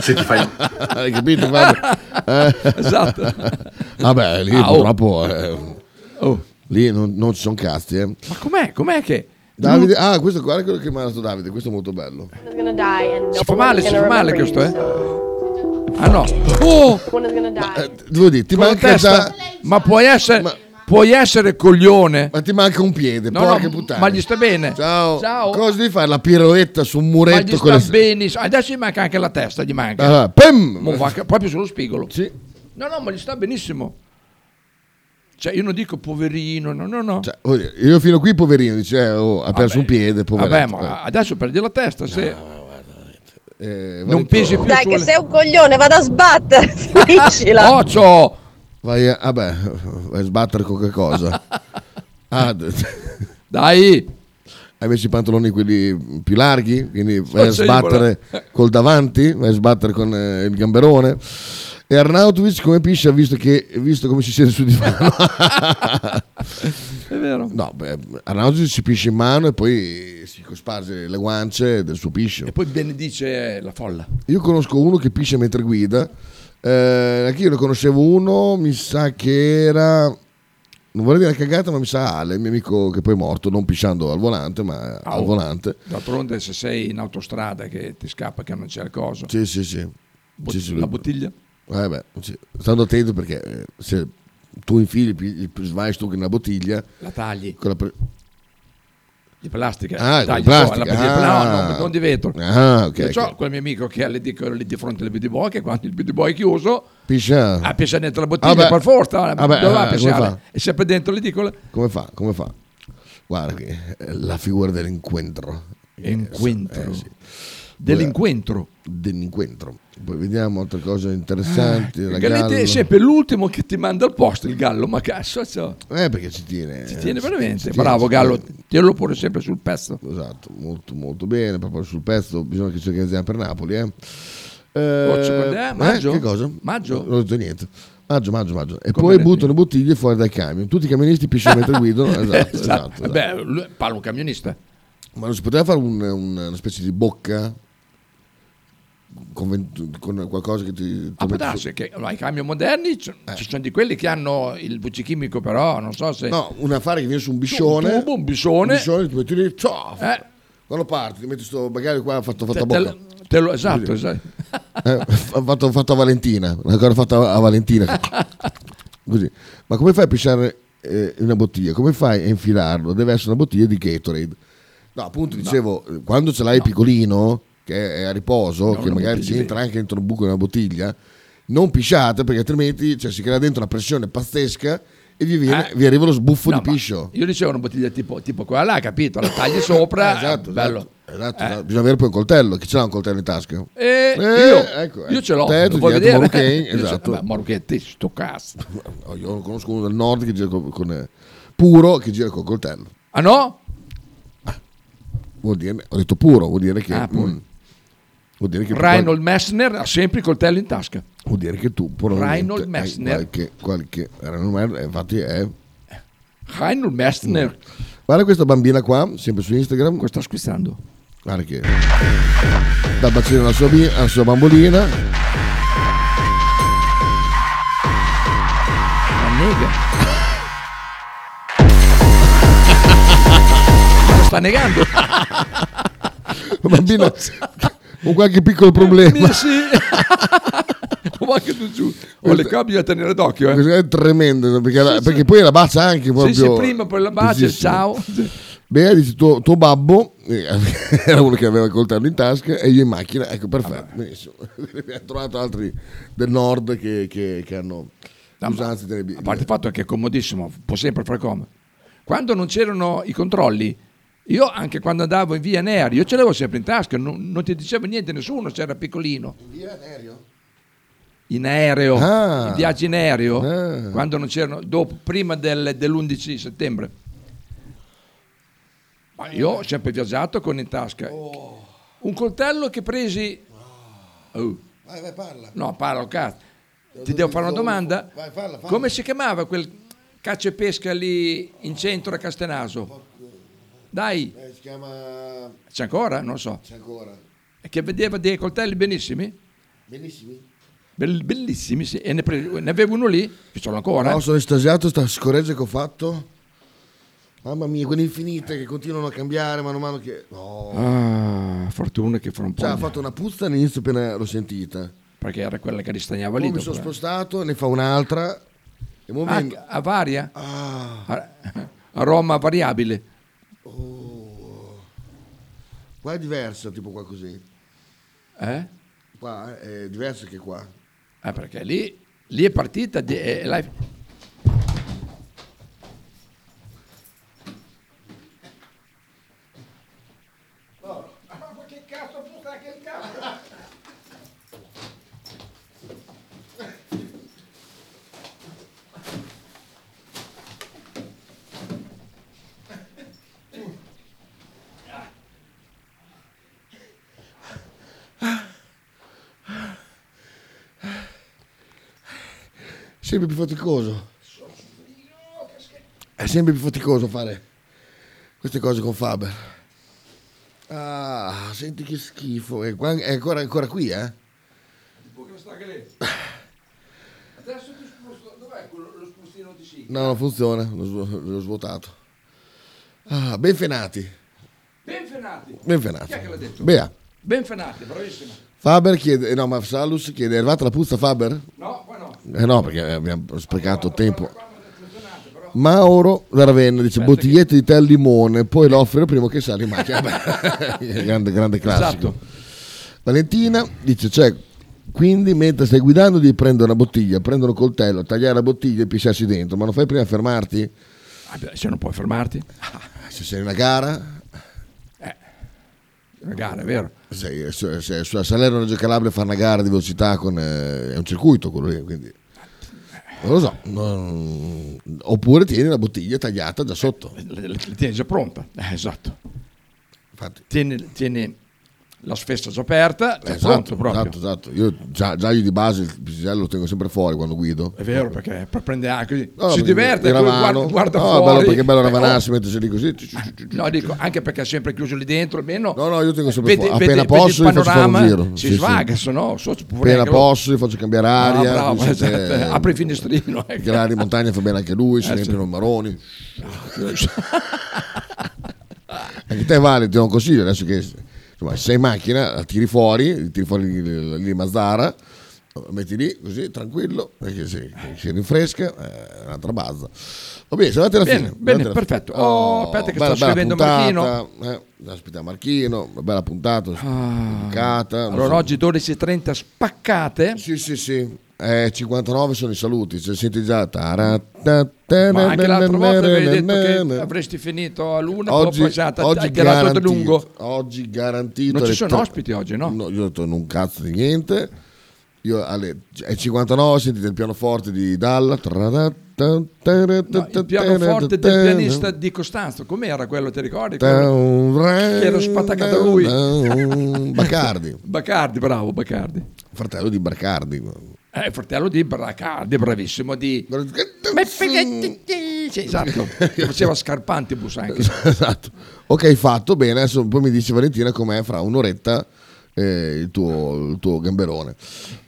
[SPEAKER 16] Se ti fai...
[SPEAKER 1] Hai capito Faber? Eh.
[SPEAKER 16] Esatto.
[SPEAKER 1] Vabbè, lì
[SPEAKER 16] Ah, oh.
[SPEAKER 1] purtroppo... eh, Lì non, non ci sono cazzi, eh.
[SPEAKER 2] Ma com'è? Com'è che...
[SPEAKER 1] Davide, ah, questo qua è quello che mi ha dato Davide, questo è molto bello. Eh,
[SPEAKER 2] Si fa male, si fa male questo, eh? Ah no. Oh!
[SPEAKER 1] Devo dire, ti
[SPEAKER 2] Con la
[SPEAKER 1] manca
[SPEAKER 2] testa.
[SPEAKER 1] già...
[SPEAKER 2] Ma puoi essere... Puoi essere coglione.
[SPEAKER 1] Ma ti manca un piede,
[SPEAKER 2] No,
[SPEAKER 1] porca
[SPEAKER 2] no,
[SPEAKER 1] puttana.
[SPEAKER 2] ma gli sta bene.
[SPEAKER 1] Ciao.
[SPEAKER 2] Ciao.
[SPEAKER 1] Cosa devi fare? La piroetta su un
[SPEAKER 2] Ma gli
[SPEAKER 1] muretto con
[SPEAKER 2] sta
[SPEAKER 1] le...
[SPEAKER 2] bene. Adesso gli manca anche la testa, gli manca.
[SPEAKER 1] Ah, pem!
[SPEAKER 2] Mo va anche- proprio sullo spigolo.
[SPEAKER 1] Sì.
[SPEAKER 2] No, no, ma gli sta benissimo. Cioè, io non dico poverino, no, no, no.
[SPEAKER 1] Cioè, Voglio dire, Io fino qui, poverino, dice, eh, oh, ha perso un piede, poverino.
[SPEAKER 2] Vabbè, ma adesso perdi la testa, se non pesi più
[SPEAKER 1] Eh,
[SPEAKER 14] Dai,
[SPEAKER 2] sulle-
[SPEAKER 14] che sei un coglione, vado a sbattere. Finiscila.
[SPEAKER 2] Occio!
[SPEAKER 1] Vai a, ah beh, vai a sbattere qualche cosa. Ah, d-
[SPEAKER 2] Dai!
[SPEAKER 1] Hai messo i pantaloni quelli più larghi, quindi vai a
[SPEAKER 2] Forse gli
[SPEAKER 1] sbattere col davanti, vai a sbattere con eh, il gamberone. E Arnautovic come piscia visto, che, visto come si siede sul divano.
[SPEAKER 2] È vero.
[SPEAKER 1] No, beh, Arnautovic si pisce in mano e poi si cosparge le guance del suo piscio.
[SPEAKER 2] Poi benedice la folla.
[SPEAKER 1] Io conosco uno che piscia mentre guida. Eh, anche io ne conoscevo uno, mi sa che era. Non vorrei dire cagata, ma mi sa Ale, il mio amico che poi è morto, non pisciando al volante, ma al
[SPEAKER 2] oh.
[SPEAKER 1] volante.
[SPEAKER 2] D'altronde se sei in autostrada che ti scappa che non c'è il coso.
[SPEAKER 1] Sì, sì, sì.
[SPEAKER 2] Bot-
[SPEAKER 1] Sì, sì,
[SPEAKER 2] la
[SPEAKER 1] lui-
[SPEAKER 2] bottiglia?
[SPEAKER 1] Eh beh, sì. Stando attento perché eh, se tu infili pi- il pi- svice tu nella bottiglia,
[SPEAKER 2] La tagli.
[SPEAKER 1] quella pre-
[SPEAKER 2] Di plastica.
[SPEAKER 1] Ah,
[SPEAKER 2] Tagli
[SPEAKER 1] di plastica,
[SPEAKER 2] fuori, Eh, la-
[SPEAKER 1] ah.
[SPEAKER 2] no, no, non di vetro.
[SPEAKER 1] Ah, ok,
[SPEAKER 2] Perciò
[SPEAKER 1] ok.
[SPEAKER 2] quel mio amico che ha le edicole lì di fronte alle beauty boy, che quando il beauty boy è chiuso,
[SPEAKER 1] piscia.
[SPEAKER 2] ha piscia dentro la bottiglia
[SPEAKER 1] Vabbè.
[SPEAKER 2] per forza.
[SPEAKER 1] Vabbè,
[SPEAKER 2] dove va a
[SPEAKER 1] eh, come
[SPEAKER 2] pisciare?
[SPEAKER 1] fa? Eh,
[SPEAKER 2] È sempre dentro l'edicola.
[SPEAKER 1] Come fa? Come fa? Guarda che eh, la figura dell'incontro.
[SPEAKER 2] Encuentro.
[SPEAKER 1] Eh, sì.
[SPEAKER 2] Dell'incontro.
[SPEAKER 1] Dell'incontro. Poi vediamo altre cose interessanti. la
[SPEAKER 2] Eh, Galletti
[SPEAKER 1] Gallo.
[SPEAKER 2] è sempre l'ultimo che ti manda al posto il gallo, ma cazzo, cazzo.
[SPEAKER 1] Eh, perché ci tiene.
[SPEAKER 2] Ci tiene
[SPEAKER 1] eh,
[SPEAKER 2] veramente.
[SPEAKER 1] ci tiene,
[SPEAKER 2] Bravo
[SPEAKER 1] ci
[SPEAKER 2] Gallo,
[SPEAKER 1] tiene.
[SPEAKER 2] tiralo pure sempre sul pezzo.
[SPEAKER 1] Esatto, molto molto bene, proprio sul pezzo, bisogna che ci organizziamo per Napoli. Eh.
[SPEAKER 2] Goccio, quando è?
[SPEAKER 1] eh,
[SPEAKER 2] Oh, Maggio?
[SPEAKER 1] che cosa?
[SPEAKER 2] Maggio?
[SPEAKER 1] Non ho detto niente. Maggio, maggio, maggio. E
[SPEAKER 2] Come
[SPEAKER 1] poi
[SPEAKER 2] metti?
[SPEAKER 1] buttano bottiglie fuori dai camion. Tutti i camionisti pisciano mentre guidano. Esatto, esatto, esatto.
[SPEAKER 2] Eh, Beh, lui parla un camionista.
[SPEAKER 1] Ma non si poteva fare un- un- una specie di bocca con, vent- con qualcosa che ti... ti
[SPEAKER 2] Ah, può
[SPEAKER 1] metti
[SPEAKER 2] darsi
[SPEAKER 1] su-
[SPEAKER 2] che allora, i camion moderni c-
[SPEAKER 1] Eh.
[SPEAKER 2] ci sono di quelli che hanno il bucci chimico, però non so se.
[SPEAKER 1] No, un affare che viene su un biscione.
[SPEAKER 2] Eh. Un tubo, un biscione.
[SPEAKER 1] Un biscione, ti metti lì, ciao!
[SPEAKER 2] Eh.
[SPEAKER 1] Quando parti, ti metti sto bagaglio qua, fatto, fatto a
[SPEAKER 2] Te- te
[SPEAKER 1] bocca.
[SPEAKER 2] lo- te lo- esatto, esatto.
[SPEAKER 1] Eh, fa- fatto, fatto a Valentina, una cosa fatta a Valentina. Così. Ma come fai a pisciare eh, una bottiglia? Come fai a infilarlo? Deve essere una bottiglia di Gatorade. No, appunto dicevo, eh, quando ce l'hai piccolino, che è a riposo, che
[SPEAKER 2] una
[SPEAKER 1] magari
[SPEAKER 2] bottiglia
[SPEAKER 1] ci
[SPEAKER 2] di-
[SPEAKER 1] entra anche dentro un buco di una bottiglia, non pisciate perché altrimenti cioè, si crea dentro una pressione pazzesca e vi, viene-
[SPEAKER 2] Eh.
[SPEAKER 1] vi arriva lo sbuffo
[SPEAKER 2] No,
[SPEAKER 1] di
[SPEAKER 2] ma
[SPEAKER 1] piscio.
[SPEAKER 2] Io dicevo una bottiglia tipo, tipo quella là, capito? La tagli sopra.
[SPEAKER 1] Eh, esatto,
[SPEAKER 2] bello.
[SPEAKER 1] Esatto,
[SPEAKER 2] Eh.
[SPEAKER 1] esatto. Bisogna avere poi un coltello, chi ce l'ha un coltello in tasca?
[SPEAKER 2] E
[SPEAKER 1] Eh,
[SPEAKER 2] io,
[SPEAKER 1] ecco,
[SPEAKER 2] io
[SPEAKER 1] eh.
[SPEAKER 2] ce l'ho.
[SPEAKER 1] Te,
[SPEAKER 2] lo
[SPEAKER 1] tu
[SPEAKER 2] vuoi
[SPEAKER 1] diventi
[SPEAKER 2] vedere?
[SPEAKER 1] Marucchein,
[SPEAKER 2] Io ce-
[SPEAKER 1] esatto.
[SPEAKER 2] ma Marucchetti, sto cazzo.
[SPEAKER 1] No, Io ne conosco uno del nord che gira con, con, eh, puro che gira col coltello.
[SPEAKER 2] Ah no?
[SPEAKER 1] Vuol dire, ho detto puro, vuol dire che.
[SPEAKER 2] Ah, puro.
[SPEAKER 1] mm, vuol dire che tu-
[SPEAKER 2] Reinhold Messner ha sempre il coltello in tasca.
[SPEAKER 1] vuol dire che tu probabilmente
[SPEAKER 2] Reinhold
[SPEAKER 1] hai
[SPEAKER 2] Messner.
[SPEAKER 1] Qualche, qualche, Reinhold Messner, eh, infatti è.
[SPEAKER 2] Reinhold Messner.
[SPEAKER 1] Guarda questa bambina qua, sempre su Instagram.
[SPEAKER 2] Cosa sta squistando?
[SPEAKER 1] Guarda che. Dà bacino alla sua, bi- alla sua bambolina.
[SPEAKER 2] Ma nega. Lo sta negando.
[SPEAKER 1] La bambina
[SPEAKER 2] Cioè,
[SPEAKER 1] con qualche piccolo problema.
[SPEAKER 2] Mi sì. Ma anche tu giù. Ho le cose da tenere d'occhio. Eh.
[SPEAKER 1] Così È tremendo perché, la- perché poi la bacia anche
[SPEAKER 2] Sì,
[SPEAKER 1] proprio.
[SPEAKER 2] sì, prima poi la bacia,
[SPEAKER 1] pesissimo.
[SPEAKER 2] ciao.
[SPEAKER 1] Beh, dice tuo, tuo babbo eh, era uno che aveva il coltello in tasca e io in macchina, ecco perfetto, benissimo. Abbiamo trovato altri del nord che, che- che hanno usanze delle bi-
[SPEAKER 2] A parte il fatto che è comodissimo, può sempre fare come. Quando non c'erano i controlli, io anche quando andavo in via Neri, io ce l'avevo sempre in tasca, non, non ti diceva niente nessuno, c'era piccolino. In aereo,
[SPEAKER 1] Ah.
[SPEAKER 2] i viaggi in aereo,
[SPEAKER 1] Ah.
[SPEAKER 2] quando non c'erano, dopo, prima del- dell'11 settembre. Ma io ho sempre viaggiato con in tasca
[SPEAKER 1] Oh.
[SPEAKER 2] un coltello che presi... Oh.
[SPEAKER 1] Ah. Vai, vai, parla.
[SPEAKER 2] No, parlo, cazzo. Ti devo fare una domanda?
[SPEAKER 1] Vai, falla, falla.
[SPEAKER 2] Come si chiamava quel caccia e pesca lì in centro a Castenaso? Dai,
[SPEAKER 1] Eh, si chiama...
[SPEAKER 2] c'è ancora? Non so.
[SPEAKER 1] C'è ancora.
[SPEAKER 2] Che vedeva dei coltelli benissimi?
[SPEAKER 1] Benissimo.
[SPEAKER 2] Bell- bellissimi, sì. E ne, pre- ne avevo uno lì, che ce l'ho ancora.
[SPEAKER 1] No,
[SPEAKER 2] eh.
[SPEAKER 1] sono estasiato sta scoreggia che ho fatto. Mamma mia, quelle infinite che continuano a cambiare mano a mano che... No.
[SPEAKER 2] Ah, fortuna che fra un po'.
[SPEAKER 1] Cioè, ha fatto una puzza all'inizio appena l'ho sentita.
[SPEAKER 2] Perché era quella che ristagnava
[SPEAKER 1] Poi
[SPEAKER 2] lì.
[SPEAKER 1] mi
[SPEAKER 2] dopo,
[SPEAKER 1] sono
[SPEAKER 2] eh.
[SPEAKER 1] spostato, ne fa un'altra. E mo
[SPEAKER 2] Ah,
[SPEAKER 1] vengo-
[SPEAKER 2] a varia?
[SPEAKER 1] Ah,
[SPEAKER 2] A, a Roma variabile.
[SPEAKER 1] Oh. qua è diversa, tipo qua così.
[SPEAKER 2] Eh?
[SPEAKER 1] Qua è diversa che qua.
[SPEAKER 2] Ah, perché lì, lì è partita. di- eh, è- è live.
[SPEAKER 1] Sempre più faticoso. È sempre più faticoso fare queste cose con Faber. Ah, senti che schifo. È, qua- è ancora, ancora qui, eh?
[SPEAKER 2] Adesso ti sposto. Dov'è quello, lo spostino di sì?
[SPEAKER 1] No, non funziona. L'ho, svu- l'ho svuotato. Ah, benfenati.
[SPEAKER 2] Benfenati.
[SPEAKER 1] Benfenati.
[SPEAKER 2] Chi è che l'ha detto?
[SPEAKER 1] Bea.
[SPEAKER 2] Benfenati, bravissima.
[SPEAKER 1] Faber chiede, eh, no, ma Salus chiede, è arrivata la puzza Faber?
[SPEAKER 2] No, poi no.
[SPEAKER 1] Eh no, perché abbiamo sprecato tempo. Mauro da Ravenna dice bottigliette di tè al limone, poi lo offre al primo che sale in macchina. Vabbè, grande, grande classico. Esatto. Valentina dice, cioè, quindi mentre stai guidando devi prendere una bottiglia, prendere un coltello, tagliare la bottiglia e pisciarsi dentro, ma non fai prima a fermarti?
[SPEAKER 2] Ah, beh, se non puoi fermarti.
[SPEAKER 1] Ah, Se sei in una gara...
[SPEAKER 2] Una gara, è vero.
[SPEAKER 1] Se, se, se- se a Salerno Reggio Calabria fa una gara di velocità con... eh, è un circuito quello lì, quindi... Non lo so, non- oppure tieni la bottiglia tagliata da sotto.
[SPEAKER 2] La la tieni già pronta. Eh, esatto.
[SPEAKER 1] Infatti.
[SPEAKER 2] Tieni, tieni la sfessa già aperta. è
[SPEAKER 1] Esatto,
[SPEAKER 2] pronto proprio.
[SPEAKER 1] esatto, esatto. Io già, già io di base il pisello lo tengo sempre fuori quando guido.
[SPEAKER 2] È vero, perché per prendere anche così.
[SPEAKER 1] No,
[SPEAKER 2] si
[SPEAKER 1] perché
[SPEAKER 2] diverte,
[SPEAKER 1] il
[SPEAKER 2] poi guarda,
[SPEAKER 1] Ravano-
[SPEAKER 2] guarda
[SPEAKER 1] no,
[SPEAKER 2] fuori.
[SPEAKER 1] bello, perché è bello
[SPEAKER 2] Beh, oh.
[SPEAKER 1] ravanarsi, mettersi lì così.
[SPEAKER 2] No, dico, anche perché è sempre chiuso lì dentro, almeno...
[SPEAKER 1] No, no, io tengo sempre
[SPEAKER 2] vedi,
[SPEAKER 1] fuori.
[SPEAKER 2] vedi-
[SPEAKER 1] Appena
[SPEAKER 2] vedi
[SPEAKER 1] posso
[SPEAKER 2] il
[SPEAKER 1] gli faccio fare un
[SPEAKER 2] panorama,
[SPEAKER 1] giro.
[SPEAKER 2] Si
[SPEAKER 1] Sì, sì.
[SPEAKER 2] svaga, se no... so-
[SPEAKER 1] Appena
[SPEAKER 2] vorrei-
[SPEAKER 1] posso gli faccio cambiare aria.
[SPEAKER 2] Ah,
[SPEAKER 1] lui
[SPEAKER 2] bravo,
[SPEAKER 1] si
[SPEAKER 2] esatto.
[SPEAKER 1] sente-
[SPEAKER 2] Apri il finestrino, ecco.
[SPEAKER 1] Che l'aria in montagna fa bene anche lui, si
[SPEAKER 2] Eh, sì.
[SPEAKER 1] riempiono i maroni. Anche te vale, ti do un consiglio adesso che insomma, sei in macchina, la tiri fuori, tiri fuori lì- lì Mazdara, la metti lì così tranquillo, perché si, si rinfresca, eh, un'altra bazza. Va bene, siamo andati alla
[SPEAKER 2] Bene,
[SPEAKER 1] fine. siamo andati
[SPEAKER 2] bene,
[SPEAKER 1] alla
[SPEAKER 2] perfetto.
[SPEAKER 1] fine.
[SPEAKER 2] Oh, aspetta che
[SPEAKER 1] bella-
[SPEAKER 2] sto
[SPEAKER 1] bella
[SPEAKER 2] scrivendo
[SPEAKER 1] puntata, eh, aspetta Marchino, una bella puntata, pubblicata. non
[SPEAKER 2] Allora,
[SPEAKER 1] so.
[SPEAKER 2] oggi 12.30 spaccate.
[SPEAKER 1] Sì, sì, sì. Eh, 59 sono i saluti, cioè, senti già. tarata-
[SPEAKER 2] Ma anche l'altra volta avevi detto che avresti finito a luna,
[SPEAKER 1] Oggi,
[SPEAKER 2] poi passata,
[SPEAKER 1] oggi
[SPEAKER 2] hai tirato tutto
[SPEAKER 1] garantito,
[SPEAKER 2] lungo.
[SPEAKER 1] oggi garantito.
[SPEAKER 2] Non ci
[SPEAKER 1] alle
[SPEAKER 2] sono
[SPEAKER 1] tre-
[SPEAKER 2] ospiti oggi, no?
[SPEAKER 1] io ho detto non un cazzo di niente. Io alle è 59 sentite il pianoforte di Dalla.
[SPEAKER 2] Il pianoforte del pianista di Costanzo, com'era quello, ti ricordi? Quello che era spataccato a lui.
[SPEAKER 1] Bacardi,
[SPEAKER 2] Bacardi, bravo Bacardi.
[SPEAKER 1] fratello di Bacardi.
[SPEAKER 2] Eh, fratello di Bacardi, bravissimo. Di... Sì, esatto, che faceva Scarpantibus anche.
[SPEAKER 1] esatto. Ok, fatto bene. Adesso poi mi dici Valentina com'è fra un'oretta eh, il, tuo, il tuo gamberone.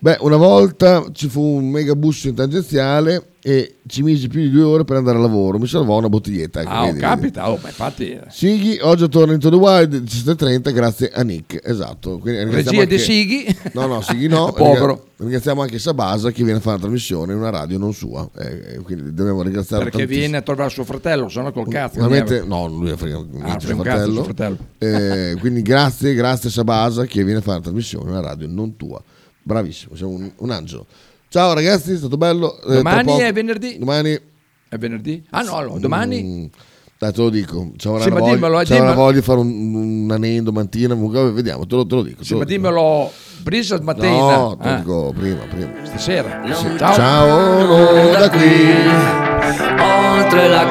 [SPEAKER 1] Beh, una volta ci fu un mega bus in tangenziale e ci misi più di due ore per andare a lavoro. Mi salvò una bottiglietta. ecco,
[SPEAKER 2] Ah, oh,
[SPEAKER 1] vedi, vedi.
[SPEAKER 2] capita, oh, ma infatti...
[SPEAKER 1] Sighi, oggi torna into the wild 17.30 grazie a Nick, esatto. Quindi ringraziamo
[SPEAKER 2] Regia De
[SPEAKER 1] anche-
[SPEAKER 2] Sighi.
[SPEAKER 1] No, no, Sighi no.
[SPEAKER 2] Povero.
[SPEAKER 1] Ringraziamo anche Sabasa che viene a fare la trasmissione in una radio non sua. eh, quindi dobbiamo ringraziare
[SPEAKER 2] Perché
[SPEAKER 1] tantissimo.
[SPEAKER 2] viene a trovare suo fratello, sono col cazzo.
[SPEAKER 1] Veramente, no, lui è frega niente, suo
[SPEAKER 2] Ah, frega un cazzo,
[SPEAKER 1] fratello.
[SPEAKER 2] suo fratello.
[SPEAKER 1] Eh, quindi grazie, grazie Sabasa che viene a fare la trasmissione, una radio non tua. Bravissimo, sei un, un angelo. Ciao ragazzi, è stato bello. Eh, tra
[SPEAKER 2] Domani
[SPEAKER 1] poco-
[SPEAKER 2] è venerdì.
[SPEAKER 1] Domani...
[SPEAKER 2] È venerdì? Ah no, no, domani...
[SPEAKER 1] Mm, dai, te lo dico. C'è una,
[SPEAKER 2] Sì, ma
[SPEAKER 1] voglia,
[SPEAKER 2] dimmelo, eh,
[SPEAKER 1] c'è una
[SPEAKER 2] dimmelo.
[SPEAKER 1] voglia di fare un, un anendo, mantina, comunque, vediamo, te lo, te lo dico.
[SPEAKER 2] Sì,
[SPEAKER 1] te lo
[SPEAKER 2] ma
[SPEAKER 1] dico.
[SPEAKER 2] dimmelo, Brisa Smatteina.
[SPEAKER 1] No, te lo
[SPEAKER 2] Ah,
[SPEAKER 1] dico prima, prima.
[SPEAKER 2] Stasera.
[SPEAKER 1] Sì.
[SPEAKER 2] Ciao.
[SPEAKER 1] Ciao, da qui.
[SPEAKER 15] oltre la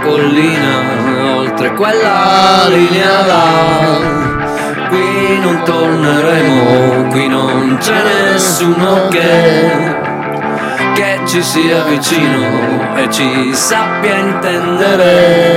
[SPEAKER 15] collina, oltre quella linea là. Qui non torneremo, qui non c'è nessuno che, che ci sia vicino e ci sappia intendere.